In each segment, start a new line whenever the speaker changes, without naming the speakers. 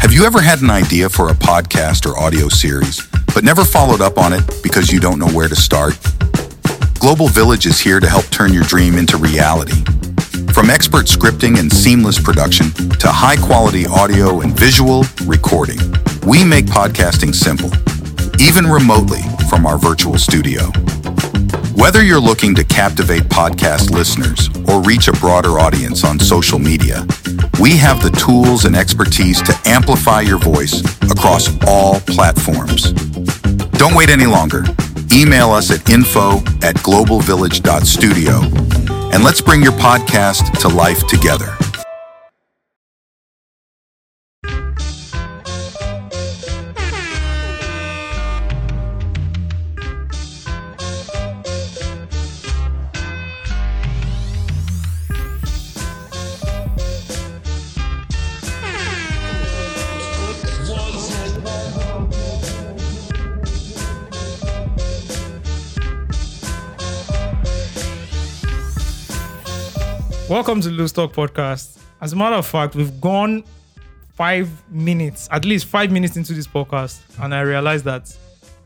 Have you ever had an idea for a podcast or audio series, but never followed up on it because you don't know where to start? Global Village is here to help turn your dream into reality. From expert scripting and seamless production to high quality audio and visual recording, we make podcasting simple, even remotely from our virtual studio. Whether you're looking to captivate podcast listeners or reach a broader audience on social media, we have the tools and expertise to amplify your voice across all platforms. Don't wait any longer. Email us at info at globalvillage.studio and let's bring your podcast to life together.
Welcome to Loose Talk Podcast. As a matter of fact, we've gone five minutes, at least five minutes into this podcast, and I realized that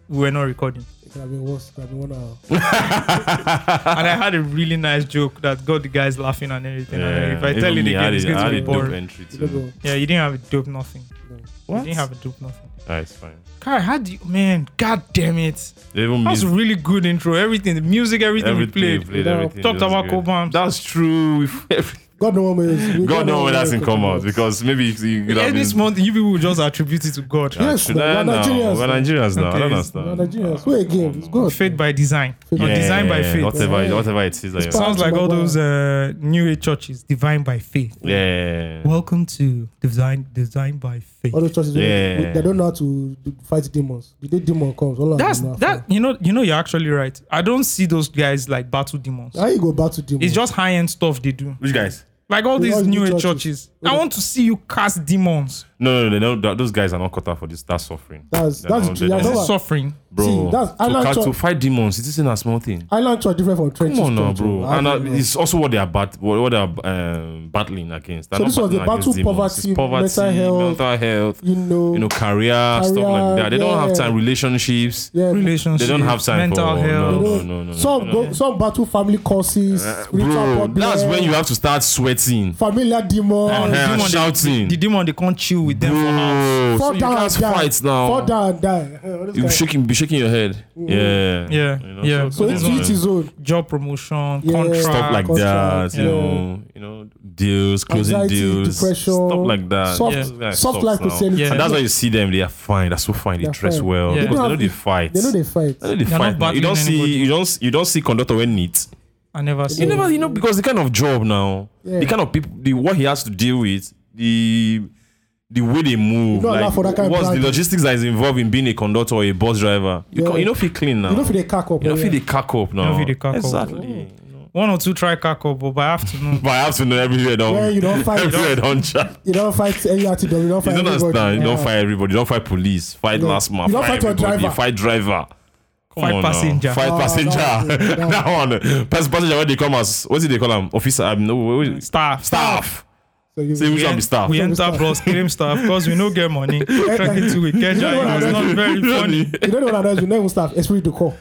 we were not recording.
It could have been worse. It could have been one hour.
And I had a really nice joke that got the guys laughing and everything. and if I
even
tell it
me, I
again,
had
it's
a-
going
I
to
had
be
a dope
boring.
entry
It could
too.
have
Yeah, you didn't have a dope nothing. You
What?
didn't have a dope nothing.
Ah, it's fine.
Guy, how do you, man? God damn it!
Even
That was a
music-
really good intro. Everything, the music, everything,
everything
we
you
played.
played,
Yeah.
everything,
Talked
that was
about
good.
Cobham.
That's true. We've- every-
been- God knows where we-
God knows where that's in common because maybe you, you could
Yeah,
have
this
been.
month, you people will just attribute it to God.
Ah,
Yes,
should
no,
I
we're
now?
Nigerians
We're
now.
Nigerians now. I
Okay,
don't
it's-
understand.
Not Nigerians. Wait again. It's God.
Faith by design.
Yeah,
Or design by
yeah,
faith.
Whatever, whatever it is. that you-
part-
Sounds like all
Baba.
those uh, new age churches, divine by faith.
Yeah, yeah, yeah.
Welcome to design, design by faith.
All those churches, they-
Yeah.
they don't know how to do- fight demons. The day demon comes, all of
That's
them are
that.
afraid.
You know, you know, you're actually right. I don't see those guys like battle demons.
How you go back to demons?
It's just high end stuff they do,
Which guys?
like all
They
these
all
new
do
age
churches.
churches. I want to see you cast demons.
No, no, no, no. that- Those guys are not cut out for this. That's suffering.
That's-
They're
that's
not-
true.
they're
I know
not-
what-
Suffering.
Bro,
See, that's-
to,
I like
ca-
church-
to fight demons, it isn't a small thing.
Island church different from trenches.
Come on now,
church, oh.
bro.
I
And uh,
don't know.
it's also what they are bat- what, what they are um, battling against. They're
So
not
this was the
battling against
battle
demons.
poverty,
It's
mental health,
mental health,
you know,
you know, career, stuff
career,
like that. They don't
yeah.
have time, relationships.
yeah,
Relationships.
They don't have time
mental
for- no,
health.
you know,
no, no, no,
some
no,
go- some battle family causes. spiritual
Bro,
problem,
that's when you have to start sweating.
familiar demons.
Oh,
Uh-huh.
the demon,
shouting.
The, the demon they can't chill with them for hours.
Bro, so
Fall
you
down
can't
and die.
fight now.
Fall down and die. Eh, all this
You
kind-
shaking, be shaking your head.
Mm.
Yeah,
Yeah, yeah.
So it's each his own.
Job promotion,
Yeah.
contract.
stuff like
contract,
that, you
yeah.
know, you know, deals, closing
Anxiety,
deals,
depression,
stuff like that.
soft-
Those guys
soft
sucks
life
now.
Christianity.
Yeah.
And that's why you see them; they are fine. They're so fine. They
They're
dress
fine.
well
Yeah.
because
They
they
don't
know they
have-
fight.
They know they fight.
They know they
They're not
fight. now. You
battling
don't see,
anybody.
you don't, you don't see conductor when neat.
I never
You
seen.
never, you know, because the kind of job now,
Yeah.
the kind of people, the what he has to deal with, the the way they move,
You don't allow
like
for that kind of
what's the
branding.
logistics that is involved in being a conductor or a bus driver. You,
Yeah.
can, you know, feel clean now.
You know if they cack up.
Oh. You know,
eh,
feel the cock up now.
feel the cock up.
exactly.
one or two try cock up, but by afternoon,
But I have to know everywhere don't
Yeah, you don't fight.
everywhere don't chat.
You don't fight any RTW. You don't
You
fight
don't
anybody.
understand. You don't
Yeah.
fight everybody. You don't fight police. Fight
No.
last man.
You don't fight your
everybody.
driver.
Fight driver. Come
Fight
on
passenger.
Now. Fight
Ah,
passenger.
that one,
that one. Pass, passenger. What they call us? What did they call him? Officer. I'm no. What, what,
staff,
staff.
So you-
Say which one be staff.
We enter bros, claim staff because we no get money. Track it to we get
know
job.
what I
It's not very funny.
You don't know what that is. You never start. Esprit de corps.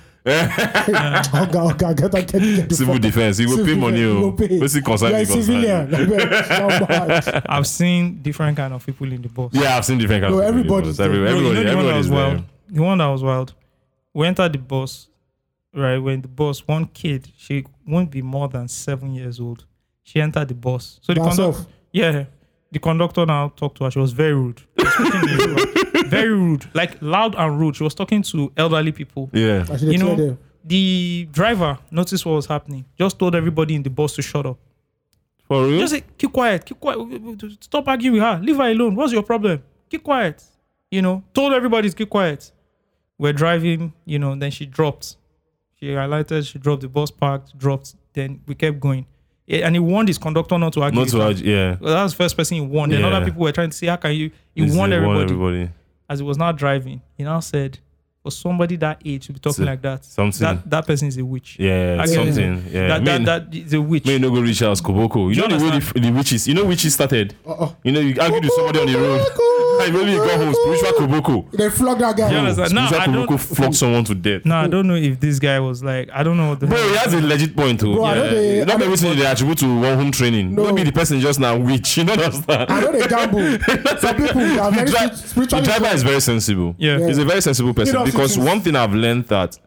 Oga, oga, get that, get, get the fuck
Civil
out.
defense. He will
Civil
pay money.
defense, you
oh.
go pay.
What's it concern?
You are a
me, concern me.
civilian. Like, well, so much.
I've seen different kind of people in the bus.
Yeah, I've seen different kinds
No,
of people.
everybody's
Every-
there.
Bro,
Everybody,
you know the one that
everybody's
was wild.
there.
The one that was wild. We entered the bus, right? When the bus, one kid, she won't be more than seven years old. She entered the bus. So the
By
conductor,
herself?
yeah, the conductor now talked to her. She was very rude. She was speaking in Yoruba. very rude, like loud and rude. She was talking to elderly people.
Yeah.
I should have
you know,
cleared them.
the driver noticed what was happening. Just told everybody in the bus to shut up.
For real?
Just say, keep quiet, keep quiet. Stop arguing with her. Leave her alone. What's your problem? Keep quiet. You know, told everybody to keep quiet. We're driving, you know, then she dropped. She highlighted, she dropped the bus parked, dropped. Then we kept going. Yeah, And he warned his conductor not to argue.
Not
with
to
her.
argue. Yeah.
Well, that was the first person he warned. And
Yeah.
other people were trying to say, how can you? He
This is
warned
the one
everybody.
everybody.
As he was not driving, he now said, for somebody that age to be talking
So-
like that,
something.
that, that person is a witch.
Yeah.
Again,
Something. Yeah.
that,
Me-
that, that is a witch.
May no go reach house, Koboko. You,
You
know the way the, the witches. You know witches started.
Uh-uh.
You know you argue with somebody on the road. Maybe he got home spiritual koboko.
They flog that guy.
You understand? Nah,
Spiritual
I don't-
koboko flogged someone to death.
Now I don't know if this guy was like I don't know what the
Bro, he has a legit point too.
Bro, I know they- I
Not
know-
everything they attribute to one home training.
No.
Don't be the person just now witch. You don't understand.
I know they gamble. Some people they are
The
very
dri-
spir- spiritually.
the driver is very sensible.
Yeah. Yeah.
he's a very sensible person
Middle of
because
the truth.
one thing I've learned that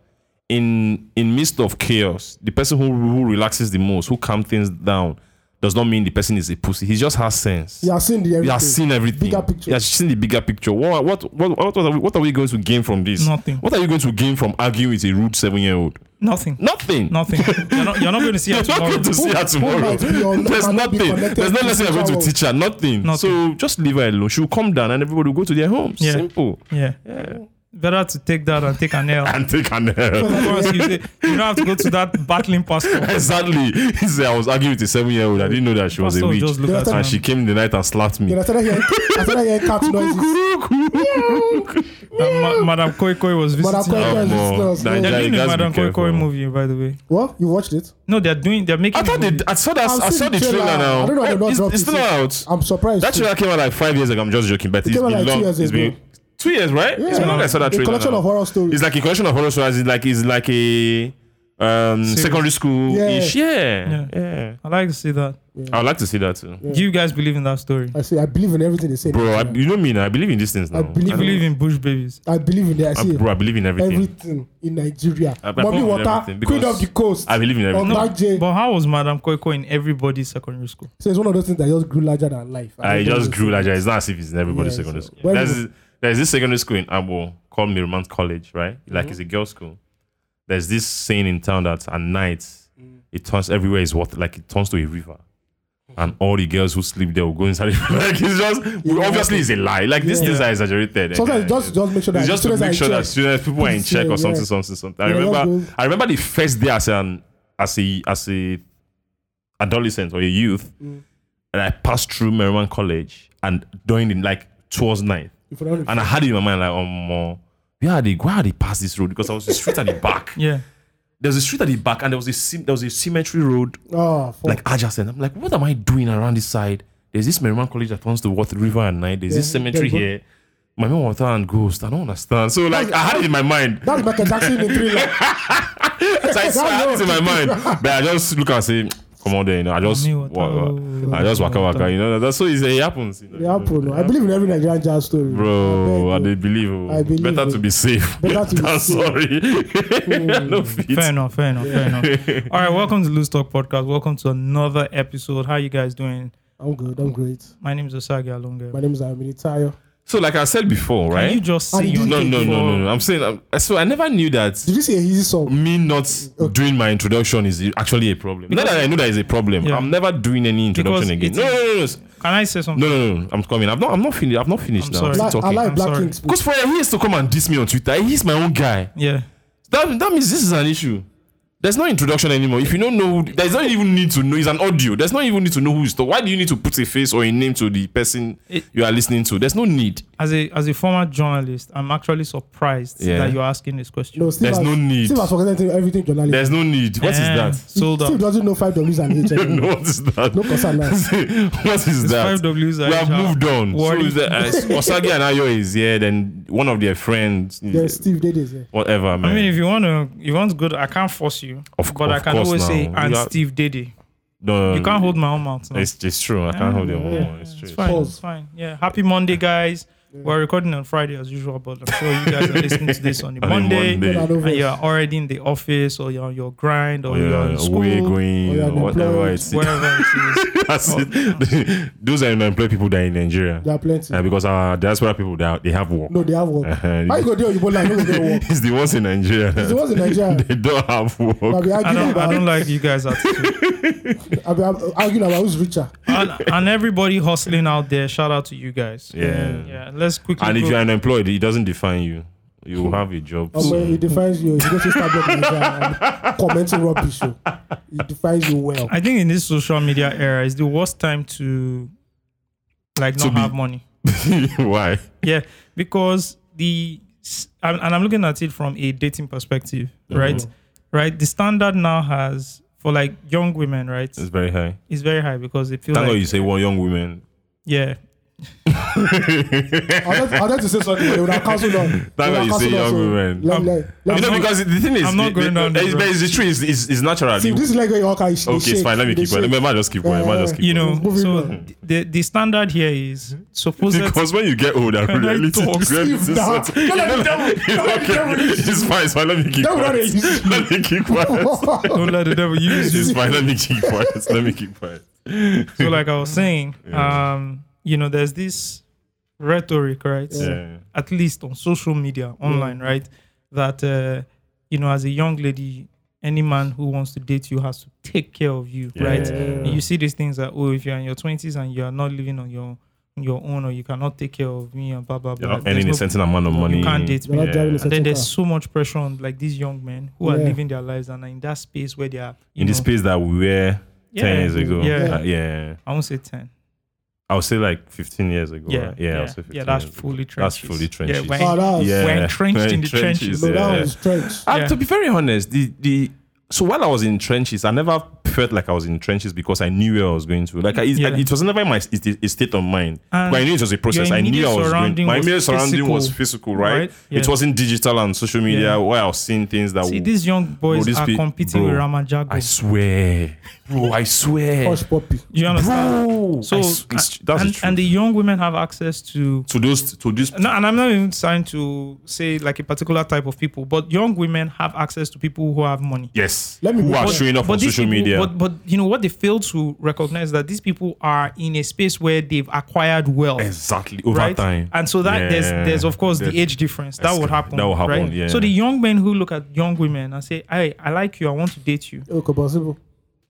in in midst of chaos, the person who who relaxes the most, who calms things down, does not mean the person is a pussy. He just has sense.
You have seen the
He has seen everything.
Bigger picture.
He has seen the bigger picture. What what what what, what, are, we, what are we going to gain from this?
Nothing.
What are you going to gain from arguing with a rude seven year old?
nothing.
Nothing.
Nothing. You're not, you're not going to see her
You're not
tomorrow.
going to see her tomorrow.
might be or not-
There's
might not be
nothing.
connected
There's no
to
lesson you're going to
spiritual
teach her. Nothing.
Nothing.
So just leave her alone. She'll come down and everybody will go to their homes.
Yeah.
Simple.
Yeah. Better to take that and take an L.
And take an L.
Once you, say, you don't have to go to that battling pastor.
Exactly. He said, I was arguing with a seven year old. I didn't know that she was
Pastor
a
will
witch.
just look at
And
him.
she came in the night and slapped me.
Then I started hearing, I started hearing cat noises.
And Ma- Madam Koi Koi was
But I
visiting.
quite
her.
guys
no.
discuss.
Nah,
They're
Yeah,
doing
you
the
guys be
Madam Koi Koi
careful.
movie, by the way.
What? You watched it?
No, they're doing. They're making.
I thought
a
they,
movie.
I saw that.
I've
I
seen
saw the trailer now.
I don't know why they
Oh,
not
it's,
dropped
it's
it.
still out.
I'm surprised.
That
too.
trailer came out like five years ago. I'm just joking, but it's
came
been
out like two
long.
years
it's
ago.
been two years, right? It's been long. I saw that
The
trailer.
collection
now.
of horror stories.
It's like a collection of horror stories. It's like it's like a um, secondary school ish. Yeah. Yeah.
I'd like to see that.
I would like to see that too,
Do you guys believe in that story?
I say I believe in everything they say.
bro. I, you know me now. I believe in these things now.
I believe-
You believe in bush babies?
I believe in that. I
I-
see
bro, I believe in everything.
everything in Nigeria.
I- I
Mommy
believe in
water,
everything
queen
because
of the coast.
I believe in everything.
On that J.
But how was Madam Koi Koi in everybody's secondary school?
So it's one of those things that just grew larger than life.
I
don't
just
know.
grew larger. It's not as if it's in everybody's
Yeah,
secondary
so-
school.
Where
There's,
you-
there's this secondary school in Abo called Miramont College, right? Like
Mm-hmm.
it's a girls' school. There's this saying in town that at night
Mm.
it turns everywhere is water, like it turns to a river. And all the girls who sleep there will go inside. the- like it's just
Yeah.
obviously it's a lie. Like these things are exaggerated.
Sometimes
Yeah.
just just make sure that
It's just to
students are
make
in
sure that
check.
students people are in check
Yeah,
or something,
yeah.
something, something. I
Yeah, that's
remember
good.
I remember the first day as an as a as a adolescent or a youth
Mm.
and I passed through Merriman College and during the like towards night.
If you don't-
And I had it in my mind like, oh more where are they where are they past this road? Because I was the street at the back.
Yeah.
There's a street at the back and there was a sim- there was a cemetery road
Oh, fuck.
like adjacent. I'm like, what am I doing around this side? There's this Merriman College that runs to Water River at night. There's this
Yeah,
cemetery
yeah.
here. My mom water and ghost. I don't understand. So like I had it in my mind.
that's Michael Jackson in thriller.
So I, I had it in my mind. But I just look and say, come on there, you know. I just
Me
wa-
water, oh,
wa- I just waka waka, you know. That's so easy. It happens. You know,
Yeah, bro, no. I believe in every Nigerian jazz story.
Bro, I
I beg,
did believe. oh.
I believe,
Better
oh.
to be safe.
Better to be
than
safe. Mm.
sorry. no fit.
Fair enough. Fair enough. Fair enough. All right. Welcome to Loose Talk Podcast. Welcome to another episode. How you guys doing?
I'm good. I'm great.
My name is Osagi Alonga.
My name is Amini Tayo.
So like I said before,
Can
right?
you just
I
see
did-
your
no,
name
no, no, no,
before-
no. I'm saying. I'm- so I never knew that.
Did you see a easy song?
me not doing my introduction is actually a problem. Not that I know that is a problem.
Yeah.
I'm never doing any introduction
Because
again.
it's-
No, no, no, no, s-
Can I say something?
no, no, no. I'm coming. I'm not. I'm not finished. I've not finished
I'm
now.
sorry.
Like,
still
I
talking.
like
I'm
Black
sorry.
Kings.
Because Fire, he has to come and diss me on Twitter. He's my own guy.
Yeah.
That, that means this is an issue. There's no introduction anymore. If you don't know, who- there's not even need to know. It's an audio. There's not even need to know who is. talk- Why do you need to put a face or a name to the person
It-
you are listening to? There's no need.
As a as a former journalist, I'm actually surprised
Yeah.
that you're asking this question.
No, Steve
There's
has-
no need.
Steve has forgotten everything journalism.
There's no need. What is
Eh,
that?
Sold
Steve
out.
doesn't know five W's and H. anymore.
what is that?
No concern now.
what is that?
Five W's.
we have moved on.
Worry.
So is the, uh, Osagi and Ayo is here, then one of their friends, is-
Yeah, Steve did this. Yeah.
whatever, man.
I mean, if you want to, you want good. I can't force you,
Of-
but I
of
can
course
always say,
now.
"And
You are-
Steve Diddy."
no,
You can't hold my own mouth. now.
It's, it's true. I can't hold your own. It's true.
It's fine.
Pause.
It's fine. Yeah. Happy Monday, guys. We're recording on Friday as usual, but I'm sure you guys are listening to this on the
On a
Monday.
Monday.
Not over.
And you're already in the office, or you're on your grind, or
Or
you're in
you're
school,
Oh, away going,
or you're
or whatever
unemployed.
it is.
wherever it is.
That's
Oh.
it. Those are unemployed people that are in Nigeria.
There are plenty.
Uh, because uh, diaspora people, that they have work.
No, they have work.
Uh-huh.
Why you go there? You go like no go there work.
it's the ones in Nigeria.
It's the ones in Nigeria.
they don't have
I'll
work.
be
I
arguing
don't. I
about.
don't like you guys' attitude.
I'll be arguing about who's richer.
and, and everybody hustling out there. Shout out to you guys.
Yeah.
Yeah. Let's quickly.
And if
go-
you're unemployed, it doesn't define you. You have a job.
Or
so-
when it Um, defines you. You go to Starbucks in Nigeria and um, commenting rubbish. oh. It defines you well.
I think in this social media era, it's the worst time to like not
To be-
have money.
Why?
Yeah, because the s- and and I'm looking at it from a dating perspective, right? Right. The standard now has for like young women, right,
Mm. It's very high.
is very high because they feel
Thank God
like
you say one young women.
yeah,
I was about- I was about to say something. but They would have cancelled on.
That's why you say young women.
Let, let, let,
You know,
not-
because the thing is,
I'm not going
the,
down
the,
that
it's,
road.
but it's the truth. It's, it's, it's natural.
see, this is like where you all can. they
okay, it's
shake,
fine. Let me
they
keep going.
shake.
Let me just keep going. Let me just keep
You know,
Moving
so
on.
th- the the standard here is supposed
Because when you get older,
Can I
reality
talk?
reality is
Steve, nah.
something-
Don't let me tell you. Don't let me
Okay,
tell you.
It's fine. It's fine. Let me keep
Don't worry.
quiet. Let me keep quiet.
don't let the devil use you.
It's fine. Let me keep quiet. Let me keep quiet.
So like I was saying, um, you know, there's this rhetoric, right?
Yeah.
At least on social media,
Mm.
online, right? That uh, you know, as a young lady, any man who wants to date you has to take care of you, right? And you see these things that oh, if you're in your twenties and you are not living on your on your own or you cannot take care of me and blah blah
You're
blah.
not earning a
there's
certain amount of money.
you can't date
You're
me.
not driving
And
a
then
certain car.
there's so much pressure on like these young men who are
Yeah.
living their lives and are in that space where they are. you
in the
know,
space that we were
Yeah.
ten years ago.
Yeah.
Uh, yeah.
I won't say ten.
I would say like fifteen years ago.
Yeah,
right? yeah, I
yeah.
would say 15
Yeah, that's
years ago.
fully
That's
trenches.
fully
Yeah,
trenches.
when-
Oh, that was,
Yeah.
We're entrenched
We're
in the
entrenched,
trenches.
No, that
Yeah.
was strange.
And
Yeah.
to be very honest, the the so while I was in trenches, I never felt like I was in trenches because I knew where I was going to. Like I,
Yeah.
it was never in my it, it state of mind,
And
but I knew it was a process.
your
I knew
immediate
I was going.
surrounding
My
was
immediate surrounding was
physical,
physical, right?
right? Yeah.
It wasn't digital and social media
Yeah.
where I was seeing things that.
See,
w-
these young boys
these
are
pe-
competing
bro,
with Raman Jago.
I swear, bro, I
Oh,
swear,
Hush puppy.
you understand?
bro.
So,
I s- it's- that's the
and,
truth.
and the young women have access to.
to those to those
No, and I'm not even trying to say like a particular type of people, but young women have access to people who have money.
yes,
Let me
who
be
are
clear.
showing up on
these
social
people,
media.
But, but you know what they fail to recognize that these people are in a space where they've acquired wealth.
Exactly over
right?
time,
And so that there's
Yeah.
there's of course
That-
the age difference that
that's
would
correct.
happen.
That would happen,
Right?
yeah.
So the young men who look at young women and say, "Hey, I like you. I want to date you."
Okay, possible.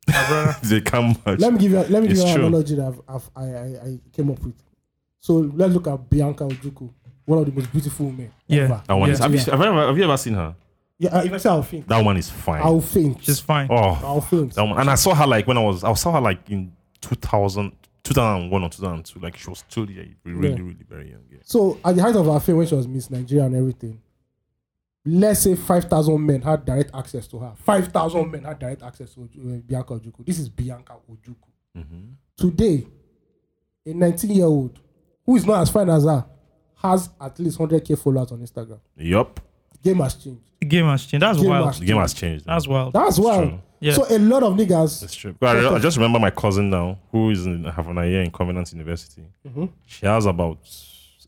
they come.
Let me give you. Let me give
It's
you an
true.
analogy that I've, I've, I, I I came up with. So let's look at Bianca Ojuku, one of the most beautiful women
Yeah.
ever.
That one
Yeah.
is, have, you,
Yeah.
have, you ever, have you ever seen her?
Yeah, uh, if I say I'll faint,
That one is fine.
I'll faint.
She's fine.
oh,
I'll faint.
that one. And I saw her like when I was, I saw her like in 2000, 2001 or 2002. Like she was still yeah, really,
Yeah.
really very young. Yeah.
So at the height of her fame, when she was Miss Nigeria and everything, let's say five thousand men had direct access to her. Five thousand men had direct access to Oju- uh, Bianca Ojuku. This is Bianca Ojuku.
Mm-hmm.
Today, a nineteen-year-old who is not as fine as her has at least hundred k followers on Instagram.
Yup.
The game has changed.
The game has changed. That's
Game
wild.
has-
The game has changed. now.
That's wild.
That's
true.
why.
Yeah.
So a lot of niggas.
That's true. Because I, re- I just remember my cousin now, who is in Havana here in Covenant University.
Mm-hmm.
She has about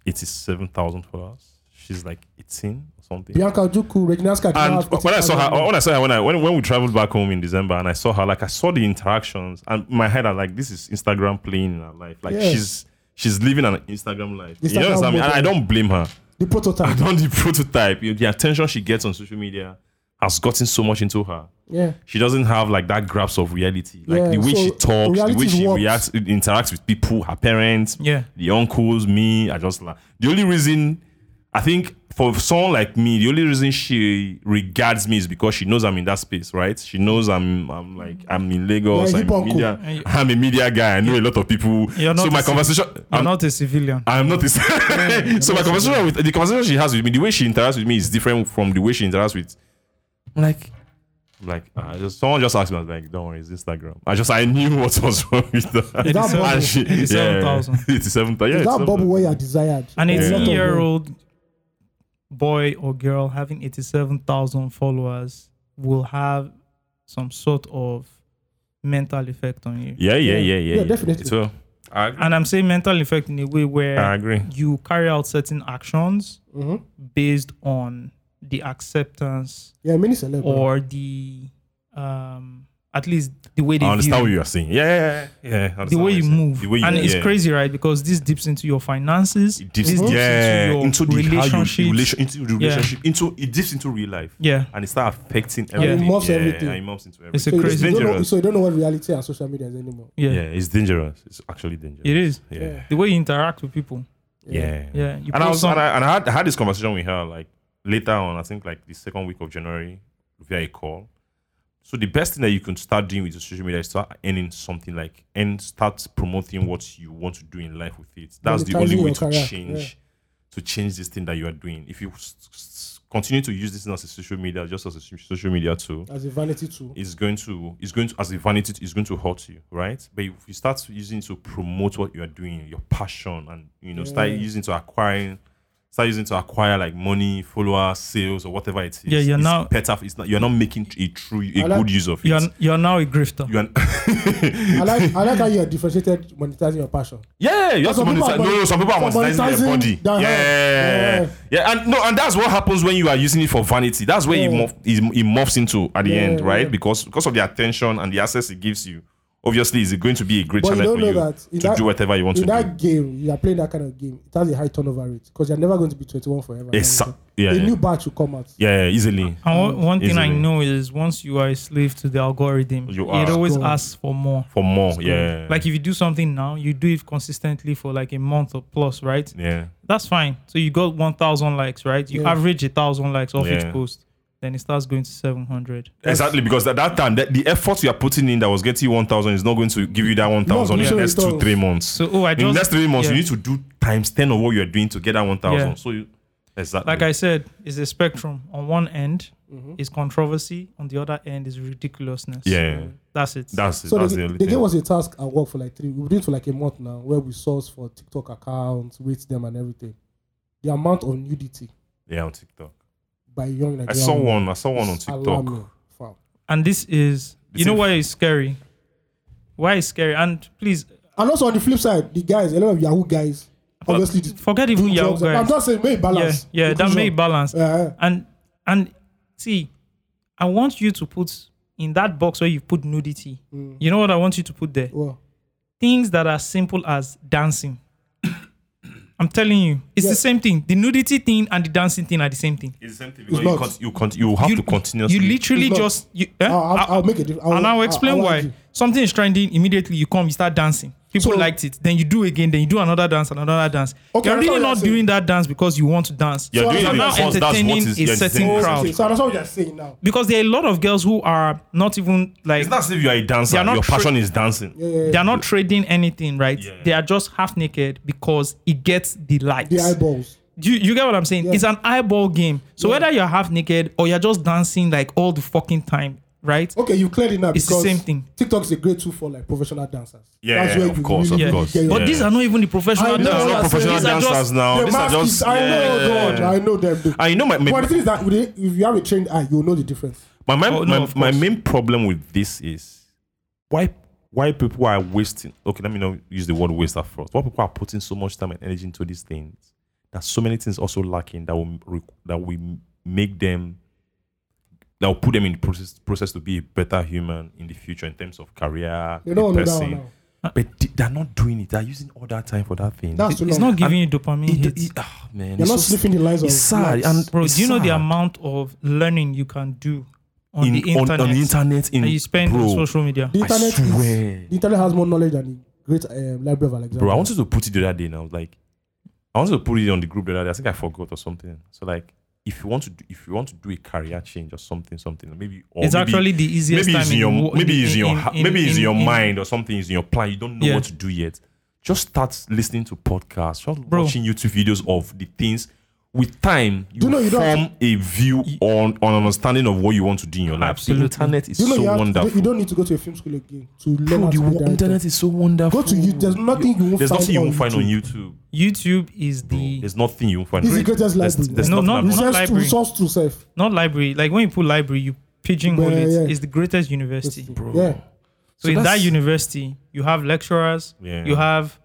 87,000 followers. She's like 18 or something.
Bianca Ojuku, Regina Scardina.
and when I saw her, oh, when I saw her, when I when, when we traveled back home in December, and I saw her, like I saw the interactions, and in my head, I like this is Instagram playing in her life. Like
Yeah.
she's she's living an Instagram life. you know
Instagram
what I mean? And I
model.
don't blame her.
the
I
prototype.
don't the prototype. you- The attention she gets on social media has gotten so much into her.
Yeah.
She doesn't have like that grasp of reality, like
Yeah,
the way
so
she talks, the way
reality
she
works.
reacts, interacts with people, her parents,
Yeah.
the uncles, me. I just like the only reason I think for someone like me, the only reason she regards me is because she knows I'm in that space, right? She knows I'm, I'm like I'm in Lagos,
You're a hip
I'm in
uncle.
media, I'm a media guy. I know a lot of people,
You're not
so my
a civ-
conversation,
I'm
I'm
not a civilian.
I'm not this. so my conversation with the conversation she has with me, the way she interacts with me is different from the way she interacts with. I'm like, I'm like uh, just, someone just asked me, I was like, don't worry, it's Instagram. I just I knew what was wrong with that.
that
Eighty-seven-
bubble.
And she-
87,000.
Yeah, 87,000. Yeah,
Is that
87,000.
bubble where you're desired?
An
A lot of
18
men.
year old boy or girl having 87,000 followers will have some sort of mental effect on you.
Yeah, yeah, yeah, yeah.
Yeah, definitely.
It's well. I agree.
And I'm saying mental effect in a way where
I agree.
you carry out certain actions based on the acceptance
Yeah, many celeb. Or
or the um at least the way they
I understand
view
what you are saying. Yeah, yeah, yeah. yeah I understand
the
what
way
you're
you
saying.
move
The way you
and it's
yeah.
crazy right because this dips into your finances
It dips,
this dips
yeah,
into your
the, how
relationships
you, relation, into the
Yeah.
relationship, into it dips into real life.
yeah
and it starts affecting
it
everything.
morphs
yeah,
everything.
and it morphs into everything.
It's a
so, you
crazy-
don't know,
dangerous.
so you don't know what reality and social media is anymore.
yeah,
yeah, it's dangerous. It's actually dangerous.
it is
Yeah, yeah.
Yeah.
the way you interact with people yeah you
And I
post
was
some-
and I, and I had I had this conversation with her like later on. I think like the second week of January via a call. So the best thing that you can start doing with your social media is start earning something like and start promoting what you want to do in life with it. That's the
Monetizing
only way
your
to
career,
change to change this thing that you are doing. If you s- s- continue to use this thing as a social media, just as a so- social media tool,
as a vanity tool.
is going to is going to as a vanity is going to hurt you, right? But if you start using it to promote what you are doing, your passion, and you know, start
Yeah.
using it to acquiring. Start using it to acquire like money, followers, sales, or whatever it is.
Yeah, you're
it's
now-
better. It's not. You're not making a true, a
I like-
good use of it.
You're you're now a grifter.
You are-
I like I like how you are differentiated monetizing your passion.
Yeah, you have to
Some people
monetize.
are
No,
mon-
no, some people are
some
monetizing their
monetizing
body.
their
yeah.
health.
yeah, and no, and that's what happens when you are using it for vanity. That's where
Yeah.
it, morph, it, it morphs into at the
Yeah,
end, right?
yeah.
Because because of the attention and the access it gives you, obviously, is it going to be a great
But you
challenge
don't
for
know
you
that in
to
that-
do whatever you want to
In
do.
that game, you are playing that kind of game. It has a high turnover rate because you're never going to be 21 forever.
Exa- yeah,
a
yeah.
new batch will come out.
Yeah, yeah, easily.
And one, one thing I
Easily.
know is once you are a slave to the algorithm,
You
it
are.
always
God.
asks for more.
For more, yeah.
Like if you do something now, you do it consistently for like a month or plus, right?
yeah.
That's fine. So you got 1,000 likes, right? You
Yeah.
average a 1,000 likes off each
Yeah.
post. Then it starts going to 700.
Exactly, because at that time, that, the effort you are putting in that was getting you 1,000 is not going to give you that 1,000 in
Yeah.
the next two,
returns.
three months.
So, oh, I
in the
just.
next three months,
yeah.
you need to do times 10 of what you are doing to get that 1,000.
Yeah.
So, you, exactly.
Like I said, it's a spectrum. On one end is controversy, on the other end is ridiculousness.
Yeah,
That's it.
that's it.
So
that's
the,
the
the,
only
game
thing.
was a task I worked for like three. We did it for like a month now, where we source for TikTok accounts, rate them, and everything. The amount of nudity
yeah, on TikTok.
by young Nigerian
I saw
women
one. I saw one on
is
TikTok.
alarming. Wow.
and this is,
The
you know
same-
why it's scary? Why it's scary? And please,
And also on the flip side, the guys, a lot of Yahoo guys, obviously, did-
forget
do
even Yahoo
drugs. I'm
guys.
just saying, make balance.
Yeah, yeah, that may
Inclusion.
balance.
Yeah.
And and see, I want you to put in that box where you put nudity. You know what I want you to put there?
Well,
Things that are simple as dancing. I'm telling you, it's
Yeah.
the same thing. The nudity thing and the dancing thing are the same thing.
It's the same thing.
It's
because You,
not.
con- you, con- you have
you,
to continuously.
You literally
It's not.
just. You, eh?
I'll, I'll,
I-
I'll make it. diff- I'll,
and I'll explain
I'll
why.
argue.
Something is trending immediately. You come, you start dancing. People
So-
liked it. Then you do again. Then you do another dance, another dance.
Okay,
you're
that's what
really
you're
not
saying.
doing that dance because you want to dance.
You're
So
doing
I'm
it
now
because that's what
entertaining
is
a
you're
certain
entertaining
crowd.
something.
Okay, so I understand what you're saying now.
because there are a lot of girls who are not even like
It's not as if you are a dancer.
You're not
Your
tra-
passion is dancing.
they are not trading anything, right?
Yeah.
They are just half naked because it gets the likes.
The eyeballs.
Do you, you get what I'm saying?
Yeah.
It's an eyeball game. So whether you're half naked or you're just dancing like all the fucking time, right?
Okay, you cleared it now.
It's the
because
same thing.
TikTok is a great tool for like professional dancers.
Yeah, yeah, of course, of
Yeah.
course.
get your-
But
Yeah.
these are not even the professional
I know,
These are
Yeah.
not
dancers.
professional
These are
dancers
just-
now.
The
These are
mask
just.
is- I know, God, I know them. Dude.
I know my, my,
But the thing is that with the- if you have a trained eye, you'll know the difference.
my, my,
Oh, no,
my,
of
my
course.
main problem with this is why why people are wasting. Okay, let me not use the word waste at first. Why people are putting so much time and energy into these things that so many things also lacking that will re- that will make them that will put them in the process process to be a better human in the future in terms of career,
You don't know
the
that one
person.
now.
But they- they're not doing it. They're using all that time for that thing.
That's
It-
too
It's
long.
not giving you dopamine
it-
hits.
it- ah, man,
You're
it's
not
so
slipping the lines of
it's sad.
lights.
And
Bro,
it's
do you know the
sad.
amount of learning you can do on
In-
the internet?
on, the internet in
that you spend
bro,
on social media.
The internet, is-
swear.
the internet has more knowledge than the great um, library of Alexandria.
Bro, I wanted to put it the other day, and I was like, I wanted to put it on the group the other day. I think I forgot or something. So like, if you want to, do, if you want to do a career change or something, something maybe or
it's
maybe,
actually the easiest
maybe
time
it's in your
wo-
maybe it's in your ha- maybe it's in your
in-
mind or something is in your plan. You don't know
Yeah.
what to do yet. Just start listening to podcasts, start
Bro.
watching YouTube videos of the things. With time, you,
you know you don't-
form a view on on understanding of what you want to do in your life.
Absolutely.
The internet is
you know
so
you, have,
wonderful.
you don't need to go to a film school again to learn
Bro,
how
the
to be
wo- internet
directed.
is so wonderful.
Go to you. There's nothing you won't
There's
find,
nothing you
on,
won't find on
YouTube.
YouTube.
YouTube is the
There's nothing you won't find.
This is
on
the
YouTube.
greatest
There's-
library.
There's
No,
nothing
no,
about-
no.
Research to
library.
resource to self.
not library. Like when you put library, you pigeonhole
Yeah,
it.
yeah.
It's the greatest university.
Bro.
Yeah.
So,
So
in that
that's-
university, you have lecturers,
Yeah.
you have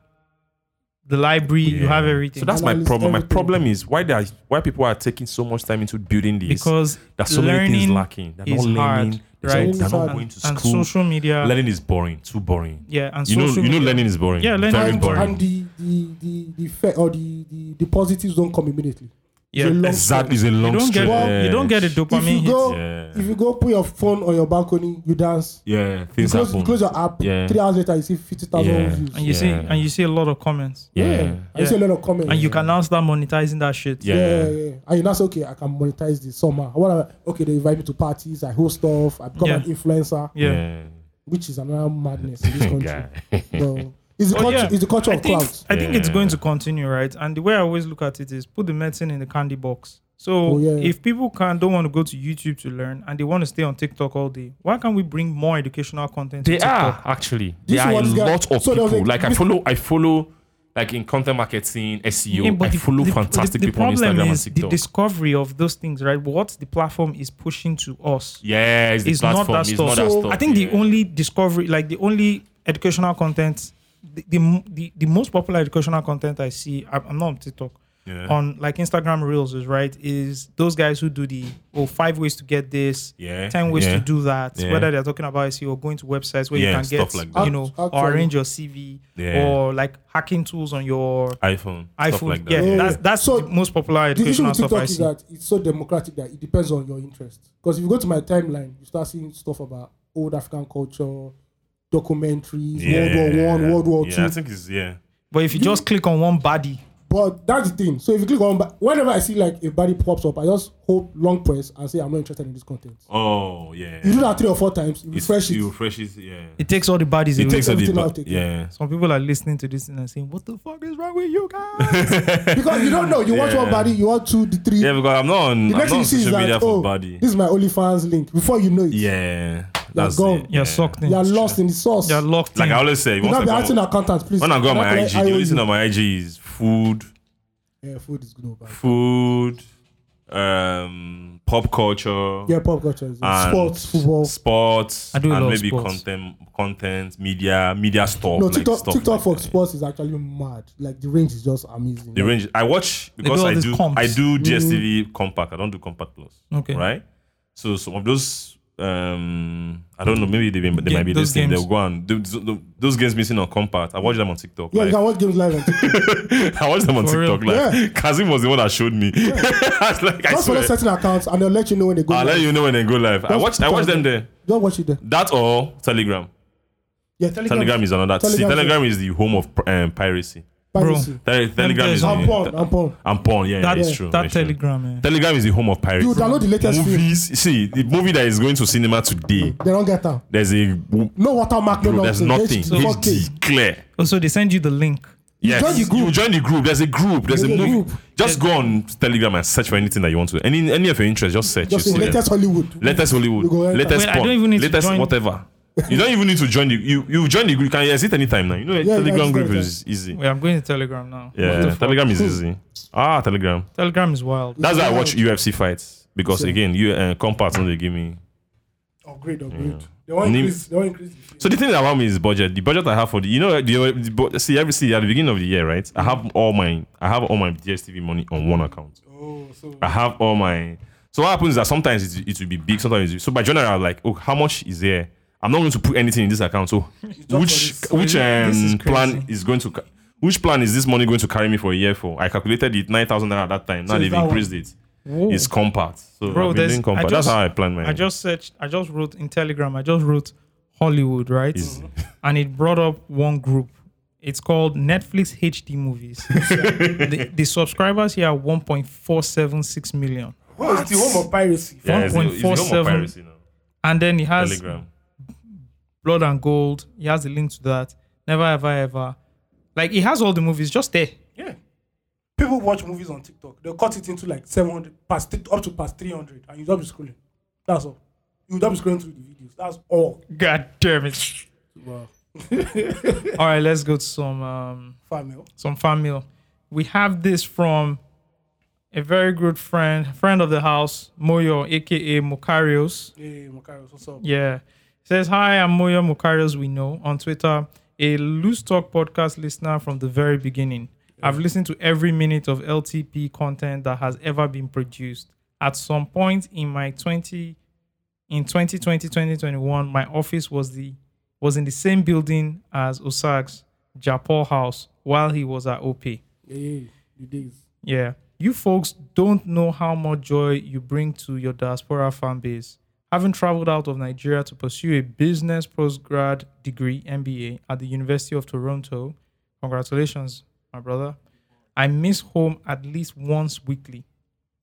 the library, you
Yeah.
have everything.
So that's my
Analyst,
problem. My
everything.
problem is why they are, why people are taking so much time into building this.
because
there's so many things
learning
lacking. They're
is
not learning.
hard,
They're,
right?
not, they're not
Learning
going
is
to
and
school.
social media.
Learning is boring. Too boring.
yeah, and
You know,
social
you know,
media.
learning is boring.
Yeah, learning
Very
is
And,
boring.
and the the the the fe- or the, the the positives don't come immediately.
Yeah.
It's a long
Exactly,
story.
it's a long
you don't get
stretch.
you don't get a
If
dopamine
you
hit.
go,
Yeah.
if you go, put your phone on your balcony, you dance.
yeah,
You
things
close, you
happen.
close your app.
Yeah.
Three hours later, you see fifty thousand
Yeah.
views.
and you see
Yeah.
and you see a lot of comments,
yeah,
I see a lot of comments.
and you can now start monetizing that shit.
Yeah.
yeah, yeah. And you now say, okay, I can monetize this somehow. What am I- okay, they invite me to parties, I host stuff, I become
Yeah.
an influencer,
yeah.
yeah.
which is another madness in this country.
Guy.
so, It's the
Oh,
culture.
yeah.
It's the culture
I
of
think,
clout.
I think it's
Yeah.
going to continue, right? And the way I always look at it is put the medicine in the candy box. So
Oh, yeah.
if people can don't want to go to YouTube to learn and they want to stay on TikTok all day, why can't we bring more educational content?
They
to TikTok?
are actually.
This
there are a
one guy-
lot of
so there was
people.
a-
Like I
Mr.
follow, I follow, like in content marketing, SEO.
Yeah, but
I
the-
follow
the-
fantastic
the, the
people on
problem
Instagram
is
and TikTok.
The discovery of those things, right? What the platform is pushing to us.
yeah, it's the
It's not
platform.
that
it's
stuff.
not that
So,
stuff.
I think
yeah.
the only discovery, like the only educational content, the the, the, the most popular educational content I see, I'm, I'm not on TikTok,
Yeah.
on like Instagram Reels, is right, is those guys who do the oh five ways to get this,
Yeah,
ten ways
yeah,
to do that.
yeah.
Whether they're talking about SEO or going to websites where
Yeah,
you can get,
stuff like
that.
you know,
Act-
or
actually.
arrange your CV
Yeah.
or like hacking tools on your
iPhone, stuff
iPhone.
like that.
yeah,
Yeah,
that's
yeah.
that's
So,
the most popular
The issue
educational
with
stuff I
TikTok is
see.
that it's so democratic that it depends on your interest. Because if you go to my timeline, you start seeing stuff about old African culture, documentaries, World War One, World War
yeah,
Two.
I think it's yeah.
But if you just click on one body,
But that's the thing. So if you click on, ba- whenever I see like a body pops up, I just hold long press and say I'm not interested in this content.
Oh yeah.
You do that three or four times, you
It's-
refresh it.
You refresh it. Yeah.
it takes all the bodies away.
takes
a
everything
bit-
out of it.
Yeah.
Some people are listening to this and are saying, "What the fuck is wrong with you guys?"
because you don't know. You watch
Yeah.
one body, you watch two, the three.
Yeah, because I'm not on.
the next
I'm not
thing
on
you see is
social media
like,
for
oh,
body.
this is my OnlyFans link. Before you know it,
Yeah, that's
gone.
it.
You're sucked in.
you are lost in the sauce.
You're locked
Like
in.
I always say,
You
once
now
I
be
go-
asking accountants, please.
when I go on
Can
my IG,
collect- I
the
owe
only thing
you?
on my IG is food,
Yeah, food is good. no bad.
food, um, pop culture,
Yeah, pop culture, is good.
and
sports, football.
sports,
I do a
and
lot of
maybe
sports.
content, content, media, media stuff.
No,
like
TikTok,
stuff
TikTok
like
for
that.
sports is actually mad. Like the range is just amazing.
The range I watch
do
because
all
I
these
do
comps. Mm-hmm.
I do DSTV compact. I don't do compact plus.
Okay.
Right. So some of those um I don't know maybe they, may- they
Game-
might be
those
listening.
games.
They'll go and do, do- do- those games missing on compact. I watch them on TikTok.
yeah, you
like,
can watch games live on TikTok.
I watched them on
For real?
TikTok. Like Kazim was the one that showed me. I was like, I
Just follow
swear.
certain accounts and they'll let you know when they go.
I'll let
live.
you know when they go live. I
Just-
watched I watched
just-
them there.
Just watch it there.
That or Telegram.
Yeah, Telegram.
Telegram is another. See,
Telegram is-
Telegram is the home of um, piracy.
Piracy.
Tele- Telegram
there's
is
Bro.
I'm porn.
the-
I'm porn.
and porn. Yeah,
that,
yeah, it's true.
that
it's true.
Telegram, man.
Telegram is the home of piracy.
You download the latest film.
movies. See, the movie that is going to cinema today,
They don't get out.
there's a
No watermark. No
bro, there's
nothing.
nothing.
HD, 4K.
HD clear.
Also, they send you the link.
Yes,
join the group.
You join the group. There's a group. There's,
There's
a
a
movie.
group.
Just go on Telegram and search for anything that you want to. Any any of your interests, just search.
Just
you
say
see them.
latest Hollywood.
latest Hollywood,
You go enter.
latest
Wait, I
porn,
don't even need to
latest
join-
whatever. you don't even need to join the you you join the group. You can exit anytime now. You know
yeah,
Telegram
just
group
go
is easy.
Wait, I'm going to Telegram now. What the
Yeah,
fuck?
Telegram is easy. Ah, Telegram.
Telegram is wild.
That's why I watch UFC fights because again, you uh, compact and they give me
Upgrade, upgrade. They want
Nim-
increase. They want increase. the fee.
So the thing about me is budget. The budget I have for the you know the, the bu- see every see at the beginning of the year, right? I have all my I have all my DSTV money on one account.
Oh, so
I have all my. So what happens is that sometimes it, it will be big, sometimes it's, so. By general, I'm like, oh, how much is there? I'm not going to put anything in this account. So which
for
which um,
This is
plan
crazy.
is going to ca- which plan is this money going to carry me for a year for? I calculated it nine thousand at that time. Now
So is
they've
that one-
increased it.
Oh.
It's compact. So
Bro,
I've been
there's-
doing
I
compact.
just-
That's how I plan my.
I just searched. I just wrote in Telegram. I just wrote Hollywood, right? Mm-hmm.
Easy.
And it brought up one group. It's called Netflix HD movies. the, the subscribers here are 1.476 million.
what is the home of piracy?
Yeah, it's the- it's the home of
1.47
piracy now.
And then it has
Telegram.
Blood and Gold. He has the link to that. Never ever ever. Like he has all the movies just there.
Yeah. People watch movies on TikTok. They'll cut it into like 700, past, up to past 300, and you'll just be scrolling. That's all. You'll just be scrolling through the videos. That's all.
God damn it.
Wow.
All right, let's go to some um
Family.
some fan mail. We have this from a very good friend, friend of the house, Moyo, aka Mukarios.
Hey, Makarios, what's up?
Yeah. Says, Hi, I'm Moyo Mukarios, we know on Twitter, a loose talk podcast listener from the very beginning. I've listened to every minute of LTP content that has ever been produced. At some point in my 20 in 2020, 2021, my office was the was in the same building as Osag's Japor house while he was at OP.
Hey, the days.
Yeah. You folks don't know how much joy you bring to your diaspora fan base. Having traveled out of Nigeria to pursue a business postgrad degree MBA at the University of Toronto, congratulations, my brother. I miss home at least once weekly.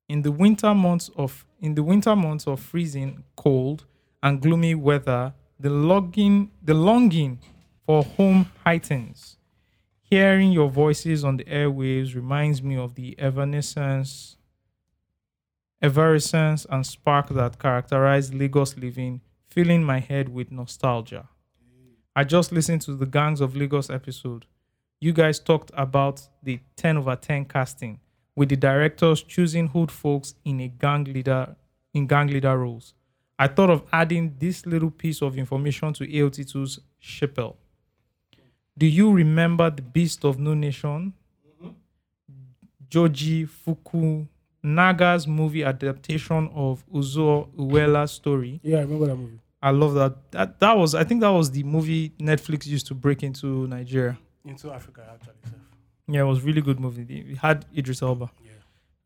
In the winter months of in the winter months of freezing cold and gloomy weather, the longing the longing for home heightens. Hearing your voices on the airwaves reminds me of the evanescence, effervescence, and spark that characterized Lagos living, filling my head with nostalgia. I just listened to the Gangs of Lagos episode. You guys talked about the 10 over 10 casting, with the directors choosing hood folks in a gang leader in gang leader roles. I thought of adding this little piece of information to AOT2's Chappelle. Do you remember the Beast of No Nation? Joji Fukunaga's movie adaptation of Uzo Uwela's story.
Yeah, I remember that movie.
I love that. That that was I think that was the movie Netflix used to break into Nigeria.
Into Africa, actually.
Yeah, it was really good movie. It had Idris Elba.
Yeah.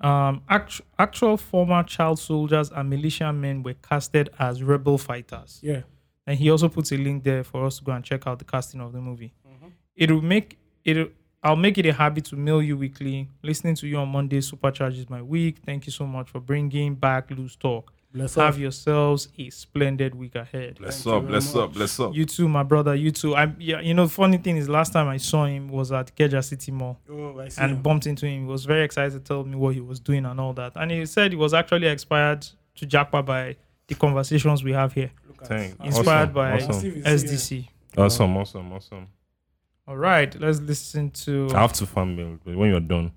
Um, act- actual former child soldiers and militia men were casted as rebel fighters.
Yeah.
And he also puts a link there for us to go and check out the casting of the movie.
Mm-hmm.
It'll make it. I'll make it a habit to mail you weekly. Listening to you on Monday supercharges my week. Thank you so much for bringing back loose talk.
Bless
Have
up.
yourselves a splendid week ahead.
Bless
Thank you
up,
very
bless
much.
up, bless up.
You too, my brother. You too. I yeah. You know, funny thing is, last time I saw him was at Keja City Mall
Oh, I see.
and bumped into him. He was very excited to tell me what he was doing and all that. And he said he was actually inspired to Jackpa by the conversations we have here.
Look at-
Thank-
Ah,
Inspired
awesome,
by
awesome,
Steve is here.
SDC.
awesome, awesome, awesome.
All right, let's listen to.
I have to fan mail when you're done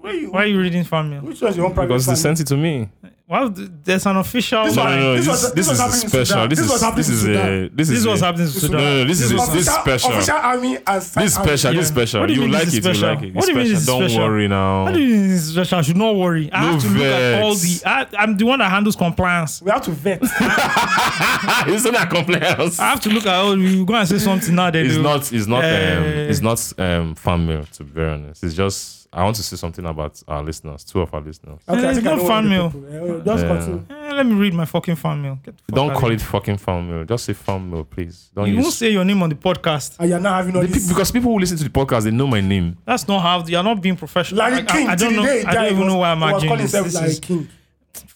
Where you?
Why are you reading fan mail?
Which was your own private
because they
fan?
sent it to me.
Well, th- there's an official.
This
No, no,
line.
no.
This
This,
was-
this,
this was
is
happening in
special.
Sudan.
This,
This was
is
happening
this
in
is
Sudan.
a this
This
is
was
a-
happening to
No,
Sudan.
no, no, this is a- this is
official-
special.
Official army and
This is special. This is
Yeah.
special.
What do you
you
mean
like
this
it.
is
You
special?
like it.
What
It's
do you mean this
special.
is
Don't
special?
worry now.
How do you this is special? I should not worry. I
No
have to look at all the.
vex.
I, I'm the one that handles compliance.
We have to vet.
it's not complex.
I have to look at all. You go and say something now. They
It's
do.
not. It's not. Um,
Eh.
it's not um, fan mail. To be very honest, it's just I want to say something about our listeners. Two of our listeners.
Okay, I
it's
think I
not
know what
fan
the
mail.
people- eh, Just
Yeah.
continue.
Eh, let me read my fucking fan mail. Get the fuck
Don't
out of
call
here.
it fucking fan mail. Just say fan mail, please. Don't
You won't
use
say your name on the podcast.
And you're not having all
The peop-
this.
because people who listen to the podcast they know my name.
That's not how you're not being professional. I,
Larry
I-
King.
I, don't know. I don't even know why I'm arguing
arguing
this. This
Larry
is
King.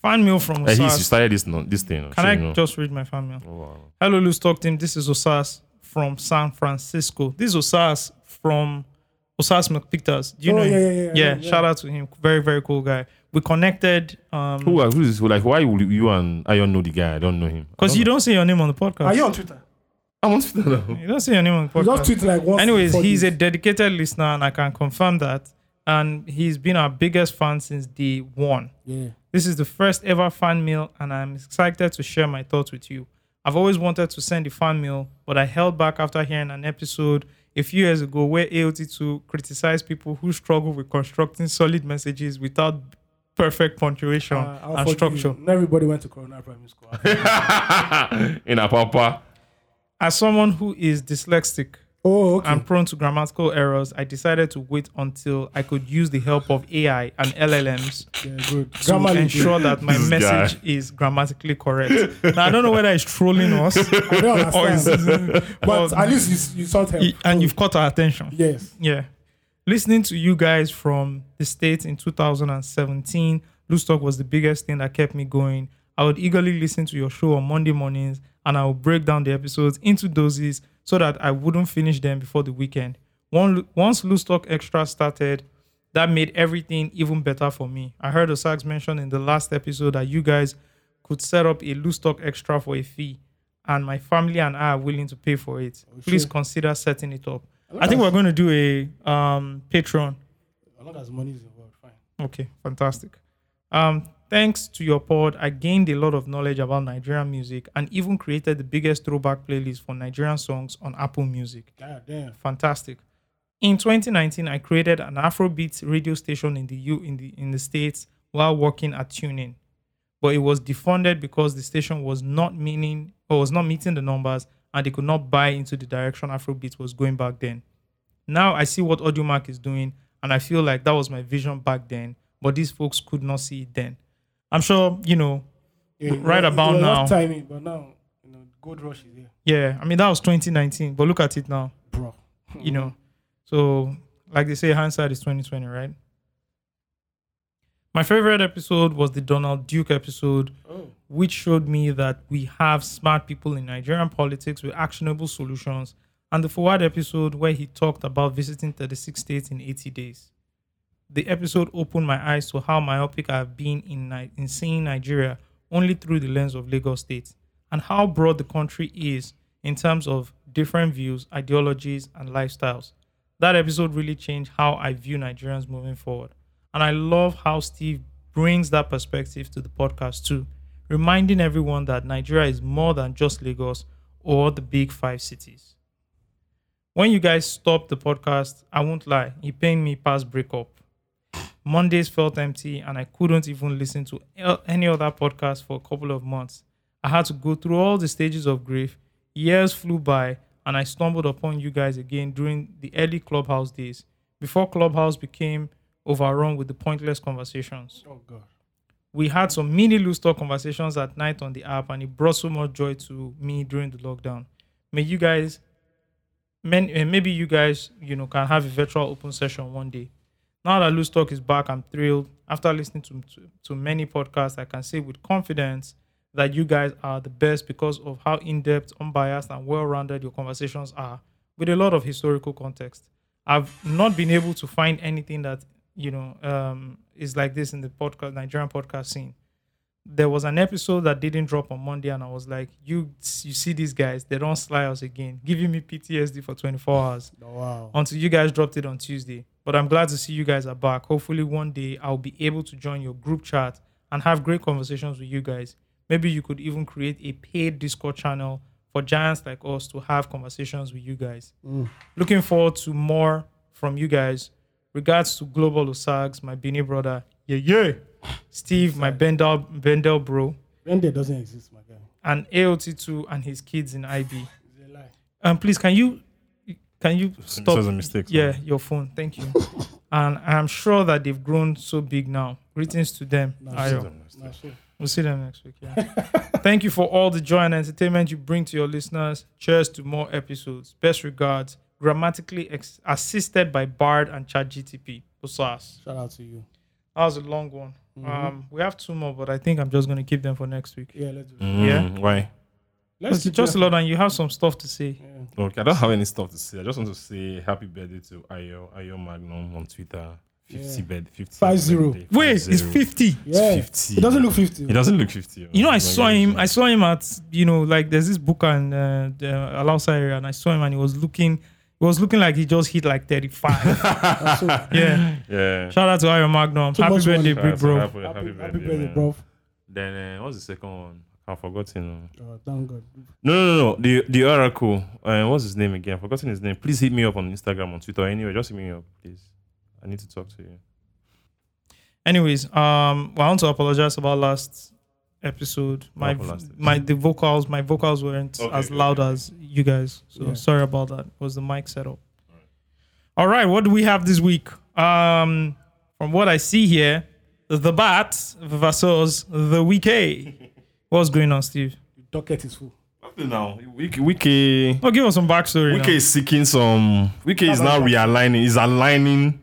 fan mail from
Eh, he's- he
Osas.
started this no, this thing.
Can
so
I
you know.
just read my fan mail?
Oh, wow.
Hello, Loose Talk team. This is Osas from San Francisco. This is Osas from Osas McPictors. Do you
Oh,
know
yeah,
him?
yeah, yeah, yeah, yeah.
shout out to him. Very, very cool guy. We connected um
Who are who is like? Why would you and I don't know the guy? I don't know him.
because you don't say your name on the podcast.
Are you on Twitter?
I want to know.
You don't say your name on the
You just
podcast.
tweet like once.
Anyways,
for
he's a
this.
dedicated listener and I can confirm that. And he's been our biggest fan since day one.
Yeah.
This is the first ever fan mail, and I'm excited to share my thoughts with you. I've always wanted to send a fan mail, but I held back after hearing an episode a few years ago where AOT2 criticized people who struggle with constructing solid messages without perfect punctuation
Uh, I'll
and
forgive
structure.
you. Not everybody went to Corona Primary School.
In a papa.
As someone who is dyslexic
oh, okay.
and prone to grammatical errors, I decided to wait until I could use the help of AI and LLMs
yeah, good.
to
Grammarly.
ensure that my
This guy.
message is grammatically correct. now I don't know whether it's trolling us
I don't
or it's,
understand. but
or-
at least you, you sought help.
y- and you've caught our attention. Yeah.
Yes.
Listening to you guys from the States in 2017, Loose Talk was the biggest thing that kept me going. I would eagerly listen to your show on Monday mornings and I would break down the episodes into doses so that I wouldn't finish them before the weekend. One, once Loose Talk Extra started, that made everything even better for me. I heard Osags mention in the last episode that you guys could set up a loose stock extra for a fee, and my family and I are willing to pay for it. Please consider setting it up. I think we're going to do a um, Patreon.
As long as money is involved, fine.
Okay, fantastic. Um, thanks to your pod, I gained a lot of knowledge about Nigerian music and even created the biggest throwback playlist for Nigerian songs on Apple Music
God damn.
fantastic. In 2019, I created an Afrobeat radio station in the U in the in the States while working at TuneIn, but it was defunded because the station was not meaning or was not meeting the numbers, and they could not buy into the direction Afrobeat was going back then. Now I see what AudioMark is doing, and I feel like that was my vision back then, but these folks could not see it then. I'm sure you know.
Yeah,
Right
it was-
about
it was
now.
rough Timing, but now, you know, gold rush is here,
Yeah, I mean that was 2019, but look at it now.
bro.
you know. So, like they say, hindsight is twenty twenty, right? My favorite episode was the Donald Duke episode,
Oh.
which showed me that we have smart people in Nigerian politics with actionable solutions, and the Fuad episode where he talked about visiting 36 states in 80 days. The episode opened my eyes to how myopic I've been in, Ni- in seeing Nigeria only through the lens of Lagos State and how broad the country is in terms of different views, ideologies, and lifestyles. That episode really changed how I view Nigerians moving forward. And I love how Steve brings that perspective to the podcast too, reminding everyone that Nigeria is more than just Lagos or the big five cities. When you guys stopped the podcast, I won't lie, it pained me past breakup. Mondays felt empty and I couldn't even listen to el- any other podcast for a couple of months. I had to go through all the stages of grief. Years flew by and I stumbled upon you guys again during the early Clubhouse days before Clubhouse became overrun with the pointless conversations
Oh god.
we had some mini loose talk conversations at night on the app, and it brought so much joy to me during the lockdown. May you guys, men, eh, maybe you guys, you know, can have a virtual open session one day. Now that loose talk is back, I'm thrilled. After listening to, to, to many podcasts, I can say with confidence that you guys are the best because of how in depth, unbiased, and well rounded your conversations are with a lot of historical context. I've not been able to find anything that you know um, is like this in the podcast Nigerian podcast scene. There was an episode that didn't drop on Monday, and I was like, "You, you see these guys? They don't sly us again, giving me PTSD for 24 hours."
Wow.
until you guys dropped it on Tuesday. But I'm glad to see you guys are back. Hopefully, one day I'll be able to join your group chat and have great conversations with you guys. Maybe you could even create a paid Discord channel for giants like us to have conversations with you guys. Looking forward to more from you guys. Regards to Global Osags, my Beanie brother. Yeah, yeah. Steve, my Bendel, Bendel bro.
Render doesn't exist, my guy.
And AOT2 and his kids in IB.
It's a lie.
Um, please, can you can you stop?
says a mistake,
Yeah, your phone. Thank you. and I'm sure that they've grown so big now. Greetings to them. Ayo.
Nah, sure.
We'll see them next week. Yeah. Thank you for all the joy and entertainment you bring to your listeners. Cheers to more episodes. Best regards. Grammatically ex- assisted by Bard and ChatGTP. Osas.
Shout out to you.
That was a long one. Um, we have two more, but I think I'm just gonna keep them for next week.
Yeah, let's do it.
Mm,
Yeah.
Why?
Let's
It's
keep
just a
going.
lot, and you have some stuff to say.
Okay, I don't have any stuff to say. I just want to say happy birthday to Ayo, Ayo Magnum on Twitter. 50
Yeah.
bed, 50.
Five zero.
birthday,
Wait,
five
it's
zero.
50.
Yeah.
It's 50.
It doesn't look 50.
He doesn't look 50.
You know, I saw him. I saw him at you know, like there's this book and uh, the Alausa area, and I saw him, and he was looking, he was looking like he just hit like 35.
That's so-
yeah.
Yeah.
Shout out to Iron Magnum.
Too
Happy
much
birthday,
money.
big
So
bro.
Happy, happy
Happy,
birthday,
happy birthday,
man.
bro.
Then, uh, what's the second one? I've forgotten.
Oh, thank God.
No, no, no. no. The the Oracle. Uh, what's his name again? I've forgotten his name. Please hit me up on Instagram, on Twitter, anyway. Just hit me up, please. I need to talk to you.
Anyways, um, well, I want to apologize about last episode. My
What happened last
my the vocals, my vocals weren't
Okay,
as
okay,
loud as you guys. So
Yeah.
sorry about that. It was the mic setup. All right, what do we have this week? Um, from what I see here, the bat versus the Wiki. What's going on, Steve?
The docket is full.
Nothing now. Wiki, Wiki,
Oh, give us some backstory.
Wiki is seeking some. Wiki is now realigning. Is aligning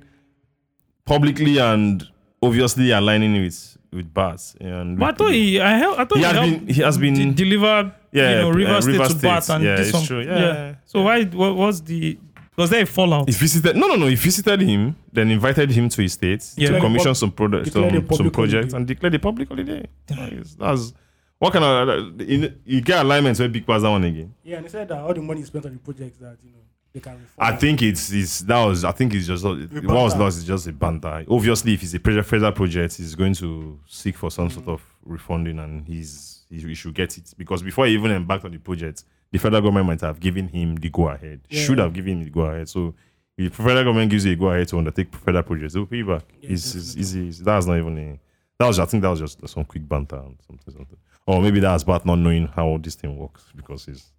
publicly and obviously aligning with with Bats. And
now. But I thought he, I, hel- I thought
He has
helped
been- he has been-
de- deliver,
Yeah,
you know,
uh,
River State
River
to
State.
bat and
Yeah,
do
it's
some.
true. Yeah, yeah.
So why? What was the? Was there a fallout?
He visited no no no he visited him then invited him to his state
Yeah.
to
Declared
a
commission
pub-
some product
declared a
some, some
public
projects
holiday.
and declared a public holiday Nice. that's what kind of uh, in, you get alignment where big pass that one again
Yeah, and they said that all the money is spent on the projects that, you know, they can reform.
I think it's it's that was I think it's just what was
banter.
lost is just a banter obviously if it's a pressure federal project he's going to seek for some sort of refunding and he's he, he should get it because before he even embarked on the project the federal government might have given him the go ahead should
Yeah.
have given him the go ahead so if the federal government gives you a go ahead to undertake federal projects, they'll pay you back. it's, it's easy. It's- That's not even a. That was, I think, that was just some quick banter and something, something. Or maybe that's about not knowing how this thing works because it's.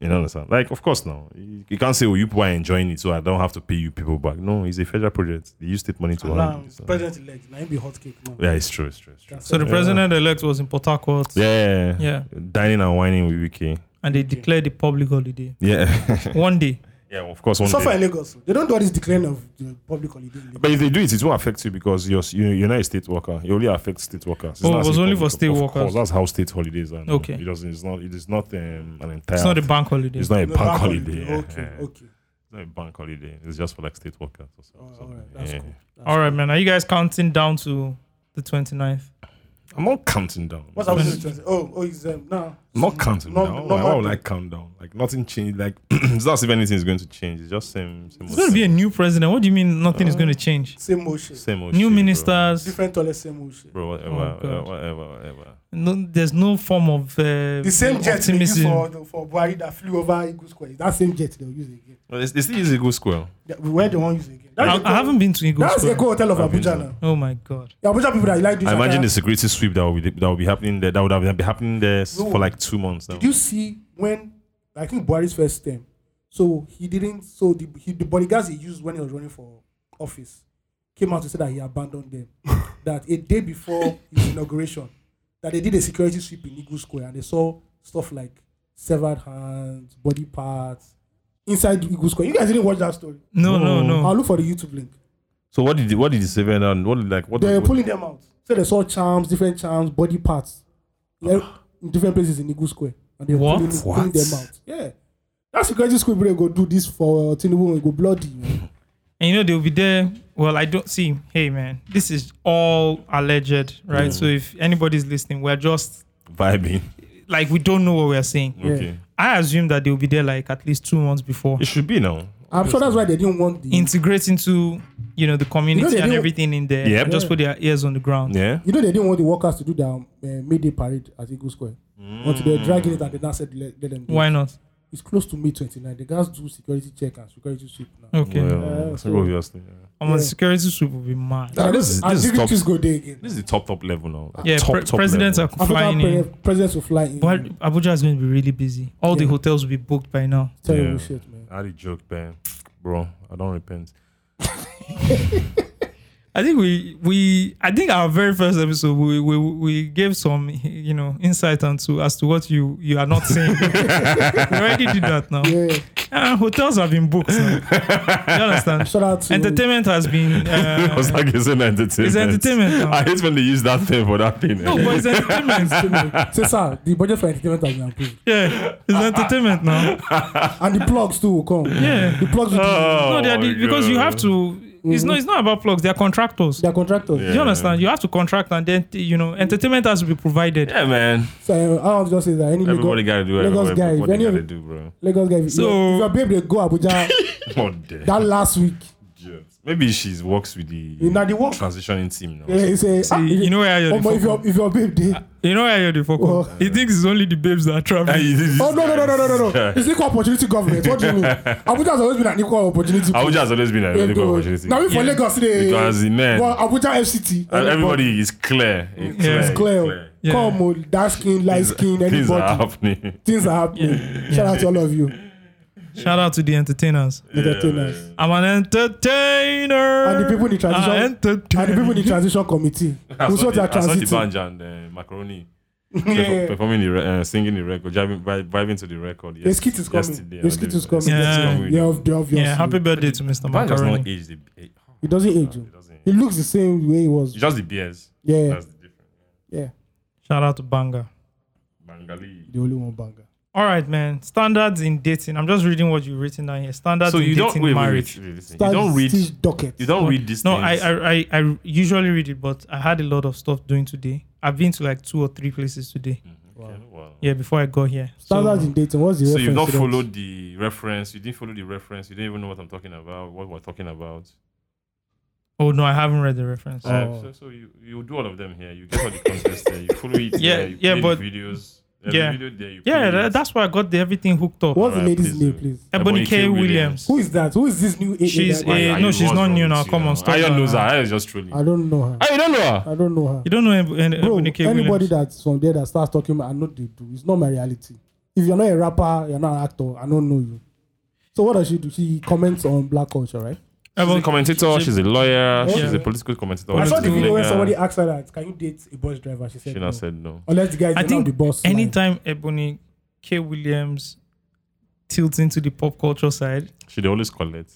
You know understand? Like, of course, now you, you can't say, "Oh, you people are enjoying it, so I don't have to pay you people back." No, it's a federal project. They use state money to handle
Alarm,
it. so-
president elect. Now he be hot cake, man.
Yeah, it's true. It's true. It's true.
That's
So the
it.
president elect was in Port Harcourt,
Yeah,
Yeah.
Dining and whining with UK.
and they declared a public holiday.
Yeah.
One day,
Yeah, of course. One
Suffer
day.
in Lagos. They don't do all this declaring of the public holiday. in Lagos.
But if they do it, it won't affect you because you're, s- you- you're not a state worker. It only affects state workers. It's
Oh,
not
it was
state
only for
workers.
state
Of
workers.
course, that's how state holidays are. no.
Okay.
It doesn't. It's not. It is not um, an entire.
It's not a bank holiday.
It's not a
No,
bank holiday. yeah.
Okay,
Yeah.
okay.
It's not a bank holiday. It's just for like state workers. Or so-
All right,
something.
that's
Yeah.
cool. That's
All right, man. Are you guys counting down to the 29th?
I'm not counting down.
What's
I'm
happening? to- Oh, oh, he's um, now.
not counting
No,
down.
no,
like, why
no.
would I count down? Like nothing changed. Like it's not as if anything is going to change. It's just same. same
It's going to be a new president. What do you mean nothing is going to change?
Same old shit.
same old
New
Uh, shit, bro.
ministers.
Different toilet, same old shit.
Bro, whatever,
Oh, God.
uh, whatever, whatever.
No, there's no form of uh,
The same jet they used
optimism.
for, the- for Buhari that flew over Eagle Square. It's That same jet they'll use again.
Well, it's, it's the Eagle Square.
Yeah, we were the one using again. That's
I,
the
I haven't been to Eagle
That's the
Square.
Eco Hotel of
I've been
Abuja
to-
now.
Oh my god.
The Abuja people that like this.
I
like,
imagine
uh,
the security sweep that will be that will be happening there. That would have been happening there s-
No.
for like two months now.
Did you see when I think Buhari's first term? So he didn't. So the he, the bodyguards he used when he was running for office came out to say that he abandoned them. that a day before his inauguration, that they did a security sweep in Eagle Square and they saw stuff like severed hands, body parts inside Eagle Square. You guys didn't watch that story.
No, no,
Oh.
no.
I'll look for the YouTube link.
So what did the- what did the seven and what did like what?
They were
what-
pulling them out. So they saw charms, different charms, body parts, yeah, in different places in Igu Square, and they were
What?
pulling, pulling
What?
them out. Yeah, that's security school. They go do this for uh, Tinubu. We go bloody. man.
And you know they'll be there. Well, I don't see. Hey, man, this is all alleged, right? So if anybody's listening, we're just
vibing.
like we don't know what we're saying.
Okay,
I assume that they'll be there like at least two months before,
it should be now.
I'm sure that's why they didn't want the.
integrate into you know the community
they
and
do-
everything in there.
Yep.
Just put their ears on the ground.
Yeah,
you know they didn't want the workers to do their um, uh, May Day parade at Igu Square. Until they're dragging it, and they now said let, let them. Do
Why
it.
not?
It's close to May 29. The guys do security check and security sweep now.
Okay.
Well,
Yeah,
so
so-
obviously. yeah.
I'm on
Yeah.
security sweep will be mad.
Ah, this is
and
this is top.
dignitaries go there again.
This is the top top level now.
Yeah,
top,
pre- presidents
level.
are flying
African
in.
pre- presidents will fly in.
But Abuja is going to be really busy. All the
Yeah.
hotels will be booked by now.
Terrible
Yeah.
shit, man.
I had a joke, man. Bro, I don't repent.
I think we we I think our very first episode we we, we gave some you know insight onto as to what you you are not saying. we already did that now.
Yeah.
Uh, hotels have been booked. Now. You understand?
Shout out to
Entertainment has been.
I was
Uh,
like, it's an entertainment.
it's entertainment now.
I hate when they use that thing for that thing.
no, but it's entertainment.
Say, sir, the budget for entertainment has been approved.
Yeah, it's entertainment now.
And the plugs too will come.
Yeah.
The plugs will be,
no, they are
Oh my
the, because you
God.
have to. It's
Mm-hmm.
not. It's not about plugs. They are contractors.
they are contractors.
Yeah.
Do you understand? You have to contract and then you know entertainment has to be provided.
Yeah, man.
So uh, I want to just say that any
Everybody
Lagos,
got to do
Lagos
everybody-
guy, if
what they
any
got
of
to
it-
do, bro.
Lagos guy, if,
So-
your, if your babe they go Abuja
What the
that last week,
hell? Maybe she works with the
You know, the work-
transitioning team now.
eh, he say,
See, you know where you're
oh,
the
if your
fuck up.
if your babe they,
You know where you're the fuck
Oh.
up. He thinks it's only the babes that are
Ah,
traveling.
you did this
oh no no no no no no no,
guy.
it's equal opportunity government. What do you mean? Abuja has always been an equal opportunity.
Abuja has always been an
Eh,
equal
though.
opportunity.
Now we for
Yeah.
Lagos today.
Because, man,
but Abuja FCT.
Uh, everybody is clear.
It's
It's clear.
Yeah.
Come on, dark skin, light skin,
Things are
anybody.
happening.
Things are happening. Shout out to all of you.
Shout out to the entertainers.
Entertainers.
I'm an entertainer. Ah,
And the people in the transition-
I entertain.
and the people in the transition committee
I
who
saw,
sort their
the, I saw the
transiting.
band and uh, macaroni perfor-
Yeah.
performing the re- uh, singing the record, driving, vi- vibing to the record.
The skit is coming.
yesterday,
The
I
skit
believe.
is coming.
The skit is
Yeah.
coming.
Yeah, ob- the obvious.
yeah, happy birthday to Mr.
Man does not
Macaroni.
age. The, it,
He doesn't age.
it doesn't
He
age.
looks the same way he was.
It's just the beers.
Yeah,
That's the difference.
yeah.
Shout out to Banga.
Bengali.
The only one banger.
All right, man. Standards in dating. I'm just reading what you've written down here. Standards
so
in
you don't
dating
wait, wait,
marriage.
wait, wait, listen.
That's
you don't read
Steve Dockett.
you don't read these
No, I,
things.
I I I usually read it, but I had a lot of stuff doing today. I've been to like two or three places
Mm.
today.
Okay, wow.
Yeah, before I got here. So-
Standards in dating. What's the
So
reference?
you've not
to that?
followed the reference. You didn't follow the reference. You didn't even know what I'm talking about. What we're talking about.
Oh no, I haven't read the reference.
Uh,
Oh.
so, so you you do all of them here. You get all the contest there. You follow it.
Yeah,
there, you
yeah,
play
but-
the videos. Every
yeah.
video there. You
Yeah,
play
tha-
it.
that's why I got the everything hooked up.
What's the
Alright,
lady's
please
name,
do.
please?
Ebony K. Williams.
Who is that? Who is this new agent?
She's
that-
a-
Why-
no,
why-
she's
what's
not
wrong
new
with
now.
you
Come on, stop
I don't
that
know her.
now.
I was just trolling.
I don't know her.
I don't know her.
I don't know her.
You don't know Eb- Eb-
Bro,
Ebony K.
anybody
Williams.
that's from there that starts talking, I know they do. It's not my reality. If you're not a rapper, you're not an actor. I don't know you. So what does she do? She comments on black culture, right?
She's a
Ebony-
commentator.
she-
She's a
Yeah.
lawyer. She's a political commentator.
I saw the
she's a
video when
lawyer.
somebody asked her that, "Can you date a bus driver?" She said,
uh, She
no.
now said no.
"Unless the guy is
I
not
think
the boss." line.
anytime Ebony K. Williams tilts into the pop culture side.
She they always collect.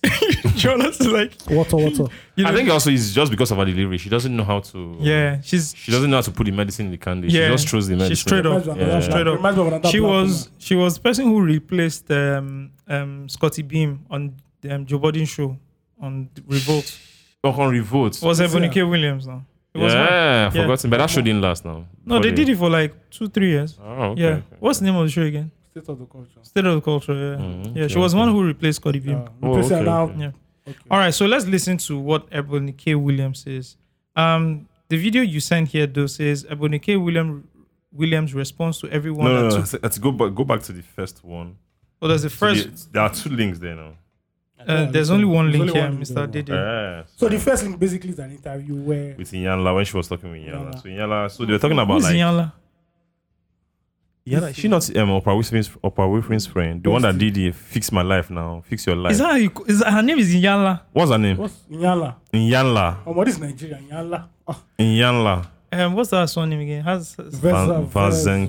Jonas is like,
Water, water.
you know,
I think also it's just because of her delivery. She doesn't know how to.
yeah, she's
She doesn't know how to put the medicine in the candy.
Yeah.
She just throws the
She
medicine.
straight up-
Reminds me of
Yeah.
another-
Straight up.
reminds me of another
she
black
was
woman.
she was the person who replaced um um Scotty Beam on the, um, Joe Budden show on the Revolt.
Knock on revolt.
It was
It's, uh,
Ebony K Williams now. It was her.
yeah,
Yeah.
forgotten. But that show didn't last now.
No, they did it for like two three years.
Oh, okay.
yeah.
okay.
What's the name of the show again?
State of the culture.
State of the Culture. Yeah.
Mm,
yeah. She
okay,
was one
okay.
who replaced Scotty Beam.
Yeah.
Oh,
Replace her
okay,
now.
okay.
Yeah.
Okay.
All right, so let's listen to what Ebony K. Williams says. Um, the video you sent here though says Ebony K. William, Williams' response to everyone.
No, no,
that
no.
took-
Let's let's go back. Go back to the first one.
Oh, there's the
So the-
first.
there are two links there now.
Uh, there's only one
There's
link
only
here,
one link
Mr.
there.
Uh,
Didi.
Yeah.
So the first link basically is an interview where
with Inyala when she was talking with Inyala.
Inyala.
So Inyala, so they were talking about
Who's
like
Iyanla?
Inyala, is she not um, Oprah Winfrey's Oprah Winfrey's friend, the one that did the fix my life now, fix your life.
Is that, is her name is Iyanla?
What's her name?
what's Nyala?
Inyala.
Oh, what is Nigeria? Nyala. Oh,
Inyala.
Um, what's her surname again? Has,
Vesa-
Vazen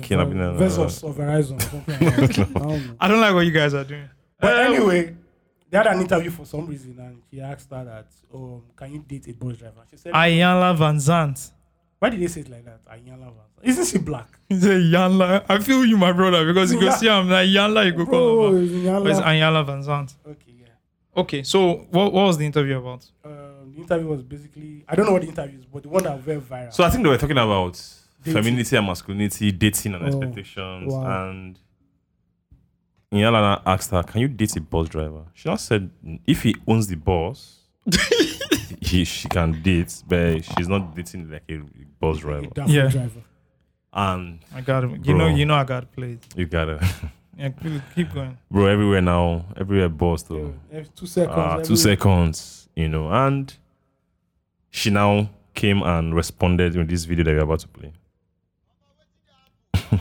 Vesa-
Kinabina.
Vesos of Verizon. something like that. I don't know.
I don't like what you guys are doing.
But anyway, they had an interview for some reason, and she asked her that, um, can you date a bus driver? She said,
Ayanla Van Zant.
why did they say it like that? Ayala was. Isn't she black?
He said Iyanla. I feel you, my brother, because you go
Yeah.
see him. Like Iyanla, you go call
Bro,
him. out.
it's Ayala.
But it's Ayanla Van Zant.
okay, yeah.
Okay, so what, what was the interview about?
Um, the interview was basically I don't know what the interview is, but the one that went viral.
So I think they were talking about
Dating.
femininity and masculinity, dating and
Oh,
expectations.
wow.
And Inyala now asked her, Can you date a bus driver? She now said, If he owns the bus, he, she can date, but she's not dating like a bus
a
driver.
Daffy
Yeah.
driver.
And
I got him. You
Bro.
know, you know, I got to play it.
you gotta,
Yeah, keep- keep going.
bro, everywhere now, everywhere bus, though.
Yeah, two seconds.
Ah, two
every-
seconds, you know. And she now came and responded with this video that we're about to play.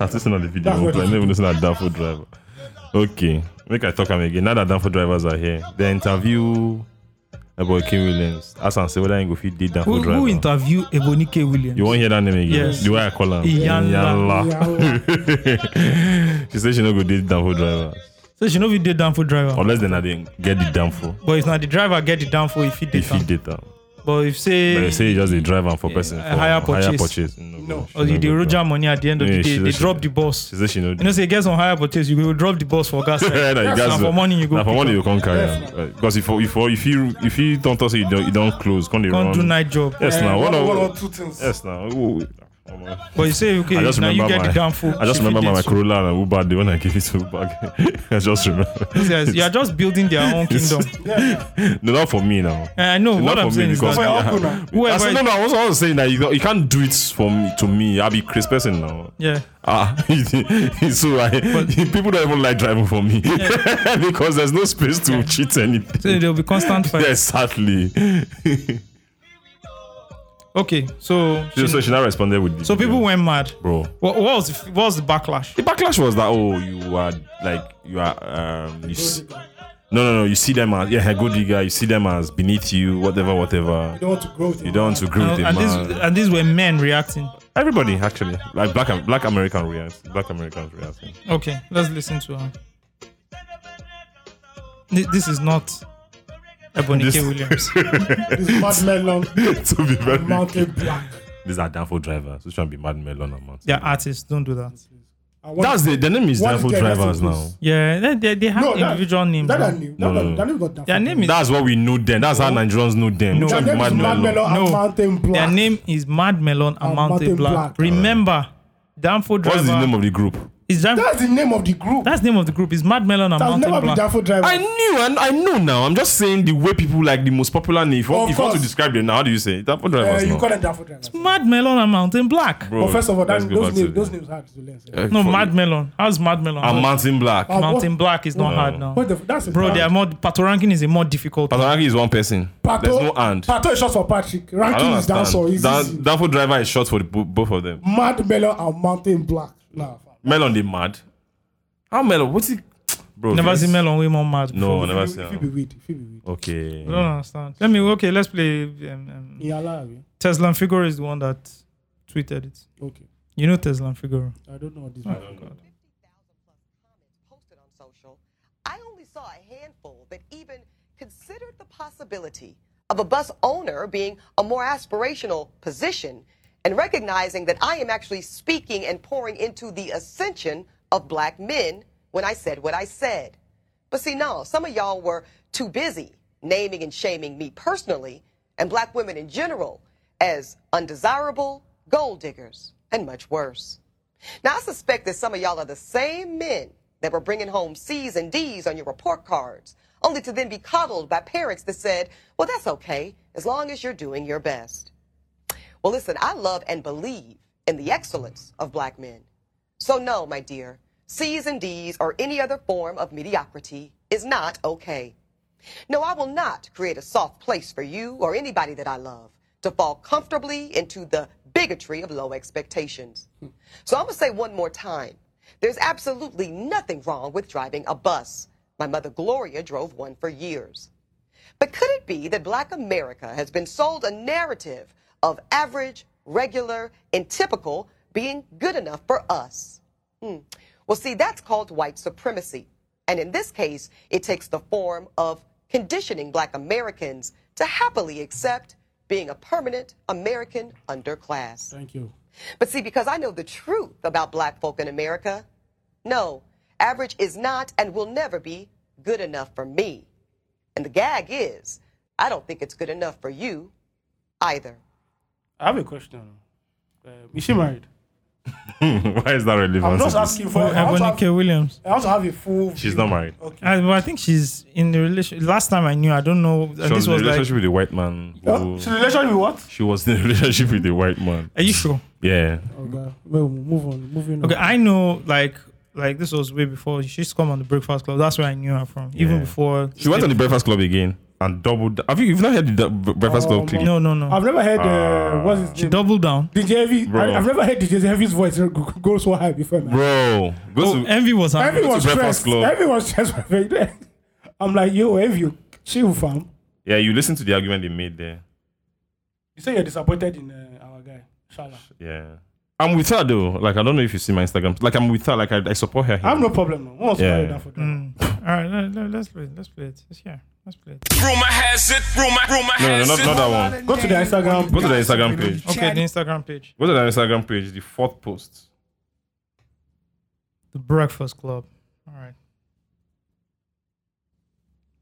I've listened on the video.
That's what
I
it is.
never listened at Danford Driver. Okay, make I talk am again. Now that Danford drivers are here, the interview about Kim Williams. Ask and say whether I go fit did
Who,
Danford
who
Driver.
interview Ebony K. Williams?
you won't hear that name again.
Yes.
The way I call him. Ah.
Iyanla.
Ayala.
she said she no go date Danford driver
so she know we did down for driver.
unless then I didn't get the Danford.
But if not the driver get it down for if he did.
If he
am.
did that.
But if say,
But they say you just they drive am for person
a
for
higher
Higher
purchase.
purchase. No,
No.
she
or
no
you the
go
road
drive.
jam money at the end of
Yeah,
the
she
day, they
just-
drop the boss.
She said she no.
You know, say gets on higher purchase, you will drop the boss for gas. right?
yeah, that
Now
gas.
for money you go.
Now for
pick
money
up.
you can't carry am. Uh, Because if if if you if you don't toss it, you don't you don't close. Can't they
Can't
run?
do night job.
Yes
Eh,
now. One
one or
of
two things.
yes now. Ooh, oh, man.
But you say okay,
I just
now you
remember
get the
my-
damn food.
I just
If you
remember my
did so.
Corolla and Uber day when I gave it to Uber. I just remember.
These guys, You are just building their own kingdom.
No, not for me now.
And I know
Not
what
for
I'm
me
saying is
because-
that
Well,
Yeah.
uncle now.
whoever.
I said, no, no. I was I was saying that you, don't- you can't do it for me to me. I'll be Chris person now.
Yeah.
Ah, so I, people don't even like driving for me because there's no space to cheat anything.
So there'll be constant fight.
Yes, sadly.
Okay, so
so, so she now responded with the
so people went mad.
bro.
What, what was the, what was the backlash?
The backlash was that oh you are like you are um you s- no no no you see them as yeah good digger you see them as beneath you whatever whatever
You don't want to grow. with
you
it.
don't want to agree with
And,
them
Uh, and these
man
and these were men reacting.
everybody actually like black Am- black American reacts black Americans reacting
Okay, let's listen to her. Th- This is not Ebony
This-
K. Williams.
This mad melon,
to be very
mountain black.
these are downfall drivers which one be Mad Melon and Mount
They're artists. Don't do that.
I want-
That's the the name is
What is
Danford
their recipes?
Drivers now.
Yeah, they, they, they have
No, that-
individual names.
That
now.
I knew. That,
No, no,
that,
no.
that name got
Their name is
That's what we know then. That's how Nigerians know them.
No.
Which one
Their
be
name is mad
Mad Melon?
melon and
No.
mountain black.
Their name is Mad Melon and
And
Mountain
Mountain
Black.
Black.
Remember, Danford Driver.
What's the name of the group?
Is Dan-
That's the name of the group.
that's the name of the group. Is Mad Melon and
That's never
Mountain
been
Black.
Daffo Driver.
I knew and I know now. I'm just saying the way people like the most popular name. If, you
Of
want- if you want to
course.
describe them now, how do you say it? Danford
Uh,
Drivers.
you
now.
call them Daffo Drivers.
Mad Melon and Mountain Black.
Bro,
But first of all, that,
let's go
those,
back to
names, those
the-
names are hard to learn. sir.
Uh,
No,
for- Ah.
Mad Melon. How's Mad Melon?
And Mountain Black.
Uh,
Mountain Black is not
No.
hard now.
What the, f- that's a
Bro,
brand.
they are more. Patoranking is a more difficult. one.
Pataraki is one person.
Pato,
There's no and.
Pato is short for Patrick.
I
Ranking
don't
is down, so
understand.
he's
Dan- Danford Driver is short for the, bo- both of them.
Mad Melon and Mountain Black. Nah, fam.
Melon, they mad. How Melon? What's it? Bro,
Never
this-
seen Melon way more mad.
No,
before.
I never
If
seen.
you- if you be weird, if you be weird.
Okay.
I don't understand. Let me. Okay, let's play. Um, um,
Iyala, abi?
Tesla and Figaro is the one that tweeted it.
Okay.
You know Tesla and Figaro.
I don't know what this
Oh,
is.
God.
I only saw a handful that even considered the possibility of a bus owner being a more aspirational position and recognizing that I am actually speaking and pouring into the ascension of black men when I said what I said. But see, no, some of y'all were too busy naming and shaming me personally and black women in general as undesirable, gold diggers, and much worse. Now, I suspect that some of y'all are the same men that were bringing home C's and D's on your report cards, only to then be coddled by parents that said, well, that's okay, as long as you're doing your best. Well, listen, I love and believe in the excellence of black men. So, no, my dear, C's and D's or any other form of mediocrity is not okay. No, I will not create a soft place for you or anybody that I love to fall comfortably into the bigotry of low expectations. So I'm going to say one more time there's absolutely nothing wrong with driving a bus. My mother Gloria drove one for years. But could it be that black America has been sold a narrative of average, regular, and typical being good enough for us? Hmm. Well, see, that's called white supremacy. And in this case, it takes the form of conditioning black Americans to happily accept being a permanent American underclass.
Thank you.
But see, because I know the truth about black folk in America, no, average is not and will never be good enough for me. And the gag is, I don't think it's good enough for you either.
I have a question. Um, is she married?
Why is that relevant?
I'm just
to this?
asking for. I want, to
Ebony
have,
K. Williams.
I want to have a full.
She's
view.
not married.
Okay.
I, well, I think she's in the relation. Last time I knew, I don't know. And
She
this
was
was
in a
like, Oh.
relationship with a white man. who-
What? She's in a relationship with what?
she was in a relationship with a white man.
are you sure?
Yeah.
Okay. Well, move on. Moving on.
Okay, I know like like this was way before she used to come on the Breakfast Club. That's where I knew her from. Even
Yeah.
before
She went on the Breakfast Club again and doubled. Have you you've not heard the du- Bre-
Oh,
Breakfast Club clip?
No, no, no.
I've never heard. Uh, what's his name?
Double down.
DJ Heavy.
Bro.
I, I've never heard DJ Heavy's voice go- go so high before. Man.
Bro, go
Oh,
to
envy was her.
Everyone's
Breakfast
stressed.
Club.
Everyone's stressed. I'm like, yo, Heavy, you chill, fam.
yeah. You listen to the argument they made there.
You say you're disappointed in uh, our guy, Shala.
Yeah. I'm with her though. Like I don't know if you see my Instagram. Like I'm with her. Like I, I support her. Here.
I have no problem. No. What's
Yeah.
yeah. that for? Mm.
All right, let, let, let's play. it, Let's play it. It's here. Let's play it.
Rumor has it, rumor, rumor
no, no,
has
not,
it.
not that one.
Go to the Instagram.
Go to the Instagram page.
Okay, the Instagram page,
Go to the Instagram page. The fourth post.
the Breakfast Club. All right,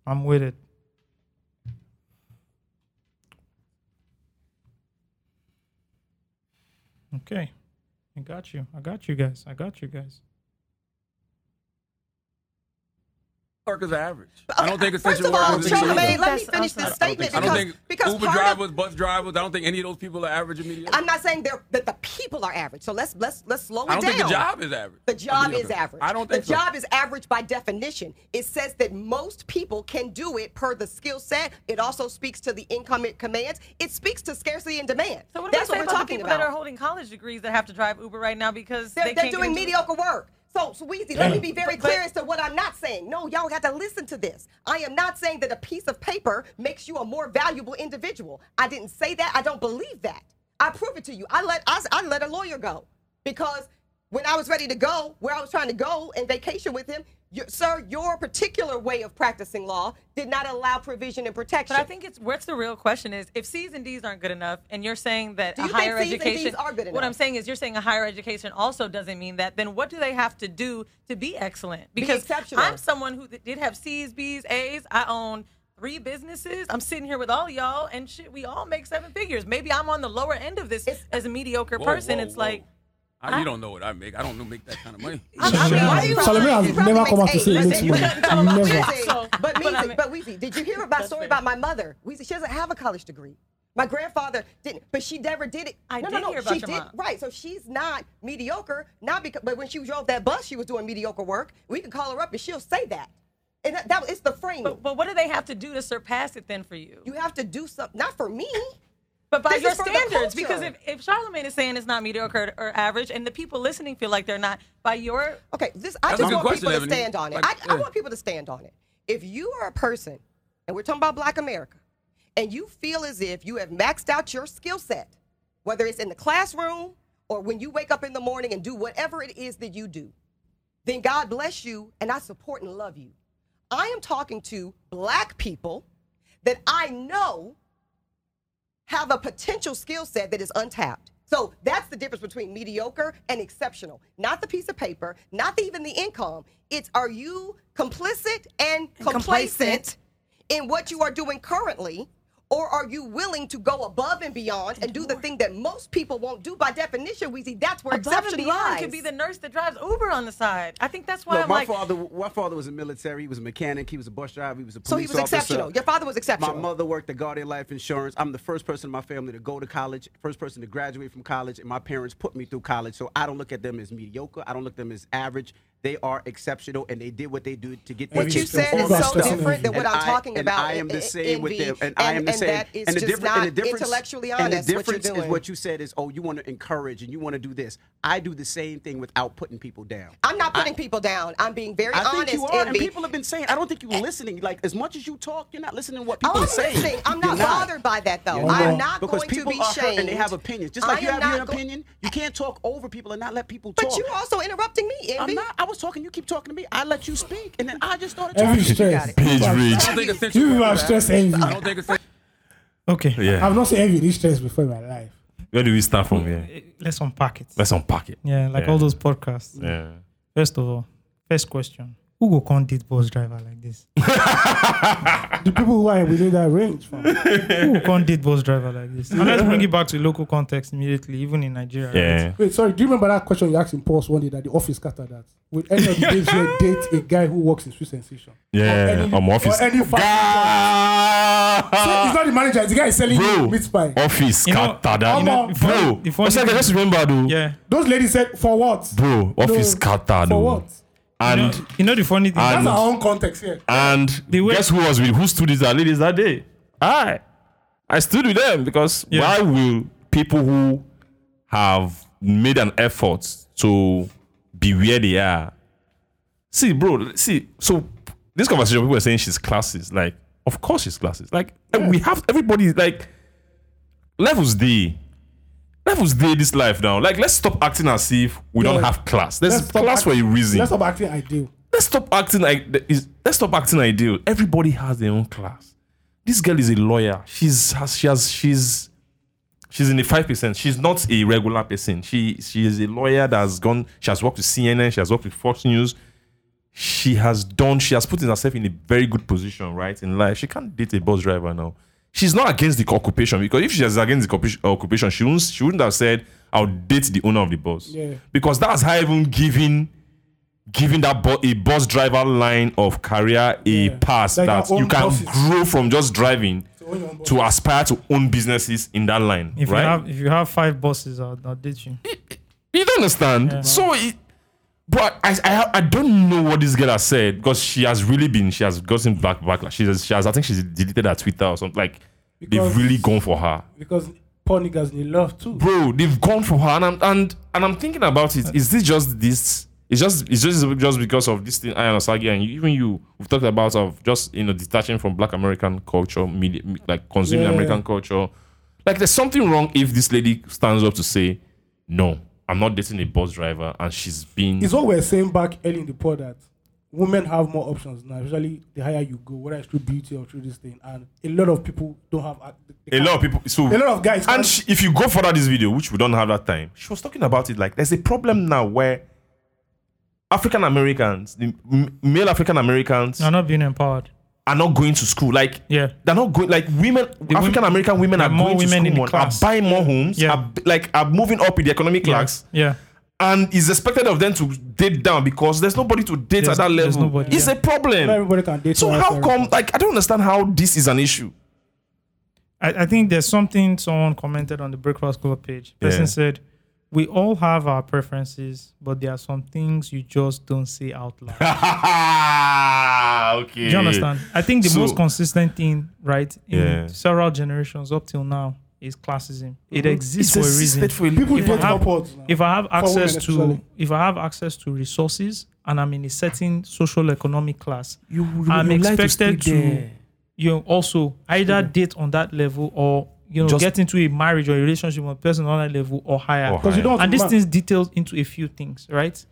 I'm with it. Okay, I got you. I got you guys. I got you guys.
workers are average. I don't think
First
essential
of all,
workers. are
Charlamagne,
mediocre.
let me finish this statement
I don't
because,
think
because
Uber
part of
drivers, bus drivers. I don't think any of those people are average or mediocre.
I'm not saying they're, that the people are average. So let's let's let's slow it
I don't
down.
think the job is average.
The job
Mediocre.
is average.
I don't think
the
so.
job is average by definition. It says that most people can do it per the skill set. It also speaks to the income it commands. It speaks to scarcity and demand.
So what
That's
am
what
I
we're
about the
talking
people
about.
that are holding college degrees that have to drive Uber right now because
they're,
they
they're
can't
doing
get into-
mediocre work. So, Sweezy, let me be very
But- but-
clear as to what I'm not saying. No, y'all got to listen to this. I am not saying that a piece of paper makes you a more valuable individual. I didn't say that. I don't believe that. I prove it to you. I let I, I let a lawyer go because when I was ready to go, where I was trying to go and vacation with him, you, sir, your particular way of practicing law did not allow provision and protection.
But I think it's what's the real question is if C's and D's aren't good enough, and you're saying that
Do
a
you think
higher
Cs and Ds
education
are good
What
enough?
I'm saying is you're saying a higher education also doesn't mean that. Then what do they have to do to be excellent? Because
exceptional.
I'm someone who th- did have C's, B's, A's. I own three businesses. I'm sitting here with all y'all, and shit, we all make seven figures. Maybe I'm on the lower end of this as a mediocre
Whoa,
person.
whoa,
it's
whoa.
like.
I, you don't know what I make. I don't make that kind of money.
I mean, why do you-
Salome has
he probably
never come
makes
out to say
eight.
it looks
Listen,
low. Never.
but- but- but- Weezy, But
So, but I
Weezy,
mean-
but Weezy, did you hear about story about my mother? Weezy, she doesn't have a college degree. My grandfather didn't, but she never did it.
I
no,
did
no, no,
hear about
she
your
did.
mom.
Right, so she's not mediocre, not because. But when she drove that bus, she was doing mediocre work. We can call her up and she'll say that. And that, that it's the framing.
But, but what do they have to do to surpass it then for you?
you have to do something, not for me.
But by
This
your
is for the
standards, because if,
culture.
if Charlemagne is saying it's not mediocre or average, and the people listening feel like they're not, by your
Okay, this I
That's a
just
good
want
question,
people to
Ebony.
stand on it.
Like,
I, I
yeah.
want people to stand on it. If you are a person, and we're talking about Black America, and you feel as if you have maxed out your skill set, whether it's in the classroom or when you wake up in the morning and do whatever it is that you do, then God bless you, and I support and love you. I am talking to black people that I know have a potential skill set that is untapped. So that's the difference between mediocre and exceptional. Not the piece of paper, not the- even the income. It's are you complicit and complacent in what you are doing currently, or are you willing to go above and beyond and do the thing that most people won't do? By definition, Weezy, that's where
Above and
exception
beyond
lies.
could be the nurse that drives Uber on the side. I think that's why
Look,
I'm
my
like,
father, my father was a military. He was a mechanic. He was a bus driver. He was a police
so he was
officer.
exceptional. Your father was
My
exceptional.
mother worked at Guardian Life Insurance. I'm the first person in my family to go to college, first person to graduate from college, and my parents put me through college. So I don't look at them as mediocre. I don't look at them as average. They are exceptional, and they did what they do to get.
What
there.
you said
is so different
than
And
what I'm
I-
talking
and
about
I am
in-
the same with
in
them, and
envy,
I am the
and-
same.
and that is
And the
just
difference- and the
not
difference-
intellectually
And the
honest, what you're
difference is
doing.
what you said is, oh, you want to encourage and you want to do this. I do the same thing without putting people down.
I'm not putting people down. I'm being very
I
honest.
think you are, and
Envy.
people have been saying. I don't think you were listening. Like as much as you talk, you're not listening to what
Oh,
people
I'm
are saying.
listening. I'm
You're
not bothered by that though.
You're
I'm not
because
going to
people
be
are hurt
shamed.
and they have opinions. Just
I
like you
am
have your
not go-
opinion, you can't talk over people and not let people
But
talk.
you also interrupting me, Envy.
I'm not. I was talking. You keep talking to me. I let you speak, and then I just started
Every
talking.
stress.
Page reach.
I don't think
You people
essential.
have stress envy.
I don't think essential.
Okay.
Yeah.
I've not seen envy this stress before in my life.
Where do we start from here?
Eh, Let's unpack it.
Let's unpack it.
Yeah, like
Yeah.
all those podcasts.
Yeah.
First of all, first question. Who go can't date bus driver like this?
The people who are within that range, fam.
Who can't date bus driver like this? And let's bring it back to local context immediately, even in Nigeria. right?
Yeah.
Wait, sorry. Do you remember that question you asked in Pulse one day that the office scattered that? Would any of the days here date a guy who works in Sweet Sensation?
Yeah.
any-
I'm
or
office.
any fast food So
Ah!
it's not the manager. It's the guy is selling you
Bro,
meat pie.
office
You know-
scattered.
you know-
Bro,
the funny
I said,
thing-
let's remember, though.
Yeah.
Those ladies said, "For what?
oh? Bro, office scattered. oh.
For
Mm. though.
what?
And
You know the funny thing?
That's
And-
our own context here.
and
way-
guess who was with who stood with our ladies that day? I, I stood with them because
Yeah.
why will people who have made an effort to be where they are? See, bro. See, so this conversation people were saying she's classes. Like, of course she's classes. Like, and we have everybody like levels D. Levels day this life now. Like, let's stop acting as if we don't
Yeah.
have class. There's
stop
class for
act-
a reason
Let's stop acting ideal.
let's stop acting like th- is- let's stop acting ideal. Everybody has their own class. This girl is a lawyer. She's has she has she's she's in the five percent. She's not a regular person. She she is a lawyer that has gone. She has worked with CNN. She has worked with Fox News. She has done. She has put herself in a very good position, right in life. She can't date a bus driver now. She's not against the occupation because if she was against the occupa- occupation, she wouldn't she wouldn't have said, "I'll date the owner of the bus."
Yeah.
Because that's how even giving giving that bu- a bus driver line of career a
Yeah.
pass
Like
that
our own
you can
buses.
grow from just driving
own your own
to aspire to own businesses in that line,
if
right?
you have if you have five bosses, I'll, I'll date you.
You don't understand. So, it, but I, I ha- I don't know what this girl has said because she has really been she has gotten back backlash. She has, she has I think she's deleted her Twitter or something. Like
Because-
they've really gone for her,
Because poor niggas need love too.
bro. They've gone for her, and I'm and, and I'm thinking about it. Is this just this? It's just it's just just because of this thing I and Osagi and even you we've talked about of just you know detaching from Black American culture, media, me- like consuming
Yeah.
American culture. Like there's something wrong if this lady stands up to say, no, I'm not dating a bus driver, and she's being
It's what we we're saying back early in the pod that women have more options now, especially the higher you go, whether it's through beauty or through this thing. And a lot of people don't have ac- they
a
can't-
lot of people. So
a lot of guys
And
can't-
she, if you go further this video, which we don't have that time, she was talking about it like there's a problem now where African Americans, the m- male African Americans,
You're not being empowered.
are not going to school. Like
Yeah.
they're not going. Like women,
women-
African American women
there
are
are more
going
women
to
in
school,
the
more, are
class.
buying more homes,
Yeah.
are, b- like are moving up in the economic class,
Yeah.
and it's expected of them to date down because there's nobody to date
There's-
at that
there's
level.
nobody,
it's
yeah.
a problem.
Not everybody can date.
so
twice,
how
everybody.
come? Like I don't understand how this is an issue.
I, I think there's something someone commented on the Breakfast Club page. Person
Yeah.
said, "We all have our preferences, but there are some things you just don't say out loud."
okay.
Do you understand? I think the
So-
most consistent thing, right, in
Yeah.
several generations up till now, is classism. It exists
It's
for a
existed
reason.
for a
people
reason.
date
I have-
upwards now?
if I have access
women
to
especially.
if I have access to resources and I'm in a certain social economic class,
You,
I'm expected to, you know, also either date on that level or you know
Just-
get into a marriage or a relationship with a person on that level or higher.
Or
Because you
Right.
don't
and this
ma-
thing details into a few things, right?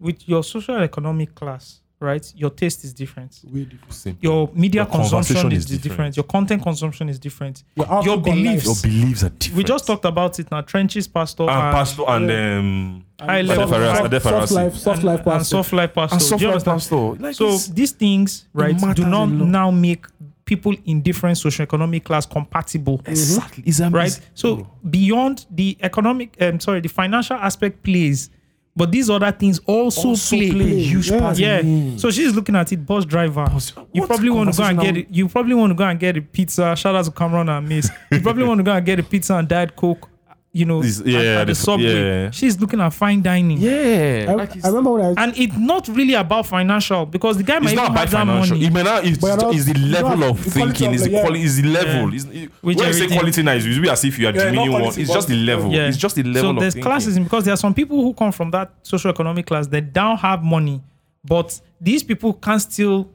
With your social economic class, right? Your taste is different.
Way different.
Simple.
Your media
Your
consumption
conversation
is,
is
different.
different.
Your content consumption is different.
Your
Your,
outlook on
beliefs.
Your beliefs are different.
we just talked about it now. Trenches, pastor,
and
and-
pastor and um
High level.
Adefarasi-
Soft-
Adefarasi.
soft life, soft life
and
pastor.
soft life pastor.
And soft
Do you
life
understand?
pastor. Like,
so
it's-
these things, right, do
matters
not
a lot.
now make people in different socioeconomic class compatible.
Exactly. It's amazing.
Right. So beyond the economic, um, sorry, the financial aspect plays, but these other things also,
Also
play.
play a huge
yeah.
part in
Yeah.
it.
So she's looking at it, bus driver.
Bus-
you
what
probably want to go and get
conversational-
it. You probably want to go and get a pizza. Shout out to Cameron and Miss. You probably want to go and get a pizza and diet coke. You know,
This-
at-
yeah,
at, the
this-
subway.
yeah.
She's looking at fine dining.
yeah,
I,
like
I
it's,
remember when I
And it's not really about financial because the guy
it's
might
not
even
about
have that
financial.
money.
It may not. It's,
But not-
it's the
it's not-
level of
the quality
thinking.
of
It's the
the- yeah.
quality. It's the level.
Yeah.
It's, it,
Which
when you say
everything-
quality now, it's usually as if you are
Yeah, not
demeaning one.
quality,
It's just the
quality,
level.
Yeah.
It's just the level
So
of
there's
thinking.
classism because there are some people who come from that socioeconomic class that don't have money, but these people can still.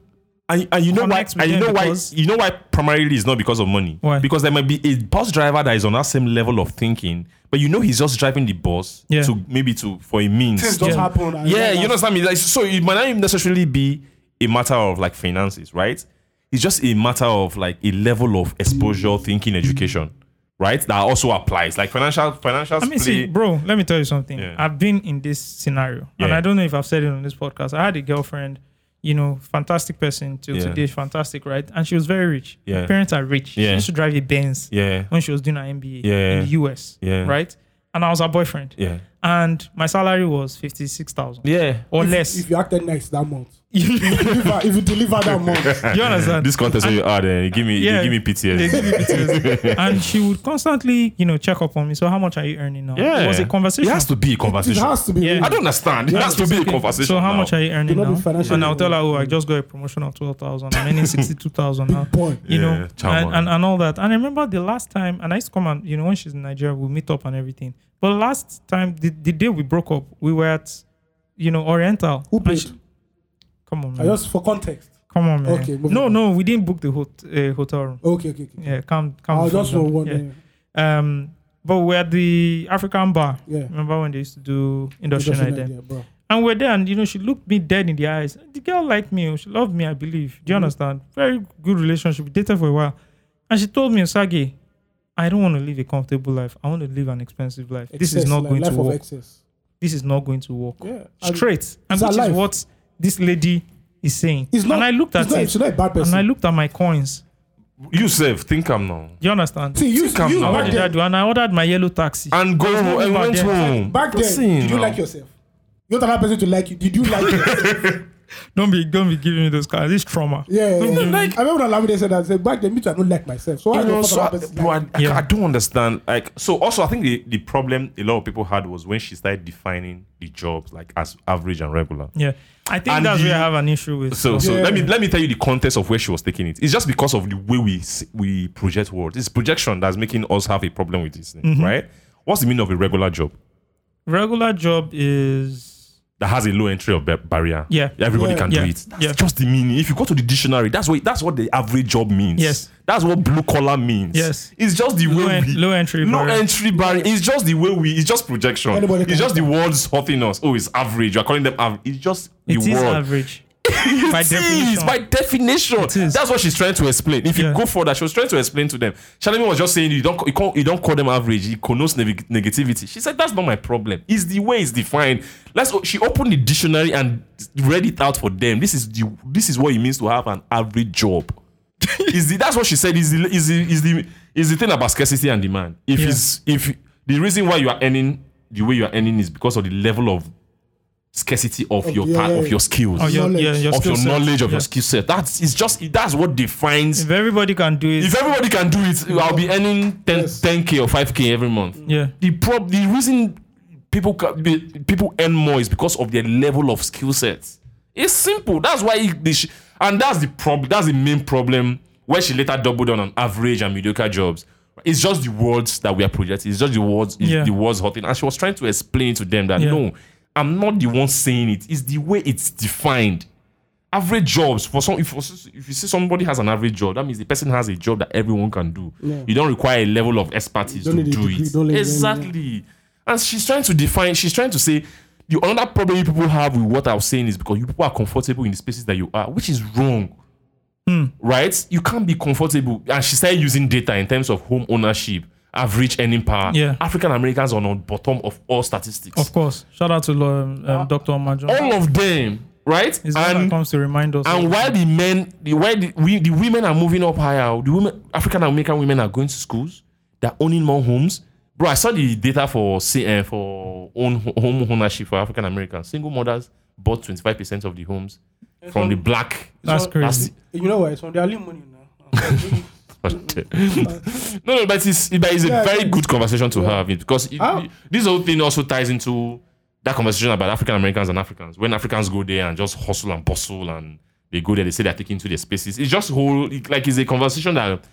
And, and you know why?
connects with
And you
them
know why?
because-
You know why? Primarily, it's not because of money.
Why?
Because there might be a bus driver that is on that same level of thinking, but you know he's just driving the bus
Yeah.
to maybe to for a means.
things just
Yeah.
happen. and
yeah, you
don't
understand me. Like, so it might not even necessarily be a matter of like finances, right? It's just a matter of like a level of exposure, thinking, education, right? That also applies. Like financial, financial.
I mean, see,
play-
bro, let me tell you something.
Yeah.
I've been in this scenario, and
Yeah.
I don't know if I've said it on this podcast. I had a girlfriend, you know, fantastic person till
Yeah.
today, fantastic, right? And she was very rich.
Yeah.
Her parents are rich. She
Yeah.
used to drive a Benz
yeah,
when she was doing her MBA
Yeah.
in the US,
Yeah.
right? And I was her boyfriend,
yeah,
and my salary was fifty six thousand
yeah.
or
If-
less.
If you acted nice that month,
you
deliver, if you deliver that month,
understand?
This contest where you are, then give me,
Yeah.
they give me
They
PTSD.
give you PTSD. and she would constantly, you know, check up on me. So how much are you earning now?
Yeah,
It was a
It
conversation.
has to be a
it
conversation.
has to be.
Yeah.
real.
I don't understand. It has to be a conversation.
so how
now.
much are you earning
They don't
now?
be financially
And I'll tell her, oh, I
independent.
just got a promotion of twelve thousand. I'm earning sixty-two thousand now.
Boy,
You
Yeah,
know,
charm
and,
on.
and and all that. And I remember the last time, and I used to come and you know when she's in Nigeria, we meet up and everything. But last time, the, the day we broke up, we were at, you know, Oriental.
who
And
paid?
she- come on,
I
man.
just for context.
come on, man.
Okay, moving
no,
on.
no, we didn't book the hot, uh, hotel room.
Okay, okay, okay.
Yeah, come, come.
I'll just for one.
Yeah.
Yeah.
Um, but we're at the African bar.
Yeah.
Remember when they used to do industrial
Just
night
an
there?
idea, bro.
And we're there, and you know, she looked me dead in the eyes. The girl liked me, oh, she loved me, I believe.
Mm-hmm.
Do you understand? Very good relationship. We dated for a while. And she told me, Osage, I don't want to live a comfortable life. I want to live an expensive life. this is
Excess,
not
like
going
life
to
of
work.
excess.
this is not going to work.
Yeah. And
Straight. And
her
which is
life.
what this lady is saying.
It's not,
and I looked at
it's not,
it.
She's not a bad person.
and I looked at my coins.
You self think I'm now
Do you understand?
See, you,
Think I'm
you
now.
what
back
did I
then,
do? And I ordered my yellow taxi.
and go home and
back
went
then.
home.
back then
Proceed
did you
now.
like yourself? You're not that person to like you. Did you like yourself?
Don't be don't be giving me those cards. It's trauma.
Yeah. yeah, yeah.
like-
I remember when Lamide said that. I said, back then, me too, I don't like myself. So I
you know,
don't
so I,
fuck
bro, I,
about
I,
Yeah.
I don't understand. Like, so also, I think the, the problem a lot of people had was when she started defining the jobs like as average and regular.
Yeah. I think
And
that's where
you-
I have an issue with.
So, so
Yeah.
let me let me tell you the context of where she was taking it. It's just because of the way we s- we project words. It's projection that's making us have a problem with this thing,
Mm-hmm.
right? What's the meaning of a regular job
regular job is
that has a low entry of ba- barrier?
Yeah.
everybody
Yeah.
can
Yeah.
do it. That's
Yeah.
just the meaning. If you go to the dictionary, that's what that's what the average job means.
Yes.
that's what blue collar means.
Yes.
it's just the
low,
way
en-
we,
low entry.
no
barrier.
entry barrier. It's just the way we. It's just projection.
Anybody can
it's just the words hurting us. Oh, it's average. You're calling them average. It's just the
It is
word.
average.
It
by
is,
definition.
by definition.
is.
That's what she's trying to explain. If
Yeah.
you go further, she was trying to explain to them. Shalini was just saying you don't you, can't, you don't call them average. It connotes neg- negativity. She said that's not my problem. It's the way it's defined. Let's. o- She opened the dictionary and read it out for them. This is the this is what it means to have an average job. is the that's what she said is the is the is the is the thing about scarcity and demand. If
Yeah.
it's if the reason why you are earning the way you are earning is because of the level of scarcity of
Of
your
the-
ta-
yeah,
of
yeah.
your skills
Of your,
Knowledge.
Oh, yeah, your
of
skill
your
set.
knowledge of
Yeah.
your skill set. That's it's just that's what defines.
If everybody can do it,
If everybody can do it, I'll be earning 10
Yes.
k or five k every month.
yeah,
The prob the reason people ca- be- people earn more is because of their level of skill sets. It's simple. That's why it, they sh- and that's the problem. That's the main problem where she later doubled down on average and mediocre jobs. It's just the words that we are projecting. It's just the words. It's
Yeah.
The words hurting. And she was trying to explain to them that
Yeah.
no, I'm not the one saying it. It's the way it's defined average jobs for some if, if you see somebody has an average job that means the person has a job that everyone can do
Yeah.
you don't require a level of expertise
Don't
to
need a
do
degree, don't need
it
any-
exactly and she's trying to define she's trying to say you another problem you people have with what I was saying is because you people are comfortable in the spaces that you are, which is wrong.
Hmm.
Right? You can't be comfortable. And she started using data in terms of home ownership, average earning power.
Yeah.
African Americans are on the bottom of all statistics.
Of course. Shout out to um, um, Dr. Omajo.
all of them, right?
It's one that
Ah. Oh, And
comes to remind us.
and
of-
while the men, the why the, we, the women are moving up higher, the women, African American women are going to schools, they're owning more homes. Bro, I saw the data for say, uh, for own home ownership for African Americans. Single mothers bought twenty five percent of the homes from the black.
That's
So-
crazy.
You know what? It's on their money now.
no, no, but it's but it's a
Yeah,
very
yeah.
good conversation to have it because it,
Ah.
this whole thing also ties into that conversation about African Americans and Africans. When Africans go there and just hustle and bustle and they go there, they say they're taking to their spaces. It's just whole it- like it's a conversation that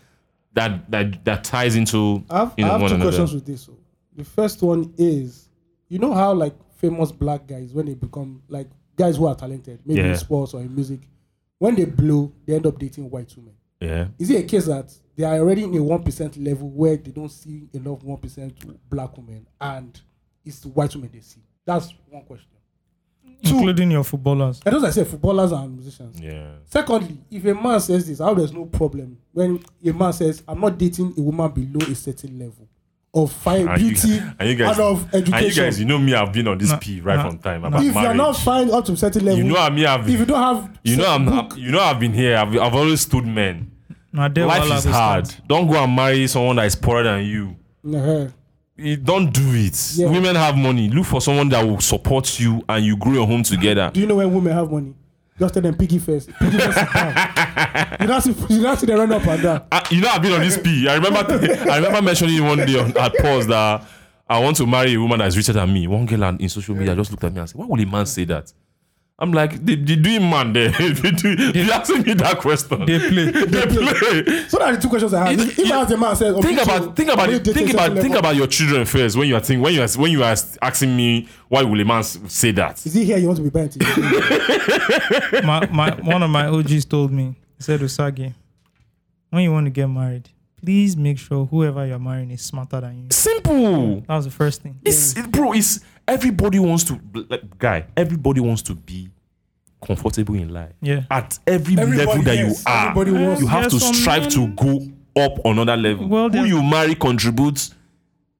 that that that ties into
I have,
you know,
I have
one
two
another.
questions with this. The first one is, you know how like famous black guys when they become like guys who are talented, maybe
Yeah.
in sports or in music, when they blow, they end up dating white women.
Yeah,
Is it a case that they are already in a one percent level where they don't see enough one percent black women, and it's the white women they see? That's one question.
including your footballers.
And those I said, footballers and musicians.
yeah.
Secondly, if a man says this, how there's no problem when a man says, I'm not dating a woman below a certain level of fine
And you-
beauty
and you guys,
and of education.
and you guys, you know me. I've been on this
Nah,
pee right
nah,
from time
nah.
about
if you're
marriage.
not fine up to a certain level,
you know me. I've
if you don't have,
you know
set
I'm,
book,
you know I've been here. I've I've always stood men.
Now, they
Life
all have
is
a
hard.
stand.
Don't go and marry someone that is poorer than you.
uh-huh.
You Don't do it.
Yeah.
Women have money. Look for someone that will support you and you grow your home together.
do you know when women have money? Just tell them piggy first. Piggy first is down. You don't see, you don't see them run up and down.
I, you know, I've been on this P. I remember, I remember mentioning one day on, at pause that I want to marry a woman that's richer than me. One girl on, in social media just looked at me and said, "Why would a man say that?" I'm like, the, the doing man there. they, do, they asking me that question.
They play.
They play.
So that are the two questions I had.
You-
If
you-
I as a man says,
think about think about it, think about think about your children first when you are think when you are when you are asking me why will a man s- say that
Is he here? You want to be banned? to?
my, my one of my OGs told me, he said Usagi, when you want to get married, please make sure whoever you're marrying is smarter than you.
simple
That was the first thing.
it's it, bro it's everybody wants to like, guy everybody wants to be comfortable in life
Yeah.
at every level that
yes,
you are
everybody wants-
you have to
There's some
strive to
men-
go up another level
Well,
who
there-
you marry contributes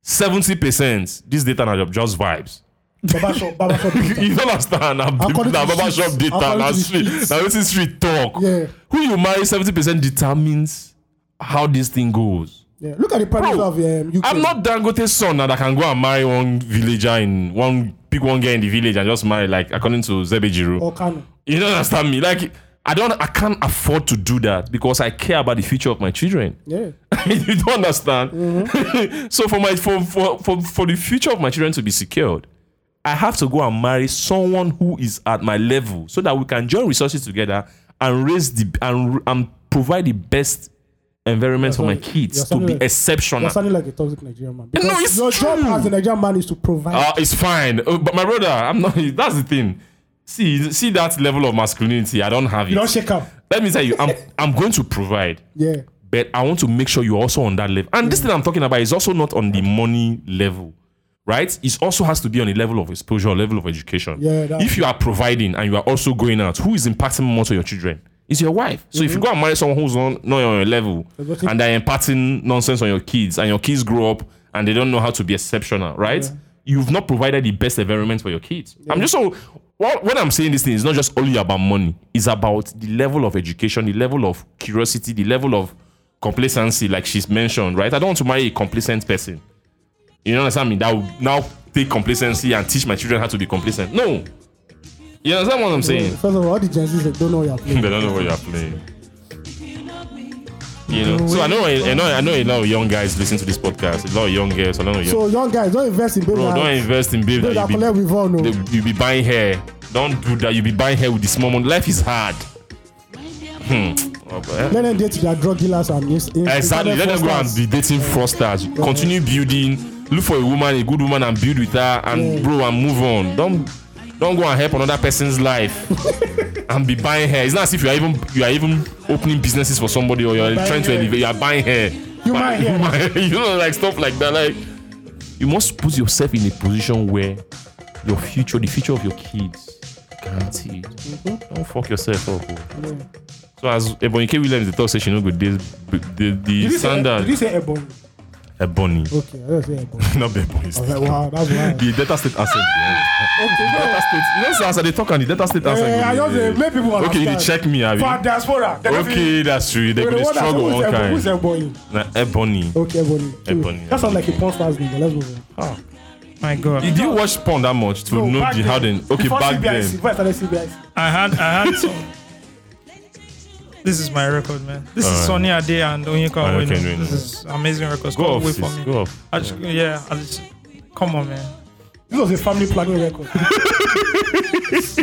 70% this data are just vibes
Baba shop, Baba shop.
You- you don't understand. Now,
According to the streets.
barber shop data,
According
now
to the
street,
streets.
now this is street talk.
Yeah.
Who you marry, seventy percent determines how this thing goes.
Yeah, look at the prime
Bro,
of um, UK.
I'm not Dangote's son now that can go and marry one villager in one pick one girl in the village and just marry like according to Zebejiro.
or Kano.
You don't understand me. Like I don't, I can't afford to do that because I care about the future of my children.
Yeah.
you don't understand. so for my for, for for for the future of my children to be secured, I have to go and marry someone who is at my level so that we can join resources together and raise the and and provide the best environment for my
sounding-
kids
you're
to be
sounding like-
exceptional.
You're sounding like a toxic Nigerian man.
No, it's
Because your job
true.
as a Nigerian man is to provide.
Uh, it's fine, Uh, but my brother, I'm not. That's the thing. See, see that level of masculinity, I don't have it.
you don't shake up.
Let me tell you, I'm I'm going to provide.
Yeah.
but I want to make sure you're also on that level. And
Mm.
this thing I'm talking about is also not on the money level, right? It also has to be on the level of exposure, level of education.
Yeah, that-
if you are providing and you are also going out, who is impacting more to your children? It's your wife. So if you go and marry someone who's on, not on your level
Exactly.
and they're imparting nonsense on your kids and your kids grow up and they don't know how to be exceptional, right? You've not provided the best environment for your kids. I'm just so. What, what I'm saying this thing is not just only about money. It's about the level of education, the level of curiosity, the level of complacency, like she's mentioned, right? I don't want to marry a complacent person. You know what I mean? That will now take complacency and teach my children how to be complacent. No. You understand what I'm saying?
First of all, all the Gen Zs that don't know what you're
they
playing.
don't know what you're playing. You know, so I know, I know, I know a lot of young guys listen to this podcast. A lot of young girls, a lot of young.
So young guys, don't invest in baby.
Bro,
that-
don't invest in
babe
babe that
that
you
collect
be,
with all no.
that you be buying hair. Don't do that. You be buying hair with this small money. Life is hard. Hmm. Oh, but-
Let them date their drug dealers and ins- ins-
Exactly. Let
internet
them go and
fraudsters.
be dating fraudsters. Continue building. Look for a woman, a good woman, and build with her, and
Yeah.
bro, and move on. Don't don't go and help another person's life and be buying hair. It's not as if you are even you are even opening businesses for somebody or you're
Buying
trying to
hair.
elevate. You are buying hair.
You
Buy-
buy hair.
you buy hair. You know, like stuff like that. Like you must put yourself in a position where your future, the future of your kids, guaranteed. Don't fuck yourself up. oh. So as Ebony K Williams, the talk say she no go this the the
Did you say,
standard
did you say Ebony?
Ebony,
Okay, I didn't say Ebony.
not be Ebony.
I was like, wow, that's wild.
The data state asset. yeah.
Okay, no.
Data state. You know, so as I dey talk and the data state asset.
Eh,
go
I
dey
just
there.
say, make people
Okay, you
understand.
dey check me, abi?
For diaspora. they don't feel-
Okay, that's true. They
Wait,
go dey
what-
struggle
who's
one
Ebony? Who's
kind.
Ebony? Oh.
Na Ebony.
Okay, Ebony. Cool.
Ebony,
That sounds like a porn star's name, but let's move on.
My God.
Did you watch porn that much to know
back
the how
then,
then? Okay,
before
back
CBIC,
then.
Before I started CBIC.
I had I had some. This is my record, man. This is
Alright.
Sonny Ade and Onyeka
Alright, okay,
Onwenu.
Onwenu.
This is amazing records.
Go
Come
off,
wait
sis.
for me.
Go off.
I just, yeah, I just, come on, man.
This was a family planning record.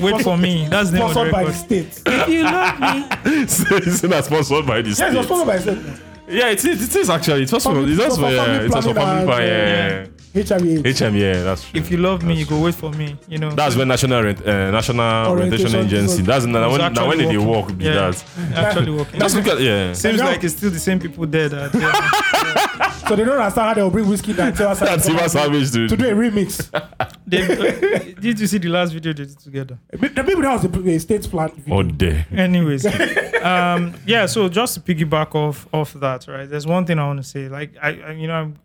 Wait for me. That's the name of the
Sponsored by the
record.
state.
If you love me,
so it's not sponsored by this.
Yes, it was sponsored by the state.
Yeah, it is. It is actually. It was for.
Family-
It was
for
for.
family
Yeah, it was for
planning
family plan. Yeah.
and, HIV.
HM. Yeah, that's true.
if you love me,
That's
you go wait for me. You know.
That's when National Rent, uh, National
Orientation,
Orientation
this
Agency.
was-
That's now
It's
when, now when
actually
they
working.
walk. Be
Yeah.
that.
actually working.
Just look at yeah.
Seems
Yeah.
like it's still the same people there that. Yeah.
So they don't understand how they will bring whiskey down to us
That Silver Savage dude.
to do a remix.
they, did you see the last video they did together?
The people that was a, a state plan. video.
Or there.
Anyways, um, yeah. So just to piggyback off off that, right? There's one thing I want to say. Like I, I you know, I'm,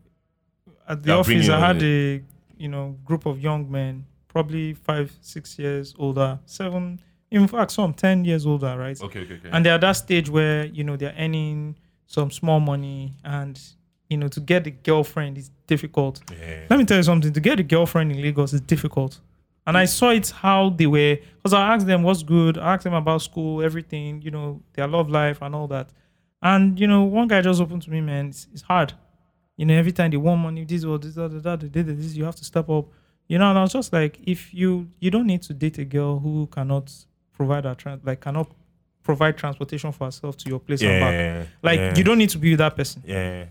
at the
Yeah, bring
office,
it
I
on
had a you know group of young men, probably five, six years older, seven, in fact, some ten years older, right?
Okay, okay, okay.
And they're at that stage where you know they're earning some small money, and you know to get a girlfriend is difficult. Let me tell you something. To get a girlfriend in Lagos is difficult, and I saw it how they were. Because I asked them what's good. I asked them about school, everything. You know their love life and all that. And you know one guy just opened to me, man. It's, it's hard. You know every time they want money, this or this, that, that, that, they did this. You have to step up. You know, and I was just like, if you you don't need to date a girl who cannot provide a trans like cannot provide transportation for herself to your place and
Yeah,
back. Like
yeah.
you don't need to be with that person,
Yeah.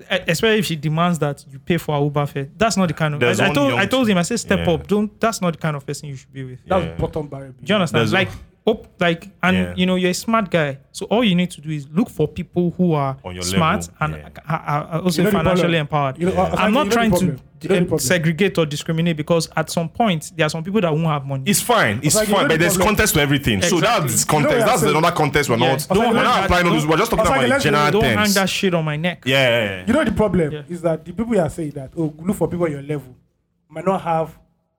E- especially if she demands that you pay for her Uber fare. That's not the kind of.
There's
I, I
one
told
young-
I told him I said step
Yeah.
up. Don't. That's not the kind of person you should be with.
That was
Yeah.
bottom barrel.
Do you understand?
There's-
like op, like and
Yeah.
you know you're a smart guy, so all you need to do is look for people who are
On your
smart
level,
and
yeah.
are, are- are also
You know the
financially
problem.
empowered.
You know- Yeah.
I'm
you know
not
the
trying to
problem. You know the
um,
problem.
segregate or discriminate because at some point there are some people that won't have money.
It's fine. It's
Osagi, you know
fine.
the
But there's
problem-
context to everything. So
Exactly.
that's
You know
context.
what I
that's
said?
another context. We're
Yeah.
not.
Osagi,
we're
let's-
not applying all this. We're just talking
Osagi,
about in
let's-
general
don't hang
terms.
that shit on my neck.
Yeah.
You know the problem
Yeah.
is that the people you are saying that oh look for people on your level might not have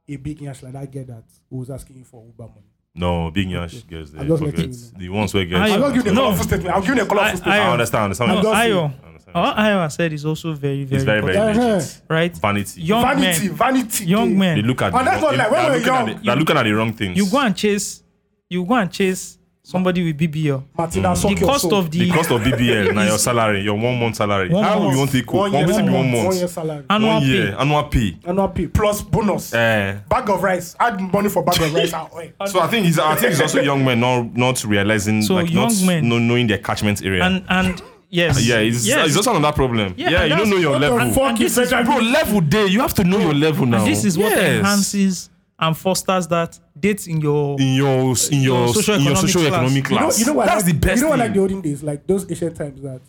a big yash like that girl that who was asking you for Uber money.
No, big Nyash girls. They
I'm just
forget.
letting you know.
The ones where
I-
girls.
I'll just give you the
No.
colorful statement. I'll give you the
I-
colorful statement.
I
Ayo.
understand. understand.
No,
just saying.
Ayo.
understand.
What Ayo said is also very, very,
It's very, very
important,
Uh-huh.
legit.
right.
Vanity.
Young
Vanity,
men,
vanity.
young
day.
They
men.
look at.
And that's not
they-
like when
they're
we're
looking at
young.
the- They're looking at the wrong things.
you go and chase. You go and chase somebody with BBL.
Martina, suck
The
your
cost
soul.
of the,
the cost of BBL now your salary, your one month salary.
One
How
month.
you want to cook?
one year,
One
one,
month,
month,
one
one year
month,
salary,
annual
one
pay.
year, annual pay.
annual pay plus bonus,
Eh.
bag of rice. Add money for bag of rice and oil.
So I think it's I think it's also young men not not realizing
So
like not
young men-
no, knowing their catchment area.
and and yes,
yeah, it's,
yes.
it's also another problem.
Yeah,
Yeah,
and
you don't
that's-
know your
What the
level.
fuck is that?
Bro, level day. You have to know your level now.
this is what
Yes.
enhances and fosters that dates in your.
in your in your in your
socioeconomic
social economic
You know,
class.
you know what? I
That's
like,
the best.
You know what? I
thing.
Like the olden days, like those ancient times that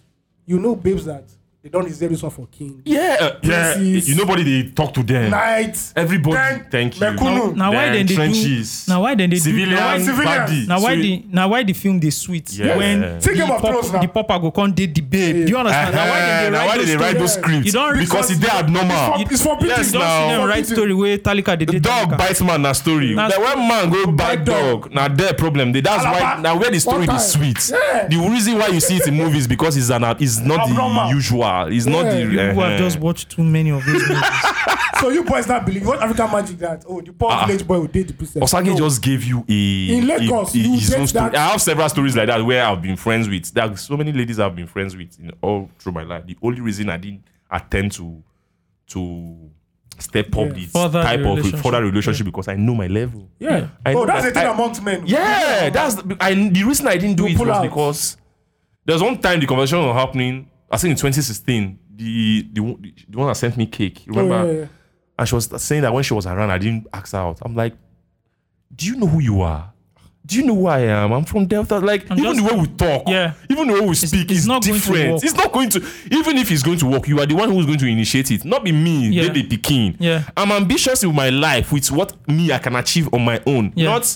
you know, babes that they don't reserve this one for king.
yeah, uh, yeah.
Princess.
You nobody they talk to them.
Night.
Everybody,
Then,
thank you.
Mekunu.
Now why then
Then
they
trenches.
do? Now why then they
Civilian,
do? Now why,
civilian.
body.
now why
So-
the now why the film they sweet
Yeah.
when
Yeah.
Think
the,
about
pop-
those now.
the papa go come date the babe. Do you understand? now why
Eh,
then they write
now why did
those
they write
stories?
those scripts?
You don't-
because it's there abnormal.
It's for pity.
Yes,
You don't see
now.
them write story where Talika they
The
date
dog
Talika.
bites man na story.
Na
Now when man go bite
dog.
dog, now their problem. They, that's why
Alaba.
now where
One
the story
time.
is sweet.
Yeah.
The reason why you see it in movies because it's an it's not
Abnormal.
the usual. It's not
Yeah.
the
You
People have just watched too many of these movies.
So you boys not believe what African magic that oh the poor
Ah.
village boy will date the princess.
Osage
No.
just gave you a
In Lagos,
a- a-
you
his own
get
story.
that-
I have several stories like that where I've been friends with. There are so many ladies I've been friends with in all through my life. The only reason I didn't attend to to step up this
Further
type
the
of
relationship.
further relationship because I know my level.
yeah.
I
oh,
know
that's the
that
thing
I-
amongst men.
Yeah, that's the, I, the reason I didn't do
You
it
pull
was
out.
because there's one time the conversation was happening. I think in 2016, the the, one- the one that sent me cake,
Oh,
remember?
yeah, yeah.
And she was saying that when she was around, I didn't ask her out. I'm like, do you know who you are? Do you know who I am? I'm from Delta. Like
I'm
even
just-
the way we talk,
Yeah.
even the way we speak
it's
is
not going to
different.
work.
it's not going to. Even if it's going to work, you are the one who's going to initiate it, not be me.
Yeah.
They be picking.
Yeah.
I'm ambitious with my life, with what me I can achieve on my own,
Yeah.
not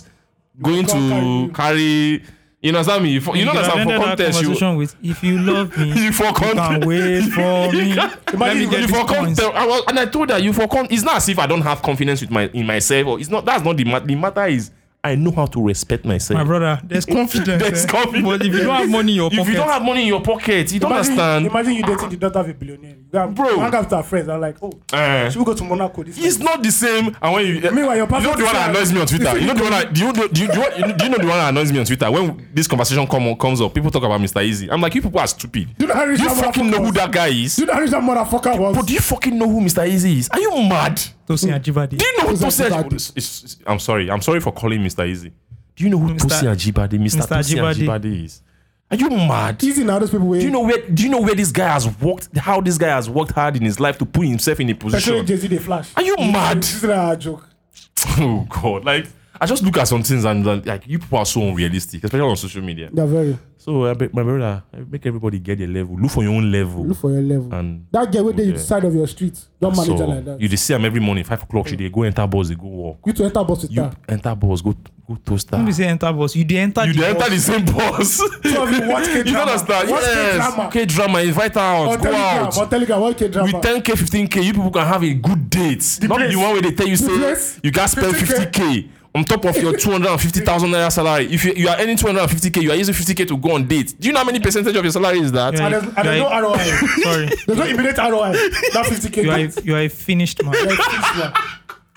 going
can't
to carry. You understand me? For, you know
could
that
have
I'm for
ended that
contest. You,
conversation with if you love me,
you for
can't
contest.
wait for me. Let
Imagine
me
you,
get
you
these
for con-
points.
I was, and I told her you for con- it's not as if I don't have confidence with my in myself or it's not that's not the matter. The matter is I know how to respect myself.
My brother, there's confidence.
There's
eh?
confidence.
But if you don't have money in your
if
pocket,
you don't have money in your pocket, you don't
Imagine,
understand.
imagine you dating the daughter of a billionaire. You have,
Bro.
Bro, hang out with her friends. I'm like, oh,
Eh.
should we go to Monaco? This
it's
time?
not the same. And when you,
Meanwhile, your
you know
perfect
the one that
picture-
annoys me on Twitter. You know the one that, do you know, do you, do you, do you know the one that annoys me on Twitter? When this conversation come on, comes up, people talk about Mr. Easy. I'm like, you people are stupid.
Do you know how rich
you
that
fucking
motherfucker
know who
was?
that guy is?
Do you know how rich that motherfucker was?
Bro, do you fucking know who Mr. Easy is? Are you mad?
Tosin Ajibade.
Do you know who
Tosin
Tosin
Ajibade.
Ajibade? It's- it's- I'm sorry. I'm sorry for calling Mr. Easy. Do you know who
Mr.
Tosin Ajibade, Mr.
Mr.
Tosin
Ajibade.
Ajibade is? Are you mad?
Easy now, those people.
Do you know where? Do you know where this guy has worked? How this guy has worked hard in his life to put himself in a
Especially
position?
Jay Z, they flash.
Are you mad?
This is not a joke.
oh God! Like I just look at some things and uh, like you people are so unrealistic, especially on social media.
They're very.
So I beg my brother, I make everybody get their level. Look for your own level.
Look for your level.
And-
that girl with
Yeah.
the side of your street, don't manage her
so
like that.
you
You,
dey see am every morning five o'clock. She dey go enter bus, they go walk.
to enter bus with
You
her.
enter bus, go go toast her.
Don't be saying enter bus. You dey enter
you
the
dey
bus.
enter the same bus.
of you watch
you don't
K-drama.
understand.
Watch
yes.
K-drama.
Okay, drama. Invite her
On
out. Go
Telegram,
out.
on Telegram, what K drama?
With 10k, 15k, you people can have a good date. Not
place.
the one where they tell you say
place.
you can spend
50K.
50k on top of your 250,000 naira salary. If you, you are earning 250k, you are using 50k to go on dates. Do you know how many percentage of your salary is that?
Yeah.
And there's, and there's no ROI.
Sorry.
There's no immediate ROI. That 50k.
You are,
that-
a, you are a finished man.
Like, fix one.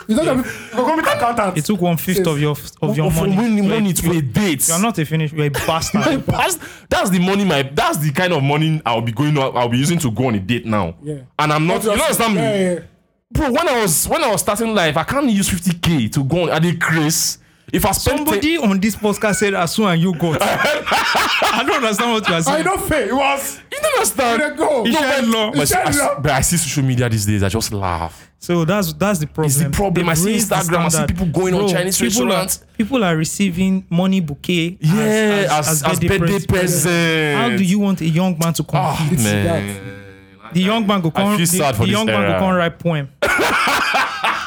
You don't have go meet accountant.
It took one fifth of your of your
Of
money.
money,
You are-
money to a date.
You are not a finished. You are a bastard.
that's, that's the money my that's the kind of money I'll be going on I'll be using to go on a date now.
Yeah.
And I'm not you know understand me?
Yeah, yeah, yeah.
bro when i was when i was starting life i can't use 50k to go on at the craze if i spend
Somebody on this podcast said as soon as you got. I don't understand what you are
I
saying.
don't fail. It was.
you don't understand
Let go.
He
No,
said
but-
no.
but, I see- I,
Shut
see-
up.
but I see social media these days i just laugh
So that's that's the problem.
It's the problem.
They've
I see
raised the
Instagram, I see
standard.
people going on Chinese
people
restaurants.
Are, people are receiving money bouquet. as-
yeah as, as, birthday,
present.
present
How do you want a young man to come?
oh
It's
man
the young man go
Ah, I
come.
feel
the,
sad for
the
this
young man
era.
go come write poem.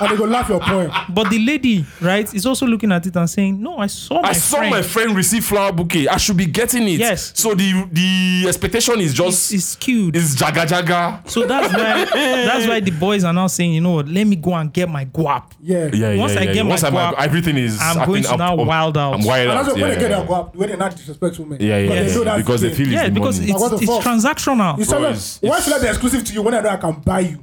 And they go laugh your poem.
But the lady, right, is also looking at it and saying, "No, I saw my
I saw
friend.
my friend receive flower bouquet. I should be getting it.
Yes.
So the the expectation is
It's, it's
just is
skewed."
jaga jaga.
so that's why that's why the boys are now saying, "You know what? Let me go and get my guap."
Yeah.
Yeah,
Once
yeah,
I
yeah.
get my
Once I'm
guap,
everything is.
I'm
I
going
think
to now wild out.
I'm wild
And that's
out.
why
Yeah,
when they get
yeah,
their go up, when they not disrespect women.
yeah,
But
yeah,
they know
yeah.
that's
Because
the
they
thing.
feel it's
Yeah,
the
because
money.
it's,
Like, what the
it's
fuck?
transactional.
You tell them,
it's-
why
it's-
should I be exclusive to you when I know I can buy you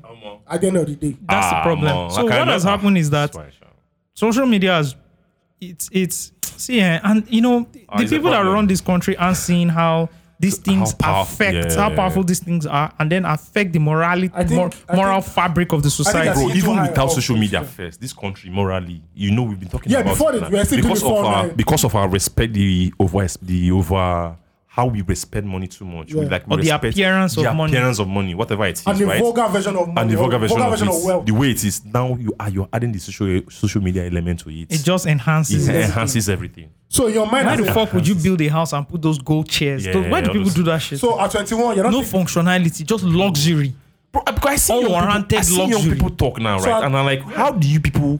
at the end of the day?
That's the
Ah,
problem.
man,
so
I can't
what has
remember.
happened is that
That's why, sure.
social media has it's it's see eh, and you know the
Ah, it's a
people that
problem.
run this country aren't seeing how these things
powerful-
affect
yeah,
how
yeah,
powerful
yeah.
these things are and then affect the morality
I think-
mor-
I
moral
think-
fabric of the society
that's
bro,
It's too
even
high
without
up,
social
it's
media
too-
first, this country morally, you know, we've been talking
Yeah,
about
before
it
it,
now.
we are still doing
because
it for
of our
now.
because of our respect the over the over how we respect money too much. We
Yeah.
like we
Or the
respect
appearance
the
of money.
appearance of money, whatever it is,
And the
right?
vulgar version of money.
and the vulgar version, of, it,
wealth.
the way it is now, you are you're adding the social social media element to it.
it just enhances
it
it.
enhances everything.
So in your mind,
why
as
the
a-
fuck would you build a house and put those gold chairs
Yeah,
Those- why do
all
people
those-
do that shit
so at 21, you're not
no
thinking-
functionality just luxury
Bro, I- because I see, young people, I
Unwarranted
see young
luxury.
people talk now, right?
So I-
and I'm like, how do you people,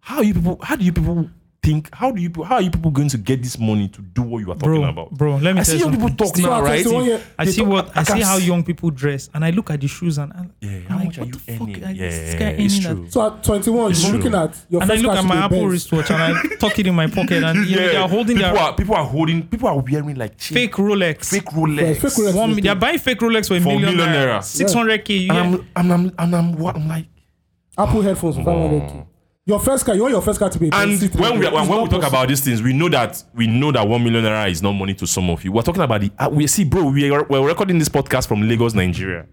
how you people, how do you people think, how do you, pe- how are you people going to get this money to do what you are talking
Bro,
about,
bro, let me tell
I see
you
young people
something.
talk
So
now,
at
right?
21 year-
I
they
see
talk-
what I,
I
see
can
how
s-
young people dress, and I look at the shoes and I'm,
Yeah,
I'm
how
like,
much are
what
you
the fuck?
earning?
Like,
Yeah,
is this
yeah,
guy
yeah, it's
earning at-
true.
So at 21,
It's
you're
true.
looking at your
And I
first
look
car
at
should
my
be
Apple
Benz.
wristwatch and I tuck it in my pocket, and you know, they are holding
people
their
are, people are holding, people are wearing like cheap,
fake Rolex.
fake Rolex.
Fake Rolex.
One, they are buying fake Rolex for a
For a
million
million
naira,
naira. Um,
six hundred k.
And
Yeah.
I'm, and I'm, and I'm, what I'm like.
Apple headphones for 500k. Your first car, you want your first car to be. a
Mm. And
Benz Citroen.
when we are, when
It's
we
not
talk
possible.
about these things, we know that we know that one million naira is not money to some of you. We're talking about the uh, we see, bro. We are we're recording this podcast from Lagos, Nigeria,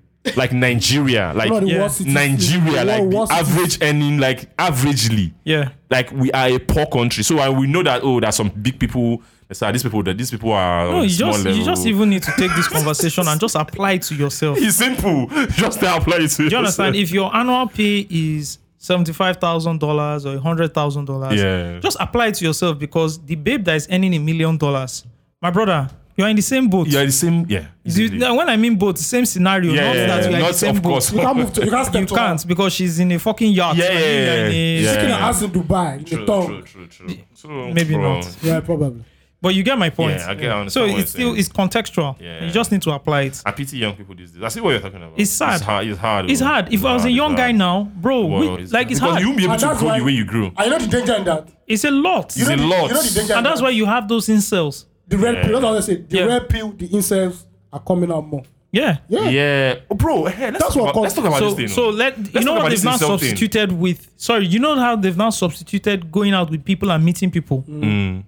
like Nigeria, like
One of the
Yeah.
worst cities-
Nigeria,
one
like
of the
the
worst cities.
average earning, like averagely.
Yeah.
Like we are a poor country, so and we know that oh, that some big people. Sorry, these people that these people are. on
No, you
a Oh, small
just
level.
you just even need to take this conversation and just apply it to yourself.
It's simple. Just apply it to.
Do you understand? If your annual pay is seventy-five thousand dollars or hundred thousand dollars,
Yeah.
just apply it to yourself because the babe that is earning a million dollars, my brother, you are in the same boat.
You are the same. Yeah.
You-
easily.
now, when I mean boat, same scenario.
Yeah,
not
yeah,
that
yeah.
you are in
Not-
the same
of
boat.
course.
You can't move to. You can't
You
step to. her.
can't because she's in a fucking yacht.
Yeah,
and you
yeah,
are in
yeah,
a-
yeah.
Taking her ass in Dubai, in the
True,
tongue.
true, true, true. True,
Maybe
bro.
not.
Yeah, probably.
But you get my point.
Yeah, I get- I understand
so
what you're
it's still
saying.
it's contextual.
Yeah.
You just need to apply it.
I pity young people these days. I see what you're talking about.
It's sad.
It's hard. It's hard.
It's
bro.
hard. If I was a
hard,
young
it's
guy
hard.
now, bro, we-
Well,
like it's
because
hard.
You won't be able
And
to
that's
grow
why-
the way you grew.
I know the danger in that.
It's a lot.
It's a
know the-
lot.
You know the danger in
and that's
that.
why you have those incels.
the red pill. That's what I say. The
Yeah.
red pill, the incels are coming out more.
Yeah.
Yeah.
Yeah, Oh, bro. Hey, let's
That's
talk
what
about, let's talk
causes-
about
So,
this thing.
so
oh.
let
Let's
you
talk
know
about
what
this
they've now
insult thing.
substituted with. Sorry, you know how they've now substituted going out with people and meeting people. Mm.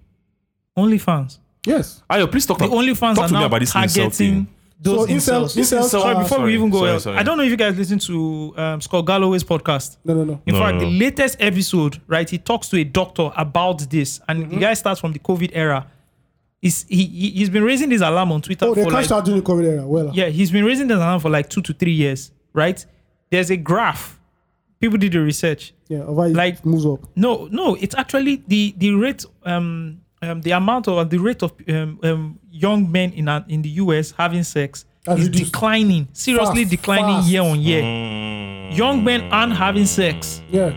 Only fans.
Yes.
Ayo, please talk.
The
about-
only fans
talk
are
to me
now
about this insult
targeting
thing.
those
So incel-
incels.
incels
sorry,
are-
before we
sorry,
even go,
sorry,
else,
sorry.
I don't know if you guys listen to um, Scott Galloway's podcast.
No, no, no.
In
No,
fact,
no,
the
no.
latest episode, right? He talks to a doctor about this, and
Mm-hmm.
the guy starts from the COVID era. He's, he, he- he's been raising this alarm on Twitter
Oh, they
for
can't
like
start doing the COVID era. Well,
yeah, he's been raising this alarm for like two to three years, right? There's a graph. People did the research.
yeah. Over
Like-
it moves up.
Mm.
No, no, it's actually the the rate, um, um the amount of the rate of um, um young men in uh, in the US having sex
Has
is
reduced.
declining, seriously
Fast,
declining
fast.
year on year.
Mm.
Young men aren't having sex.
Yeah.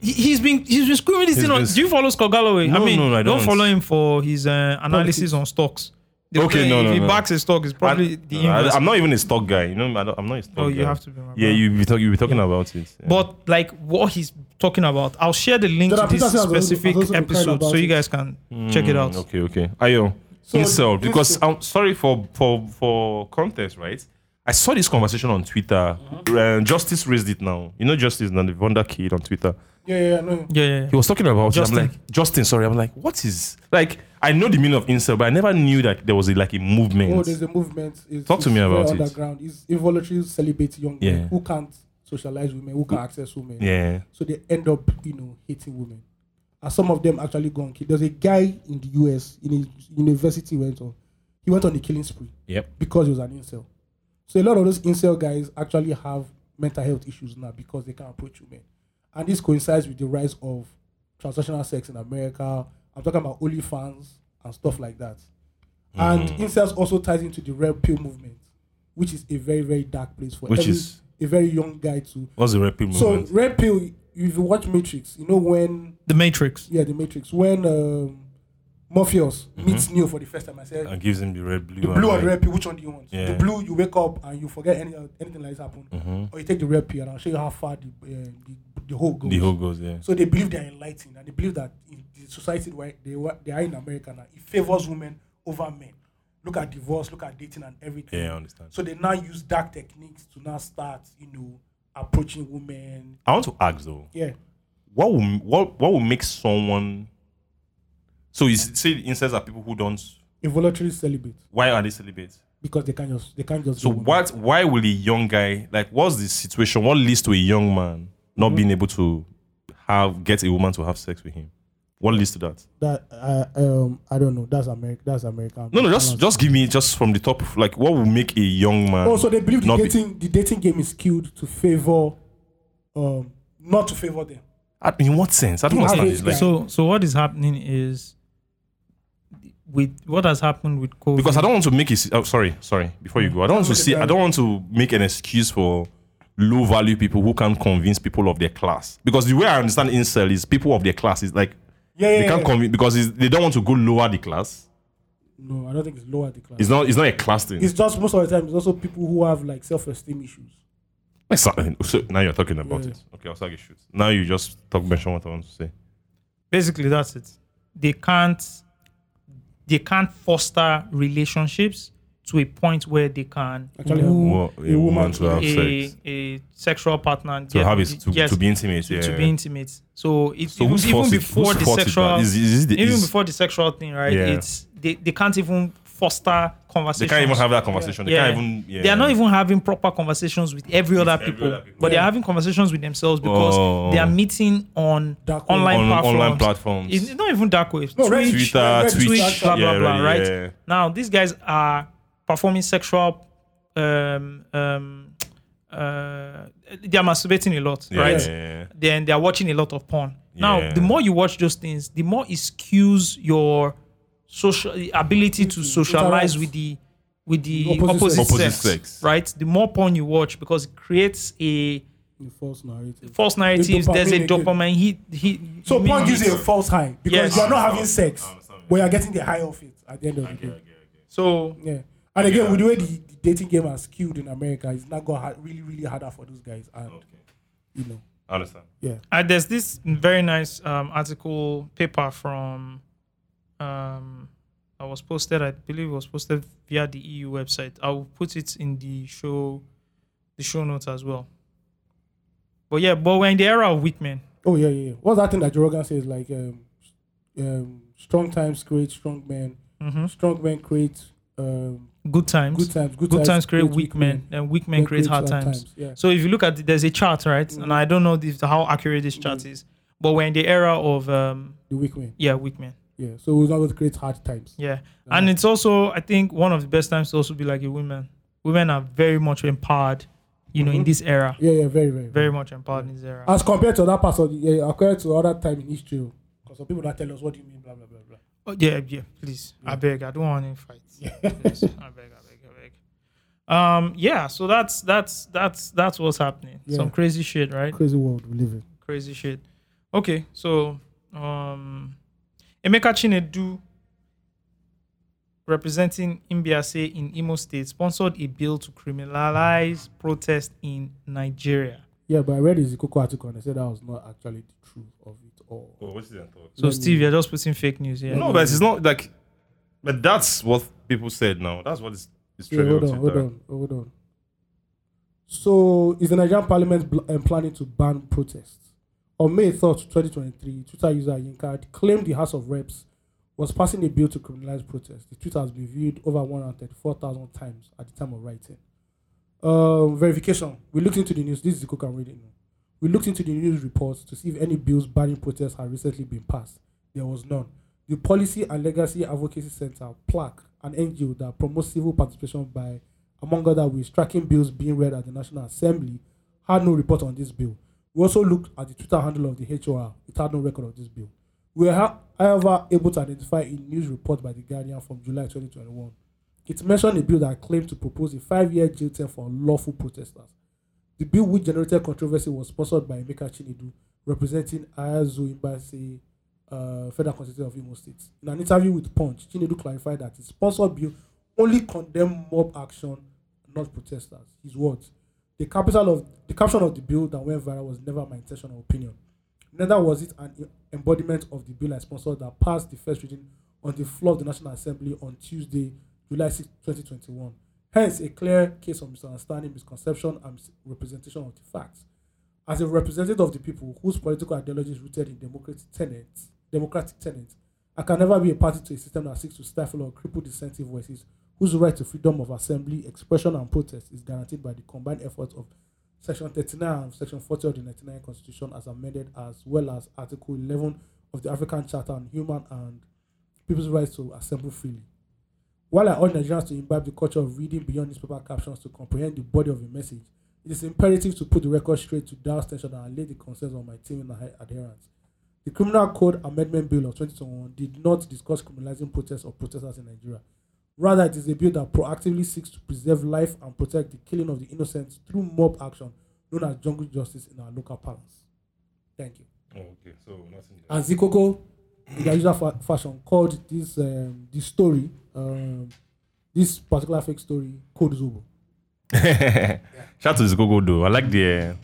He- He's been he's been screaming this
He's
thing on.
been-
Do you follow Scott Galloway? I
No,
mean,
no, I don't.
follow him for his uh, analysis on stocks. The
Okay,
way
no, no,
If he
no.
backs a stock, it's probably the
I,
inverse.
am not even a stock guy. You know, I don't, I'm not a stock
Oh,
guy.
you have to be, my
Yeah,
brother.
you be, talk, you be talking about it. Yeah.
But like what he's talking about, I'll share the link
There
to
are
this
people that have
specific
also been crying
episode
about
so you
it.
guys can check it out.
Mm, Okay, okay. Ayo,
So,
insult
this-
because I'm sorry for for for context, right? I saw this conversation on Twitter.
Uh-huh.
Uh, Justice raised it now. You know, Justice, now the Vonda kid on Twitter.
Yeah, yeah, yeah, no.
Yeah, yeah, yeah.
He was talking about
Justin.
it. I'm like, Justin, sorry. I'm like, what is like? I know the meaning of incel, but I never knew that there was a, like a movement.
Oh, there's a movement. It's,
Talk to
it's
me
very
about it.
underground. It's involuntary celibate young
Yeah.
men who can't socialize women, who can't access women.
yeah,
So they end up, you know, hating women. And some of them actually go on kill. There's a guy in the US, in his university, went on. He went on a killing spree
yep.
because he was an incel. So a lot of those incel guys actually have mental health issues now because they can't approach women. And this coincides with the rise of transactional sex in America. I'm talking about OnlyFans and stuff like that. And
Mm-hmm.
incels also ties into the red pill movement, which is a very, very dark place for
Which
every,
is-
a very young guy to
What's the rapid
so
movement?
red pill. If you watch Matrix, you know when
The Matrix.
yeah the Matrix when um, Morpheus meets
Mm-hmm.
Neo for the first time. I said
and gives him the red, blue,
the blue
and
and red pill. Which one do you want?
Yeah. Mm-hmm.
The blue you wake up and you forget any, anything like this happened, or you take the red pill and I'll show you how far the uh, the, the whole goes.
The whole goes, yeah.
So they believe they are enlightened and they believe that in the society where they were, they are in America now it favors women over men. Look at divorce, look at dating and everything.
Yeah, I understand.
So they now use dark techniques to now start, you know, approaching women.
I want to ask though.
Yeah.
what will what what will make someone so you s- say the incels are people who don't
involuntary celibate
why are they celibate
because they can't just they can't just
so
do women.
what why will a young guy like what's the situation what leads to a young man not being able to have get a woman to have sex with him what leads to that
that I um I don't know that's America that's America
no no just just give me just from the top like what will make a young man
oh so they believe the
Um, not be-
dating the dating game is skewed to favor um not to favor them
I- in what sense i don't
The
understand
average
this like
So
guy.
so what is happening is with what has happened with COVID.
because i don't want to make it oh, sorry sorry before you go i don't want to see i don't want to make an excuse for low value people who can't convince people of their class because the way i understand incel is people of their class is like
yeah yeah,
they can't
yeah.
convince because it's, they don't want to go lower the class
no I don't think it's lower the class
it's
it's,
not it's not a class thing
just most of the time it's also people who have like self esteem issues
It's not- so now you're talking about
Yeah.
it okay i'll start to shoot now you just talk mention what i want to say
basically that's it. They can't they can't foster relationships to a point where they can
Actually,
woo
Well, a, woman, to have
a,
sex
a sexual partner and
to
get-
have it to,
yes,
to be intimate
to,
yeah
to be intimate. So it's
So who's
even
fault it-
before
whose
the
fault it
sexual,
that? Is- is it the-
even
is-
before the sexual thing, right?
Yeah.
It's they, they can't even foster
they
conversations.
can't even have that conversation
Yeah.
they can't even yeah.
They are not even having proper conversations with every other
every
people,
other people.
but they are having conversations with themselves because
Oh.
they are meeting on
Dark web.
online
On
platforms.
online platforms.
It's not even dark waves.
No, Reddit.
Twitch,
twitter
Reddit,
twitch,
Twitch, blah blah
yeah,
blah.
Reddit,
Right
yeah.
now, these guys are performing sexual um, um, uh, they are masturbating a lot,
Yeah.
right?
Yeah.
Then they are watching a lot of porn. Now,
Yeah.
the more you watch those things, the more it skews your social ability to socialize
Mm-hmm. Interact.
with the with the
Opposite
opposite,
sex.
Opposite
sex,
sex.
right? The more porn you watch, because it creates a
The false narrative.
false narratives. There's a
dopamine again.
dopamine hit. hit
So
hit-
porn gives you a false high because
Yes.
you are not having sex,
I understand.
but you are getting the high of it at the end of the day.
So
Yeah. And again, with the way the, the dating game has skewed in America, it's not going hard, really, really harder for those guys. And you know,
I understand.
yeah.
uh, there's this very nice um, article paper from um, that was posted. I believe it was posted via the EU website. I will put it in the show, the show notes as well. But yeah, but we're in the era of weak men.
Oh yeah, yeah. yeah. What's that thing that Joe Rogan says? Like, um, um, strong times create strong men. Strong men create um,
Good times.
good times. Good,
Good times create weak men, and weak men
They
create hard times. Mm.
Yeah.
So if you look at it, there's a chart, right? And I don't know if, how accurate this chart is, but we're in the era of um,
The weak men.
yeah, weak men.
Yeah. So we're not going to create hard times.
Yeah. And it's also, I think, one of the best times to also be like a woman. Women are very much empowered, you know, in this era.
Yeah, Uh, yeah. Very, very,
Very much empowered in this era.
As compared to other parts of the, yeah, compared to other time in history, because some people that tell us what do you mean, blah blah blah blah.
Oh, yeah, yeah, please. I beg. I don't want any fights. Please. I beg, I beg, I beg. Um, yeah, so that's that's that's that's what's happening.
Yeah.
Some crazy shit, right?
Crazy world we live in.
Crazy shit. Okay, so um Emeka Chinedu representing Imbiase in Imo State sponsored a bill to criminalize protest in Nigeria.
Yeah, but I read his Coco article and I said that was not actually the truth of it all.
Oh, what's your thoughts?
So Steve, you're just putting fake news here.
No, but it's not like. But that's what people said now. That's what is is
Yeah,
trending
hold on,
on
hold
Twitter.
on, hold on. So, is the Nigerian parliament bl- um, planning to ban protests? On May 3rd, 2023, Twitter user Yinka claimed the House of Reps was passing a bill to criminalize protests. The tweet has been viewed over 134,000 times at the time of writing. Um, verification. We looked into the news. This is the cook I'm reading now. We looked into the news reports to see if any bills banning protests had recently been passed. There was none. The Policy and Legacy Advocacy Center, PLAC, an NGO that promotes civil participation by, among other ways, tracking bills being read at the National Assembly, had no report on this bill. We also looked at the Twitter handle of the HOR. It had no record of this bill. We are, however, able to identify a news report by The Guardian from July 2021. It mentioned a bill that claimed to propose a five year jail term for lawful protesters. The bill, which generated controversy, was sponsored by Emeka Chinedu, representing Ayazu Embassy, uh, Federal Constitution of Imo State. In an interview with Punch, Chinedu clarified that his sponsored bill only condemned mob action, not protesters. His words. The capital of the caption of the bill that went viral was never my intention or opinion. Neither was it an embodiment of the bill I sponsored that passed the first reading on the floor of the National Assembly on Tuesday, July 6, 2021. Hence, a clear case of misunderstanding, misconception, and representation of the facts. As a representative of the people whose political ideology is rooted in democratic tenets, democratic tenets, I can never be a party to a system that seeks to stifle or cripple dissenting voices whose right to freedom of assembly, expression, and protest is guaranteed by the combined efforts of Section 39 and Section 40 of the 99 Constitution, as amended, as well as Article 11 of the African Charter on Human and People's Rights to Assemble Freely. While I urge Nigerians to imbibe the culture of reading beyond newspaper captions to comprehend the body of a message, it is imperative to put the record straight to douse tension and allay the concerns of my team and adhe- adherents. The Criminal Code Amendment Bill of 2021 did not discuss criminalizing protests or protesters in Nigeria. Rather, it is a bill that proactively seeks to preserve life and protect the killing of the innocent through mob action known as jungle justice in our local parlance. Thank you.
Oh, okay, so nothing.
And Zikoko, in their usual fa- fashion, called this um, this story, um, this particular fake story, Code Zobo.
Shout out to this Google though. I like the. Uh,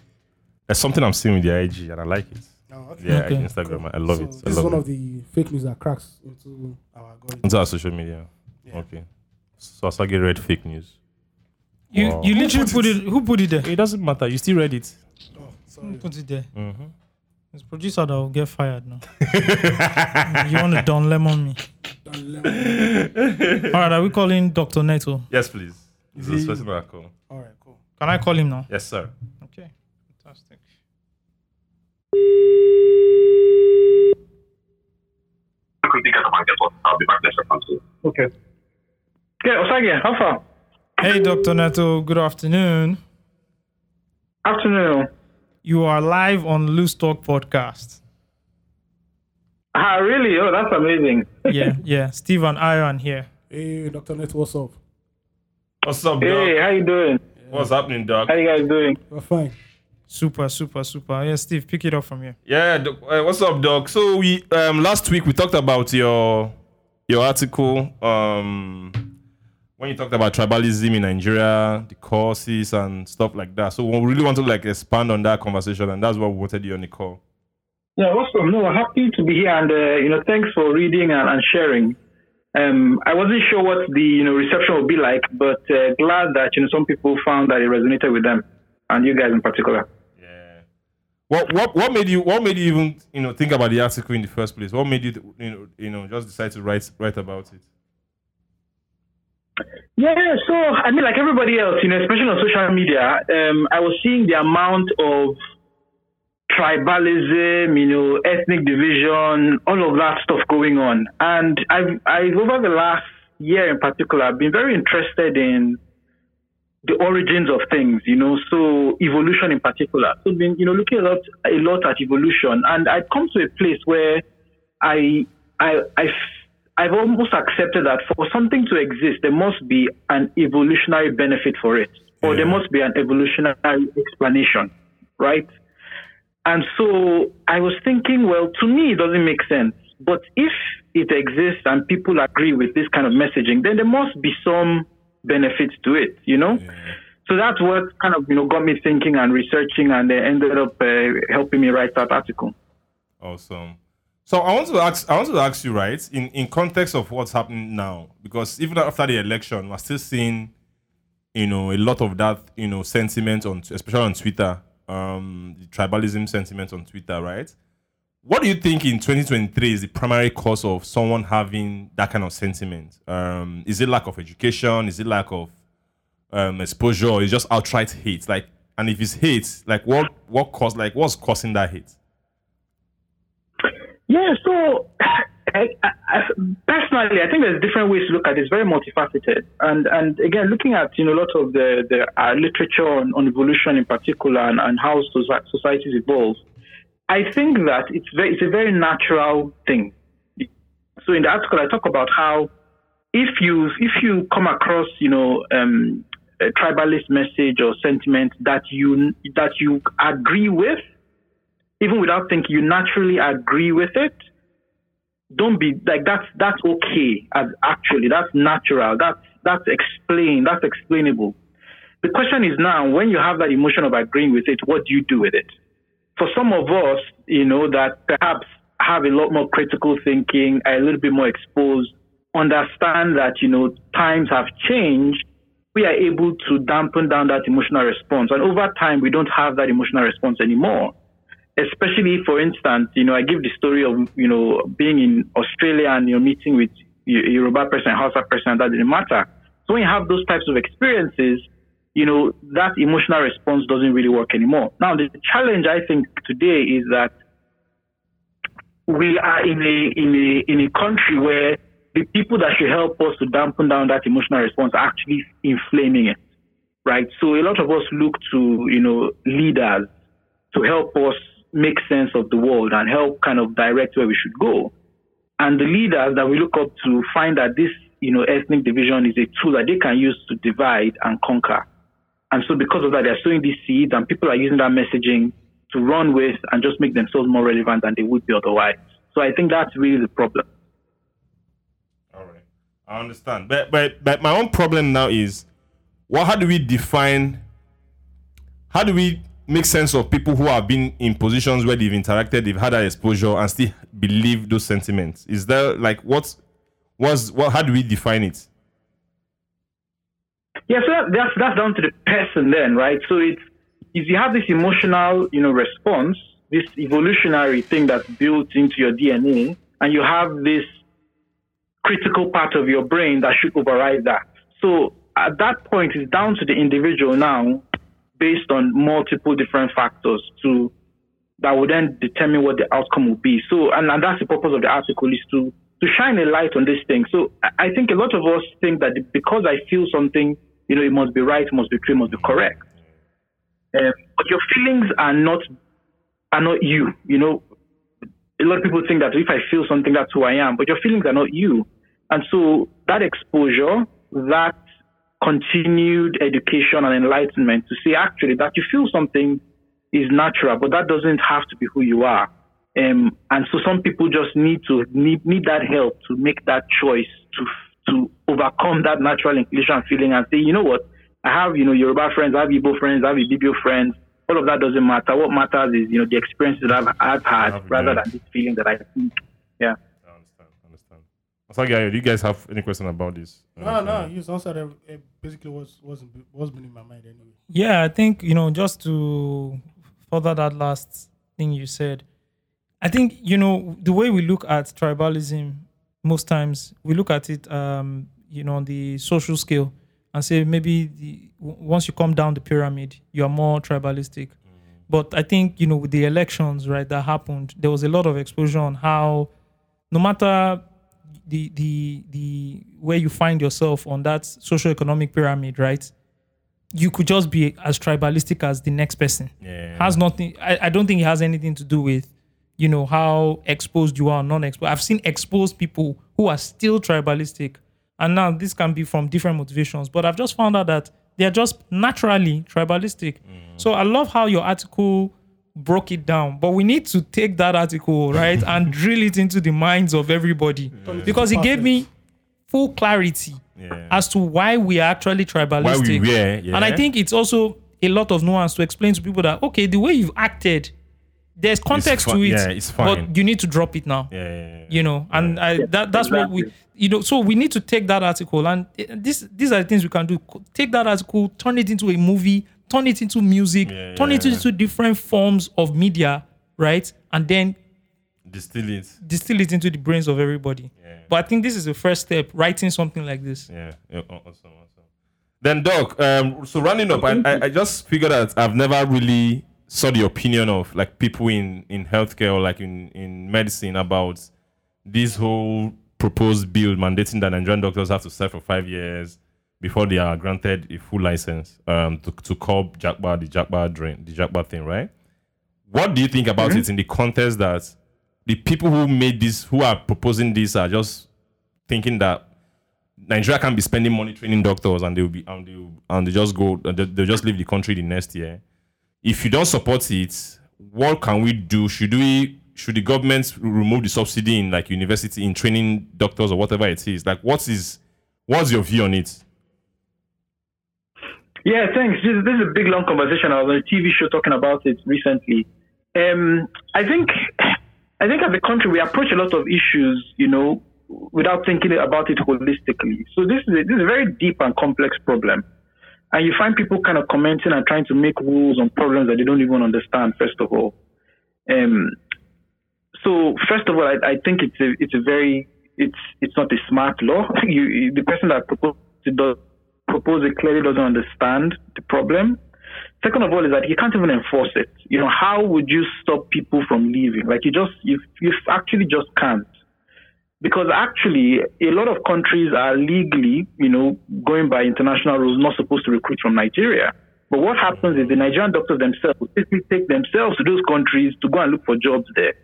there's something I'm seeing with the IG and I like it.
Oh,
Yeah,
Okay.
Instagram. I love it. I
This is
love
one
it.
of the fake news that cracks into our algorithm.
Into our social media. Okay. So I saw get read fake news.
You
Wow.
you literally put it, who put it there?
It doesn't matter. You still read it.
Who put it there? It's producer that will get fired now. you want to Don Lemon me? All right, are we calling Dr. Neto?
Yes, please. This is personal call.
All right, cool.
Can I call him now?
Yes, sir.
Okay, fantastic.
Okay. Yeah, Osage, how far?
Hey, Dr. Neto, good afternoon.
Afternoon.
You are live on Loose Talk Podcast.
Ah, really? Oh, that's amazing.
Yeah, yeah. Steve and I are here.
Hey, Dr. Net, what's up?
What's up,
Hey,
Doc?
how you doing?
What's happening, Doc?
How you guys doing?
We're fine.
Super, super, super. Yeah, Steve, pick it up from here.
Yeah, doc, uh, what's up, Doc? So we um last week we talked about your your article um when you talked about tribalism in Nigeria, the causes and stuff like that. So we really want to like expand on that conversation, and that's why we wanted you on the call.
Yeah, awesome. No, happy to be here, and uh, you know, thanks for reading and, and sharing. Um, I wasn't sure what the you know reception would be like, but uh, glad that you know some people found that it resonated with them, and you guys in particular.
What what what made you what made you even you know think about the article in the first place? What made you th- you know you know just decide to write write about it?
Yeah, so I mean, like everybody else, you know, especially on social media, um, I was seeing the amount of tribalism, you know, ethnic division, all of that stuff going on, and I've I've over the last year in particular I've been very interested in the origins of things, you know, so evolution in particular. So been you know looking a lot a lot at evolution, and I've come to a place where I I I I've almost accepted that for something to exist, there must be an evolutionary benefit for it, or there must be an evolutionary explanation, right? And so I was thinking, well, to me, it doesn't make sense. But if it exists and people agree with this kind of messaging, then there must be some benefits to it, you know? So that's what kind of, you know, got me thinking and researching and uh, ended up uh, helping me write that article.
Awesome. So I want to ask I want to ask you right in in context of what's happening now because even after the election we're still seeing you know a lot of that you know sentiment on especially on Twitter um the tribalism sentiment on Twitter right. What do you think in 2023 is the primary cause of someone having that kind of sentiment? Um, is it lack of education? Is it lack of um, exposure? Or is it just outright hate? Like, and if it's hate, like what what cause like what's causing that hate?
Yeah, so I, I, I, personally, I think there's different ways to look at it. It's very multifaceted, and and again, looking at you know a lot of the the uh, literature on, on evolution in particular and, and how soci- societies evolve, I think that it's very, it's a very natural thing. So in the article, I talk about how if you if you come across you know um, a tribalist message or sentiment that you that you agree with even without thinking, you naturally agree with it. Don't be like that's that's okay. As actually, that's natural. That's that's explained. That's explainable. The question is now, when you have that emotion of agreeing with it, what do you do with it? For some of us, you know, that perhaps have a lot more critical thinking, are a little bit more exposed, understand that you know times have changed. We are able to dampen down that emotional response, and over time, we don't have that emotional response anymore especially for instance, you know, I give the story of you know being in Australia and you're meeting with Y- Yoruba person, Hausa person, that didn't matter. So when you have those types of experiences, you know that emotional response doesn't really work anymore. Now the challenge I think today is that we are in a in a in a country where the people that should help us to dampen down that emotional response are actually inflaming it, right? So a lot of us look to you know leaders to help us make sense of the world and help kind of direct where we should go. And the leaders that we look up to find that this, you know, ethnic division is a tool that they can use to divide and conquer. And so because of that, they're sowing these seeds and people are using that messaging to run with and just make themselves more relevant than they would be otherwise. So I think that's really the problem.
I understand, but but but my own problem now is, what? How do we define? How do we make sense of people who have been in positions where they've interacted, they've had that exposure, and still believe those sentiments? Is there like what? What's what? How do we define it?
Yeah, so that- that's that's down to the person then, right? So it's if you have this emotional, you know, response, this evolutionary thing that's built into your DNA, and you have this critical part of your brain that should override that. So at that point, it's down to the individual now, based on multiple different factors, to that would then determine what the outcome will be. So, and, and that's the purpose of the article is to to shine a light on this thing. So, I, I think a lot of us think that because I feel something, you know, it must be right, it must be true, it must be correct. Um, but your feelings are not are not you. You know, a lot of people think that if I feel something, that's who I am. But your feelings are not you, and so that exposure, that continued education and enlightenment to see actually that you feel something is natural, but that doesn't have to be who you are. Um, and so some people just need to need, need that help to make that choice to to overcome that natural inclination and feeling and say, you know what, I have you know Yoruba friends, I have Igbo friends, I have Ibibio friends. All of that doesn't matter. What matters is you know the experiences that I've, I've had rather than this feeling that I think. Yeah.
Asagi, do you guys have any question about this?
Uh,
No, no, you just answered every- eh, basically what's, what's, what's been in my mind anyway.
Yeah, I think, you know, just to further that last thing you said, I think, you know, the way we look at tribalism most times, we look at it, um, you know, on the social scale and say maybe the, w- once you come down the pyramid, you are more tribalistic. But I think, you know, with the elections, right, that happened, there was a lot of exposure on how, no matter the the the where you find yourself on that socioeconomic pyramid, right? You could just be as tribalistic as the next person.
Yeah.
Has nothing I, I don't think it has anything to do with, you know, how exposed you are or non-exposed. I've seen exposed people who are still tribalistic. And now this can be from different motivations. But I've just found out that they are just naturally tribalistic. So I love how your article broke it down. But we need to take that article, right, and drill it into the minds of everybody. Because it gave me full clarity
Yeah.
as to why we are actually tribalistic.
were, yeah.
And I think it's also a lot of nuance to explain to people that okay, the way you've acted, there's context
fi-
to it.
yeah, it's fine.
But you need to drop it now.
Yeah, yeah, yeah.
You know, and I, that that's what we you know, so we need to take that article and eh, this these are the things we can do. Co- Take that article, turn it into a movie, turn it into music, turn it
yeah.
into different forms of media, right? And then
Distill it.
distill it into the brains of everybody. But I think this is the first step, writing something like this.
Yeah. yeah, aw- awesome, awesome. Then, Doc, um, so rounding up, I, I, I just figured out I've never really saw the opinion of like people in, in healthcare or like in, in medicine about this whole proposed bill mandating that Nigerian doctors have to serve for five years before they are granted a full license um, to, to curb Jackbar, the Jackbar drain, the Jackbar thing, right? What do you think about it in the context that the people who made this, who are proposing this, are just thinking that Nigeria can be spending money training doctors and they'll be and they'll and they just go and they- they'll just leave the country the next year. If you don't support it, what can we do? Should we should the government remove the subsidy in like university in training doctors or whatever it is? Like what is what's your view on it?
Yeah, thanks. This, this is a big, long conversation. I was on a TV show talking about it recently. Um, I think, I think as a country, we approach a lot of issues, you know, without thinking about it holistically. So this is a, this is a very deep and complex problem, and you find people kind of commenting and trying to make rules on problems that they don't even understand. First of all, um, so first of all, I, I think it's a it's a very it's it's not a smart law. You, you the person that proposed it does propose it clearly doesn't understand the problem. Second of all, is that you can't even enforce it. You know, how would you stop people from leaving? Like you just you you actually just can't. Because actually, a lot of countries are legally, you know, going by international rules, not supposed to recruit from Nigeria. But what happens is the Nigerian doctors themselves basically take themselves to those countries to go and look for jobs there.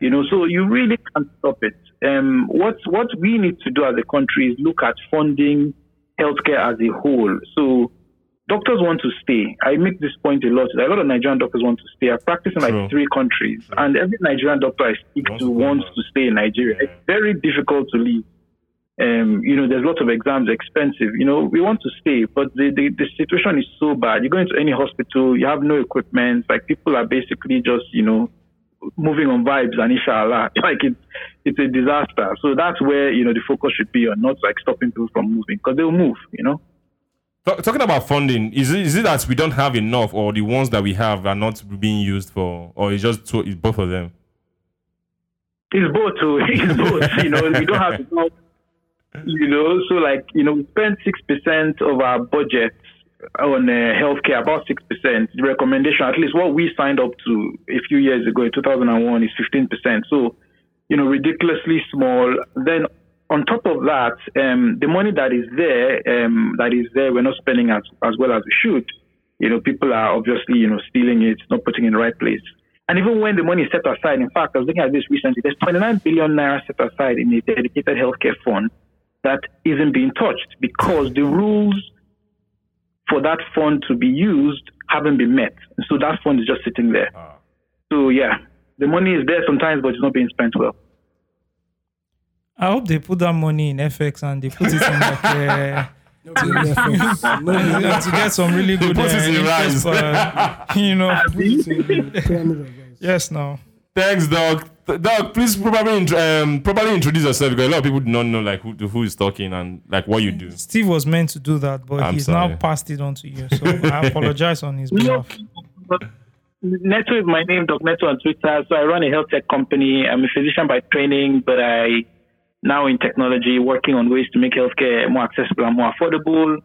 You know, so you really can't stop it. Um, what what we need to do as a country is look at funding healthcare as a whole. So doctors want to stay. I make this point a lot. A lot of Nigerian doctors want to stay. I practice in like
True.
three countries, and every Nigerian doctor I speak to wants to stay in Nigeria. It's very difficult to leave. Um, you know, there's lots of exams, expensive. You know, we want to stay, but the, the, the situation is so bad. You go into any hospital, you have no equipment. Like people are basically just, you know, moving on vibes and inshallah. Like it's it's a disaster. So that's where you know the focus should be on not like stopping people from moving because they'll move. You know.
Talk, talking about funding, is it, is it that we don't have enough or the ones that we have are not being used for or it's just two, it's both of them?
It's both. oh, It's both. You know, we don't have enough. You know, so like you know, we spend six percent of our budget on uh, healthcare. About six percent. The recommendation, at least what we signed up to a few years ago in 2001, is fifteen percent. So, you know, ridiculously small. Then on top of that, um, the money that is there, um, that is there, we're not spending as as well as we should. you know, people are obviously, you know, stealing it, not putting it in the right place. And even when the money is set aside, in fact, I was looking at this recently, there's 29 billion naira set aside in a dedicated healthcare fund that isn't being touched because the rules for that fund to be used haven't been met. So that fund is just sitting there. So yeah, the money is there sometimes, but it's not being spent well.
I hope they put that money in FX and they put it in like uh, to, to get some really good uh,
Put it in
interest
rands.
per- you know. yes, now.
Thanks, Doc. Th- Doc, please probably int- um, probably introduce yourself because a lot of people do not know like who, who is talking and like what you do.
Steve was meant to do that, but
I'm
he's
sorry.
now passed it on to you. So I apologize on his behalf.
Neto is my name, Doc Neto on Twitter. So I run a health tech company. I'm a physician by training, but I now in technology, working on ways to make healthcare more accessible and more affordable.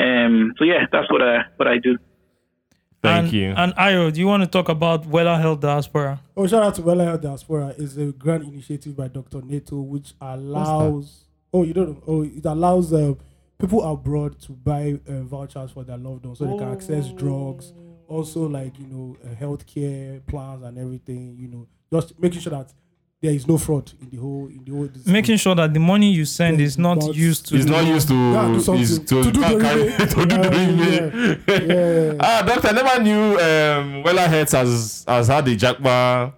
Um, so yeah, that's what I what I do.
Thank
and,
you.
And Io, do you want to talk about Wella Health Diaspora?
Oh, shout out to Wella Health Diaspora. It's a grand initiative by Dr. Nato, which allows. Oh, you don't know. Oh, it allows uh, people abroad to buy uh, vouchers for their loved ones so they can access
Oh.
drugs. Also, like, you know, uh, healthcare plans and everything, you know, just making sure that there is no fraud in the whole. In the whole this
Making sure that the money you send is not used to.
It's not used
Yeah, do
to
something.
is to,
To do
can't
the
carry-
remake.
to do the remake. Ah, doctor, I never knew um, Wella Heads has has had a jackbar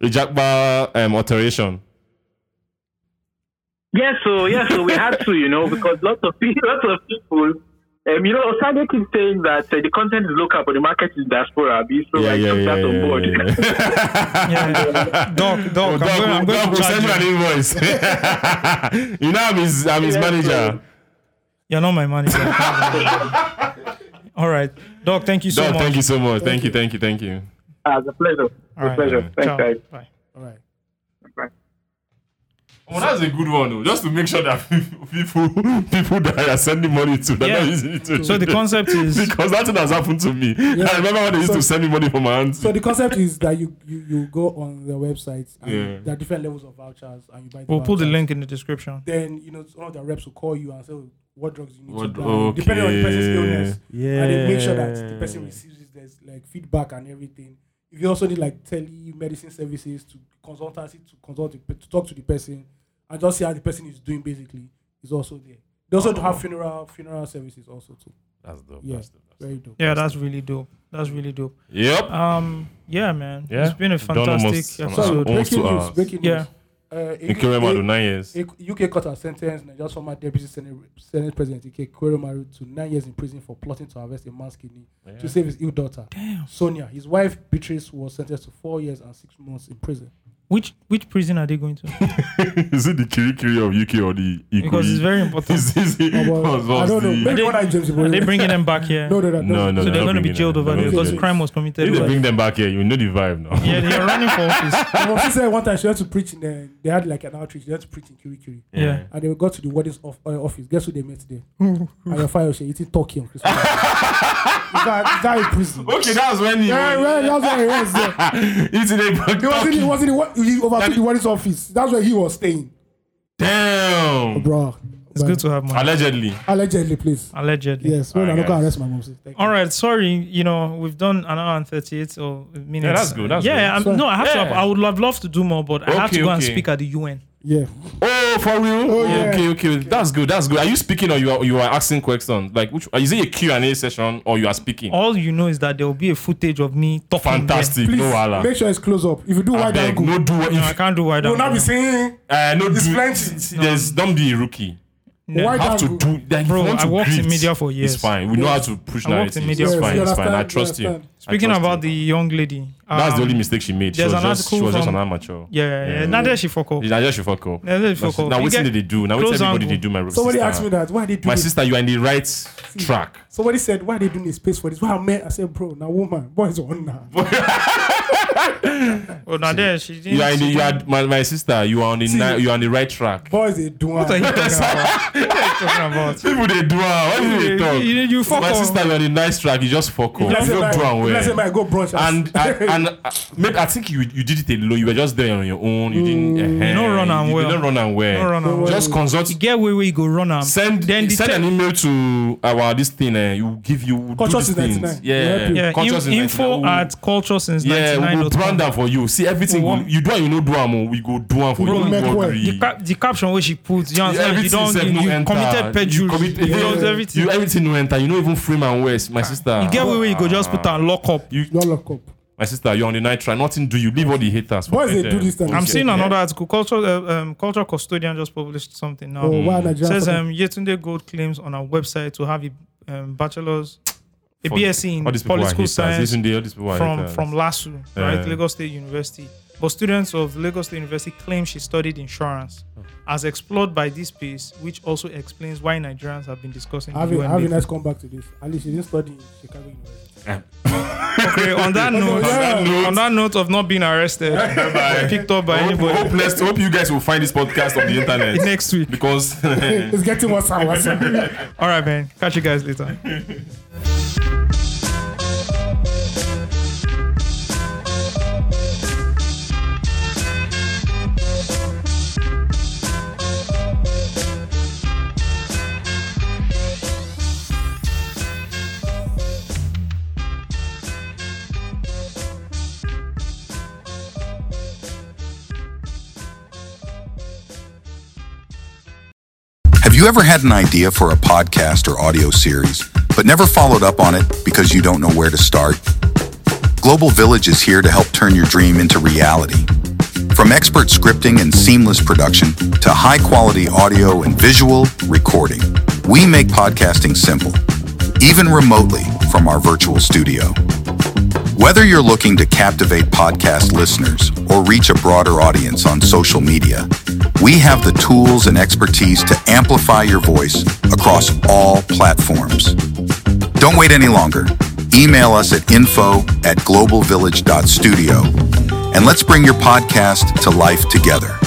a jackbar um, alteration.
Yeah, so yeah, so we had to, you know, because lots of people, lots of people, um, you know, Osage keeps saying that uh, the content is local, but the market is diaspora. Be so like, took that on board.
Doc, Doc, I'm
Oh, Doc,
going, I'm going
Doc
to
will send you
charge
an
you.
invoice. you know, I'm his I'm his manager.
You're not my manager. All right, Doc. Thank you so
Doc,
much.
thank you so much. Thank you, thank you, thank you.
Ah, it's a pleasure. It's
All
a
right.
pleasure. Thanks,
Ciao.
guys.
Bye.
All right.
Oh, that's a good one, though. Just to make sure that people people that are sending money to, they're not
Yeah.
using it to.
So the concept is-
because that's what has happened to me. I remember when they used to send me money for my auntie.
So the concept is that you, you you go on the website and
Yeah.
there are different levels of vouchers and you buy. the
We'll put the
vouchers.
link in the description.
Then you know one of their reps will call you and say "Oh, what drugs you need
What-
to buy, depending on the person's
okay.
illness, and they make sure that the
Yeah.
person receives it, there's like feedback and everything. If you also need like telemedicine services to consultancy to consult the, pe- to talk to the person and just see how the person is doing, basically, is also there. They also do have funeral funeral services also too.
That's dope.
Yeah,
That's dope.
very dope.
Yeah, that's really dope. That's really dope.
Yep.
Um. Yeah, man.
Yeah.
It's been a
We've done almost-
fantastic
almost-
Sorry,
episode.
almost
breaking
two
news.
hours.
Breaking
Yeah.
news. Uh,
Nkeru
a-
to nine years.
a UK court has sentenced Nigeria's former deputy senate, senate president Ike Kweromaru to nine years in prison for plotting to harvest a man's kidney to save his ill daughter Sonia. His wife Beatrice was sentenced to four years and six months in prison.
Which which prison are they going to?
Is it the Kirikiri of UK or the Ikui?
Because it's very important.
Is, is it,
Oh, well,
was- was
I don't know.
the-
Maybe one eye James
Are
Ibori.
they bringing them back here?
No, no, no,
No, no,
so
no.
they're going to be jailed over there
Okay,
because
so-
crime was committed.
If they
over
bring
there.
them back here, you know the vibe now.
Yeah, they're running for office.
My mom said one time she went to preach in the, they had like an outreach. They had to preach in Kirikiri,
Yeah.
and they got to the warden's of, uh, office. Guess who they met there? Ayofayoshe eating turkey on Christmas. is, that, is that in prison?
Okay, that was when he
Yeah, right, that's why he was there.
eating a bug
He was in
turkey.
the, was in the, wa- he overtook the warden's office. That's where he was staying,
Damn.
bro.
It's good to have money.
Allegedly.
Allegedly, please.
Allegedly.
Yes, when
Alright,
I look
guys.
arrest my mom. sis. Thank you.
All right, sorry. You know, we've done an hour and 38 or minutes.
that's good, that's
yeah,
good.
I'm, no, I have to.
Yeah.
I would have loved to do more, but I have
Okay,
to go and
okay.
speak at the UN.
Yeah.
Oh, for real?
yeah.
okay, okay, That's good. That's good. Are you speaking or you are you are asking questions? Like, which is it a Q and A session or you are speaking?
All you know is that there will be a footage of me talking. there.
Fantastic.
Please
no wala.
make sure it's close up. If you do
I
wide
beg,
angle,
no do
No, I
if,
can't do wide
you will not
angle.
be saying
uh, no
It's
do.
plenty.
See, There's don't be a rookie.
No.
wide
You have to
angle.
do. Like, if you
Bro,
want
I
to
worked in
grit,
media for years.
It's fine. We know how to push
I worked
narratives.
in media
it's
for
fine.
years.
It's fine. I
Understand,
trust you.
understand.
I
Speaking
trust
about the
you.
young lady.
That's
um,
the only mistake she made. She
there's
was,
an
just, she
article
was just an
from-
amateur.
Yeah, yeah, yeah. Now there she fuck up.
Now just fuck up.
Now just she fuck up.
Now
You
what
get
did they do? Now what
close
everybody
angle.
they do? My
somebody
sister.
asked me that. Why they do
My
this?
sister, you are in the right track.
Somebody said, why they doing a space for this? Why men? I said, bro, now woman, boys on now.
Well, now there, Oh, she didn't.
You are in the, you are my, my sister. You are on the
See,
ni- you are on the right track.
Boys, they do. What
are you talking about?
People they do. What do they
You-
talk?
you- you fuck
my
off.
sister, you are on the nice track. You just fuck off.
Let's
You
say
don't
my-
do am well.
let's say my go brunch.
and and, and uh, maybe I think you you did it alone. You were just there on your own. You didn't. eh,
Mm. You don't run am
you
well.
don't run am well.
No run am well.
Just consult.
You get where where you go run am.
Send
Then the
send
te-
an email to our this thing. Eh, you give you we'll do
Cultures is
these things.
99. We'll
Yeah,
help you. Yeah,
Cultures
in-
is
info
99. We'll-
at culture since oh
yeah, we go
99 dot com.
brand am for you. See everything
We'll-
we, you do, am, you know do am. oh, We go do am for you. We go do it.
The, cap- the caption where she put, you, understand? you
everything
don't,
sef
you,
no
you
enter.
committed perjury. You,
commit- yeah.
don't everything.
You everything no enter. You know even frame and waist, my sister.
You get where where you go just put
Ah.
and lock up.
You
lock up.
My sister, you're on the night try. Nothing do you. Leave all the haters. for
Boys, they
them.
do this thing.
Okay.
I'm seeing
Yeah.
another article. Culture, uh, um, Culture Custodian just published something now.
Oh, why
It
Nigeria
says
fucking-
um, Yetunde Gold claims on our website to have a um, bachelor's, a
For-
BSc
all
in
these people are
political
haters.
science
Isn't they- all these people are
from
haters?
from LASU, right,
Yeah.
Lagos State University. But students of Lagos State University claim she studied insurance,
Hmm.
as explored by this piece, which also explains why Nigerians have been discussing. the
Have a,
UN
have a
bill.
nice comeback to this. At least she didn't study in Chicago University.
Okay, on that
Okay,
note,
Oh, yeah.
on that note, of not being arrested, or picked up by
I hope,
anybody.
hope, blessed, hope you guys will find this podcast on the internet
Next week.
because
it's getting worse and worse.
All right, man. Catch you guys later.
Have you ever had an idea for a podcast or audio series, but never followed up on it because you don't know where to start? Global Village is here to help turn your dream into reality. From expert scripting and seamless production to high quality audio and visual recording, we make podcasting simple, even remotely from our virtual studio. Whether you're looking to captivate podcast listeners or reach a broader audience on social media, we have the tools and expertise to amplify your voice across all platforms. Don't wait any longer. Email us at info at globalvillage.studio and let's bring your podcast to life together.